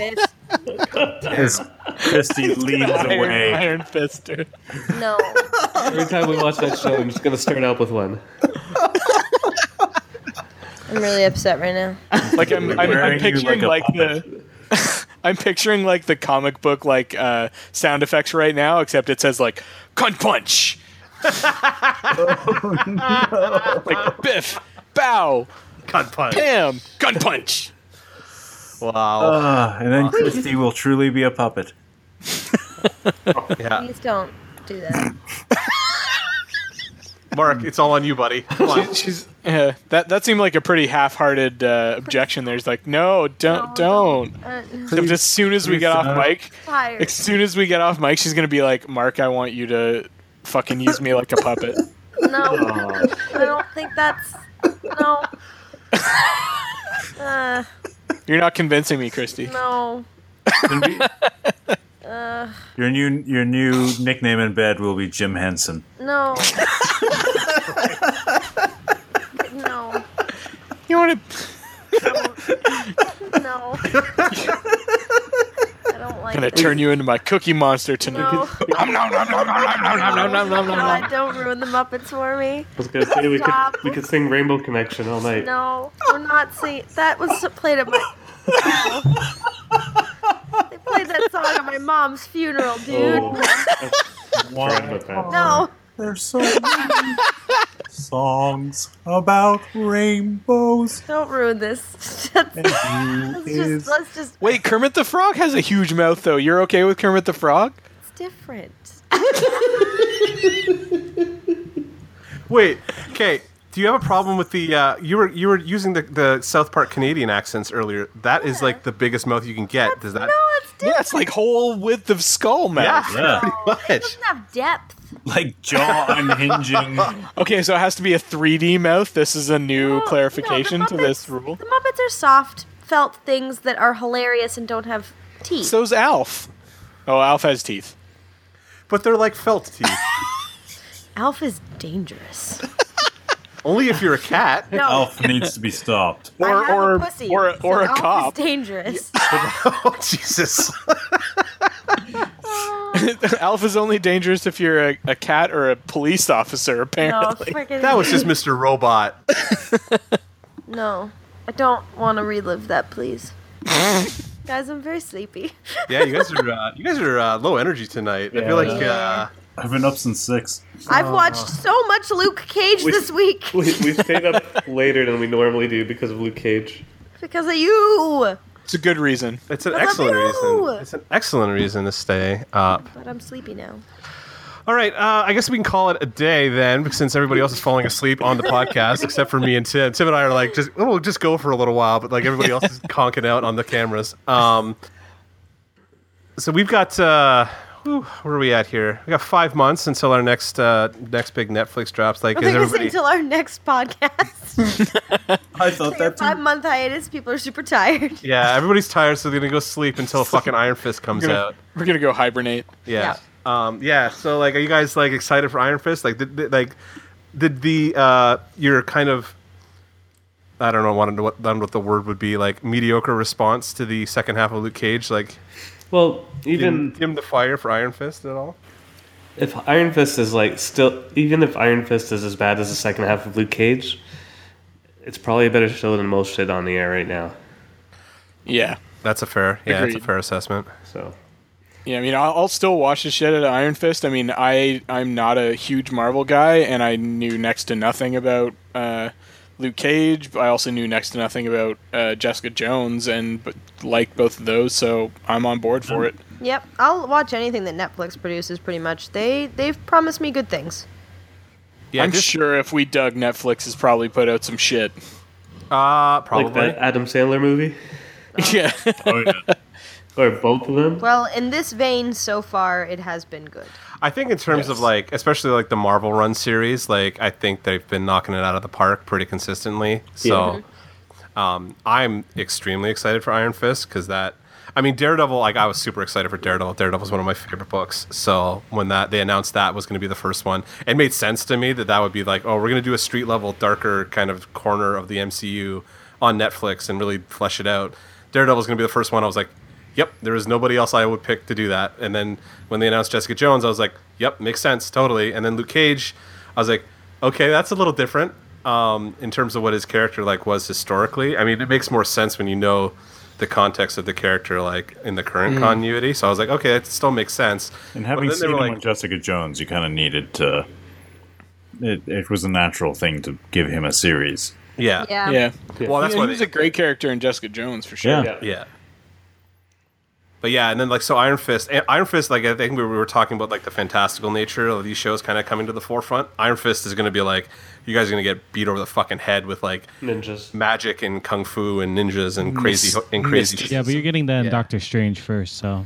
H: Iron fist.
G: His Christie leans
C: Iron,
G: away.
C: Iron Fist, dude.
H: No.
F: Every time we watch that show, I'm just going to start out with one.
B: I'm really upset right now.
C: Like I'm, I'm,
G: Wearing you
C: I'm picturing
G: like
C: like,
G: a
C: the. I'm picturing like the comic book like uh, sound effects right now, except it says like "cunt punch," like "biff," "bow,"
A: Cut punch.
C: "bam," "gun punch."
A: Wow.
G: Ah, and then Christie will truly be a puppet.
A: yeah,
B: Please don't do that.
A: Mark, it's all on you, buddy. Come on.
C: She's uh, that. That seemed like a pretty half-hearted uh, objection. There's like, no, don't, don't.
H: Uh,
C: Except as soon as we get off mic,
H: tired.
C: as soon as we get off mic, she's gonna be like, Mark, I want you to fucking use me like a puppet.
H: No.
B: I don't think that's no. Uh,
C: You're not convincing me, Christy.
B: no.
G: Your new your new nickname in bed will be Jim Henson.
B: No.
H: No.
C: You want to
H: No. I don't like
C: gonna
H: this.
C: turn you into my cookie monster tonight.
H: No.
C: Nom, nom, nom, nom, nom, nom, nom, nom, nom, nom, nom, nom, nom.
B: God, don't ruin the Muppets for me.
F: I was going to say we could,
H: Stop.
F: we could sing Rainbow Connection all night.
B: No, we're not singing. That was so- played at my. No. They played that song at my mom's funeral, dude.
F: Oh, forgot about that.
B: No.
G: There's so many songs about rainbows.
B: Don't ruin this. Let's just, let's just.
C: Wait, Kermit the Frog has a huge mouth, though. You're okay with Kermit the Frog?
B: It's different.
A: Wait, okay. Do you have a problem with the? Uh, you were you were using the, the South Park Canadian accents earlier. That is like the biggest mouth you can get. Does that?
B: No, it's different.
C: Yeah, it's like whole width of skull mouth.
A: Yeah,
G: Yeah,
A: much.
B: It doesn't have depth.
G: like jaw unhinging.
C: Okay, so it has to be a 3D mouth. This is a new
B: No,
C: clarification
B: no, the
C: to this
B: Muppets-
C: rule.
B: The Muppets are soft, felt things that are hilarious and don't have teeth.
C: So's Alf. Oh, Alf has teeth.
A: But they're like felt teeth.
B: Alf is dangerous.
A: Only if you're a cat.
B: No,
G: Elf needs to be stopped.
B: I
C: Or
B: have
C: or
B: a pussy,
C: or
B: so
C: or a
B: Alf is
C: cop.
B: dangerous.
A: oh Jesus.
C: Alf is only dangerous if you're a, a cat or a police officer,
B: No,
C: apparently.
B: freaking
A: That was just Mr. Robot.
B: no. I don't want to relive that, please. Guys, I'm very sleepy.
A: Yeah, you guys are uh, you guys are uh, low energy tonight. I feel like uh,
G: I've been up since six.
B: I've watched so much Luke Cage
F: We-
B: this week
F: We, we stayed up later than we normally do because of Luke Cage.
B: because of you.
C: It's a good reason.
A: it's an
B: What
A: excellent
B: about you?
A: reason. It's an excellent reason to stay uh, up.
B: But I'm sleepy now.
A: All right, uh, I guess we can call it a day then, since everybody else is falling asleep on the podcast except for me and Tim. Tim and I are like, just oh, we'll just go for a little while, but like everybody else is conking out on the cameras. Um, so we've got uh, whew, where are we at here? We got five months until our next uh, next big Netflix drops. Like,
B: I
A: is
B: think it's
A: everybody?
B: until our next podcast.
G: I thought that
B: Five month hiatus. People are super tired.
A: yeah, everybody's tired, so they're gonna go sleep until fucking Iron Fist comes
C: We're
A: out.
C: gonna, we're gonna go hibernate.
A: Yeah. Um, yeah. So like, are you guys like excited for Iron Fist? Like, did, did- like did the uh, your kind of I don't know, wanted to what, done what the word would be like mediocre response to the second half of Luke Cage. Like,
F: Well, even
A: didn't him the fire for Iron Fist at all?
F: if Iron Fist is like still, even if Iron Fist is as bad as the second half of Luke Cage, it's probably a better show than most shit on the air right now.
C: Yeah.
A: That's a fair, yeah, that's a
C: Agreed.
A: fair assessment.
F: So
C: Yeah, I mean, I'll, I'll still watch the shit out of Iron Fist. I mean, I I'm not a huge Marvel guy, and I knew next to nothing about uh, Luke Cage. But I also knew next to nothing about uh, Jessica Jones, and but like both of those, so I'm on board
A: Mm.
C: for it.
B: Yep, I'll watch anything that Netflix produces. Pretty much, they they've promised me good things.
A: Yeah,
C: I'm
A: just-
C: sure if we dug, Netflix has probably put out some shit.
A: uh, probably.
F: like that Adam Sandler movie
C: yeah,
G: Oh, yeah.
F: or both of them.
B: Well, in this vein, so far it has been good.
A: I think in terms of
C: Yes.
A: like, especially like the Marvel run series, like I think they've been knocking it out of the park pretty consistently. So, um, I'm extremely excited for Iron Fist because that. I mean, Daredevil. Like, I was super excited for Daredevil. Daredevil is one of my favorite books. So when that they announced that was going to be the first one, it made sense to me that that would be like, oh, we're going to do a street level, darker kind of corner of the MCU on Netflix and really flesh it out. Daredevil's going to be the first one. I was like, yep, there is nobody else I would pick to do that. And then when they announced Jessica Jones, I was like, yep, makes sense, totally. And then Luke Cage, I was like, okay, that's a little different um, in terms of what his character like was historically. I mean, it makes more sense when you know the context of the character like in the current continuity. So I was like, okay, it still makes sense.
G: And
A: But then
G: having
A: they
G: seen him
A: were
G: with Jessica Jones, you kind of needed to. It, it was a natural thing to give him a series.
A: yeah,
B: Yeah.
C: yeah.
A: Well, that's
C: yeah,
A: why
C: he was
A: they-
C: a great character in Jessica Jones for sure.
G: Yeah.
A: Yeah. But yeah, and then like so Iron Fist, and Iron Fist, like I think we were talking about like the fantastical nature of these shows kind of coming to the forefront. Iron Fist is going to be like you guys are going to get beat over the fucking head with like
F: Ninjas.
A: magic and kung fu and ninjas and crazy and crazy.
C: mystic.
A: shit.
E: Yeah, but you're getting that in
A: Yeah.
E: Doctor Strange first, so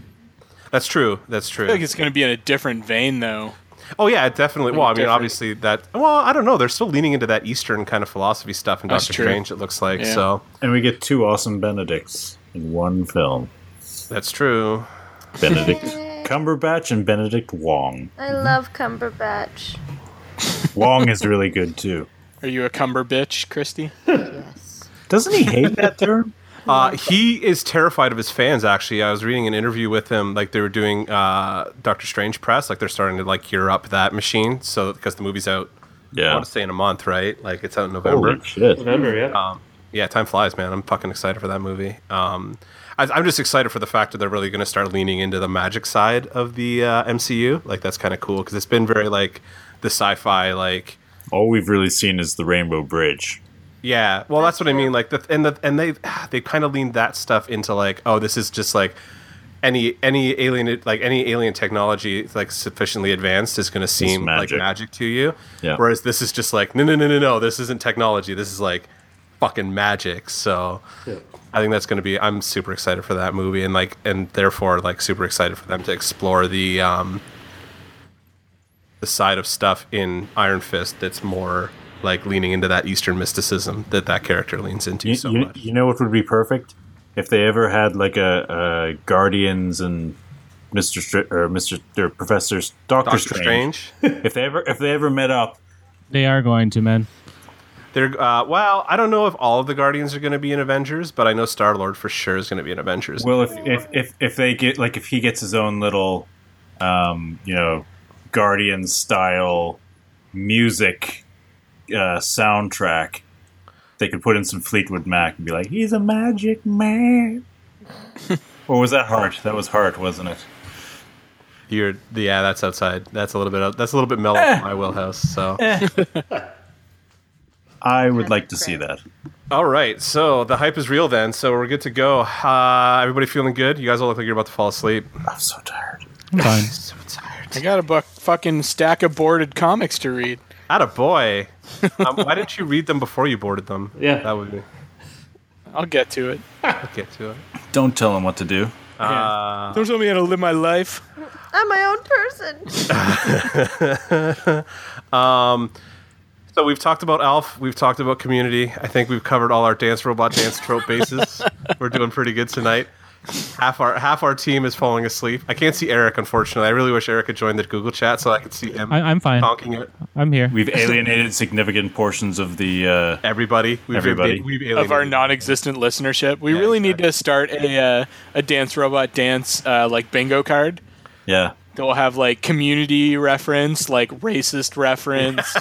A: That's true. That's
C: I feel like
A: true.
C: it's going to be in a different vein though.
A: Oh yeah, it definitely. Well, I mean,
C: Different.
A: obviously that. Well, I don't know. They're still leaning into that Eastern kind of philosophy stuff in
C: That's
A: Doctor
C: true.
A: Strange. It looks like
C: Yeah.
A: so.
G: And we get two awesome Benedicts in one film
A: That's true.
G: Benedict Cumberbatch and Benedict Wong.
H: I love Cumberbatch.
G: Wong is really good too.
C: Are you a cumber bitch, Christy?
B: Yes.
G: Doesn't he hate that term?
A: Uh, he is terrified of his fans. Actually, I was reading an interview with him. Like they were doing uh, Doctor Strange press. Like they're starting to like gear up that machine. So because the movie's out, I
G: Yeah.
A: want to say in a month, right? Like it's out in November.
G: Holy shit.
F: Remember, yeah.
A: Yeah, time flies, man. I'm fucking excited for that movie. Um, I, I'm just excited for the fact that they're really going to start leaning into the magic side of the uh, MCU. Like that's kind of cool because it's been very like the sci-fi like.
G: All we've really seen is the Rainbow Bridge.
A: Yeah, well, that's what I mean. Like the and the and they they kind of leaned that stuff into like, oh, this is just like any any alien like any alien technology like sufficiently advanced is going to seem
G: magic.
A: like magic to you.
G: Yeah.
A: Whereas this is just like, no, no, no, no, no. This isn't technology. This is like fucking magic. So I think that's going to be. I'm super excited for that movie, and like, and therefore, like, super excited for them to explore the um the side of stuff in Iron Fist that's more like leaning into that Eastern mysticism that that character leans into
G: You,
A: so
G: you-
A: much.
G: you know what would be perfect if they ever had like a, a Guardians and Mister Str- or Mister or Professor Doctor,
A: Doctor
G: Strange.
A: Strange.
G: If they ever if they ever met up,
E: they are going to man.
A: They're uh, well, I don't know if all of the Guardians are going to be in Avengers, but I know Star Lord for sure is going to be in Avengers.
G: well, if, if if if they get like if he gets his own little, um, you know, Guardian style music uh, soundtrack, they could put in some Fleetwood Mac and be like, "He's a magic man." or was that Heart? That was Heart, wasn't it?
A: You're yeah, that's outside. That's a little bit out- that's a little bit mellow from my wheelhouse. So
G: I would like to see that.
A: all right, so the hype is real then. So we're good to go. Uh, everybody feeling good? You guys all look like you're about to fall asleep.
G: I'm so tired.
E: I'm fine.
A: So tired.
C: I got a bu- fucking stack of boarded comics to read.
A: Atta boy. Um, why didn't you read them before you boarded them?
F: Yeah.
A: that would be.
C: I'll get to it.
A: I'll get to it.
G: Don't tell him what to do.
C: Don't tell me how to live my life.
B: I'm my own person.
A: So we've talked about Alf, we've talked about Community. I think we've covered all our dance robot dance trope bases. We're doing pretty good tonight. half our half our team is falling asleep. I can't see Eric, unfortunately. I really wish Eric had joined the Google chat so I could see him.
E: I, I'm fine.
A: Honking at
E: I'm here.
G: We've alienated significant portions of the. Uh,
A: everybody. We've
G: Everybody.
A: we've
C: of our
A: alienated.
C: non-existent listenership. We really need to start a uh, a dance robot dance uh, like bingo card
G: yeah.
C: that will have like community reference, like racist reference,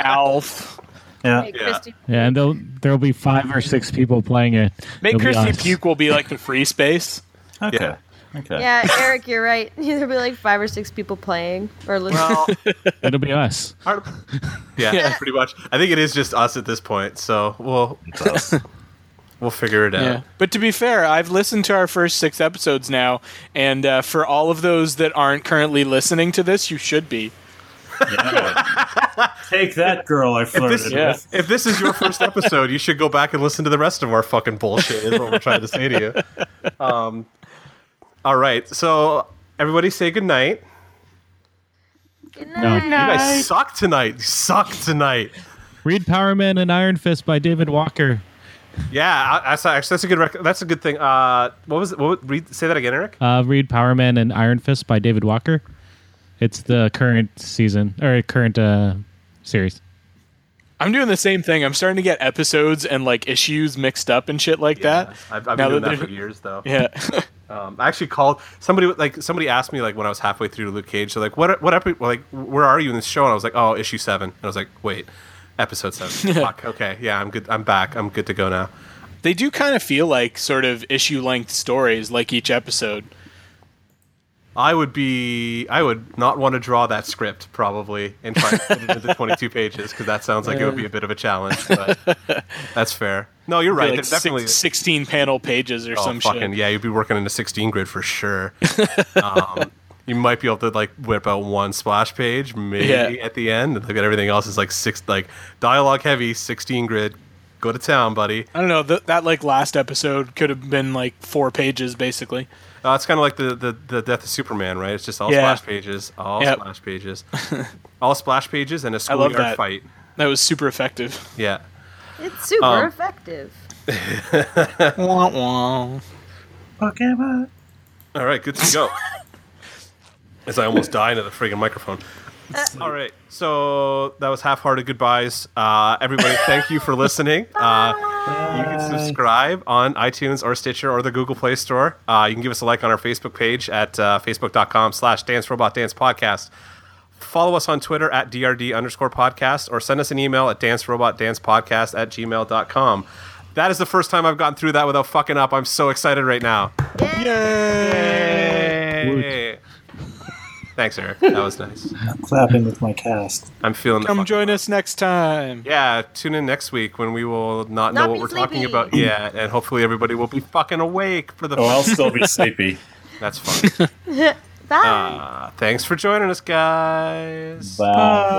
C: Alf.
G: Yeah.
H: Hey, Christy,
E: yeah, and there'll there'll be five or six people playing it.
C: Make
E: It'll be
C: Christy
E: us.
C: puke will be like the free space.
G: Okay.
A: Yeah.
G: Okay.
B: Yeah, Eric, you're right. There'll be like five or six people playing or listening.
A: Well,
E: It'll be us.
A: our- yeah, pretty much. I think it is just us at this point. So we'll we'll figure it out.
C: Yeah. But to be fair, I've listened to our first six episodes now, and uh, for all of those that aren't currently listening to this, you should be.
G: Take that, girl! I flirted
A: this-
C: Yeah.
G: with.
A: If this is your first episode, you should go back and listen to the rest of our fucking bullshit. Is what we're trying to say to you. Um, all right, so everybody say goodnight.
E: No.
A: You guys suck tonight. You Suck tonight.
E: Read Power Man and Iron Fist by David Walker.
A: Yeah, I, I, saw- actually, that's a good. Rec- that's a good thing. Uh, what was? It? What? would- Read, say that again, Eric.
E: Uh, read Power Man and Iron Fist by David Walker. It's the current season or current uh, series.
C: I'm doing the same thing. I'm starting to get episodes and like issues mixed up and shit like that.
A: I've, I've been
C: now
A: doing that
C: that
A: for
C: they're-
A: years, though.
C: Yeah.
A: Um, I actually called somebody. Like somebody asked me like when I was halfway through Luke Cage. So like, what? What? Epi- like, where are you in this show? And I was like, oh, issue seven. And I was like, wait, episode seven. Fuck. Okay. Yeah, I'm good. I'm back. I'm good to go now.
C: They do kind of feel like sort of issue length stories, like each episode.
A: I would be. I would not want to draw that script probably and try to put it into 22 pages because that sounds like it would be a bit of a challenge. But that's fair. No, you're right.
C: Like
A: There's definitely
C: six, 16 panel pages or
A: oh,
C: some
A: fucking
C: shit.
A: yeah. You'd be working in a 16 grid for sure. um, you might be able to like whip out one splash page maybe
C: Yeah.
A: at the end. And look at everything else is like six like dialogue heavy 16 grid. Go to town, buddy.
C: I don't know. Th- that like last episode could have been like four pages, basically.
A: Uh, it's kind of like the, the the death of Superman, right? It's just all
C: Yeah.
A: splash pages, all
C: Yep.
A: splash pages, all splash pages, and a
C: love
A: schoolyard
C: that.
A: fight.
C: That was super effective.
A: Yeah.
B: It's super effective.
C: Wah, wah.
G: Pokemon.
A: All right, good to go. As I almost die into the friggin' microphone. All right, so that was half-hearted goodbyes. Uh, everybody, thank you for listening. Uh, you can subscribe on iTunes or Stitcher or the Google Play Store. Uh, you can give us a like on our Facebook page at uh, facebook.com slash dance robot dance podcast. Follow us on Twitter at DRD underscore podcast or send us an email at dancerobotdancepodcast at gmail.com. That is the first time I've gotten through that without fucking up. I'm so excited right now. Yay! Thanks, Eric. That was nice.
D: Clapping with my cast.
A: I'm feeling the
C: Come
A: fucking
C: join
A: vibe.
C: us next time.
A: Yeah, tune in next week when we will not,
B: Not
A: know what
B: be
A: we're talking
B: sleepy.
A: about. Yeah, and hopefully everybody will be fucking awake for the.
G: Oh, I'll still be sleepy.
A: That's Uh, fun.
B: Bye.
A: Uh, thanks for joining us, guys.
D: Bye.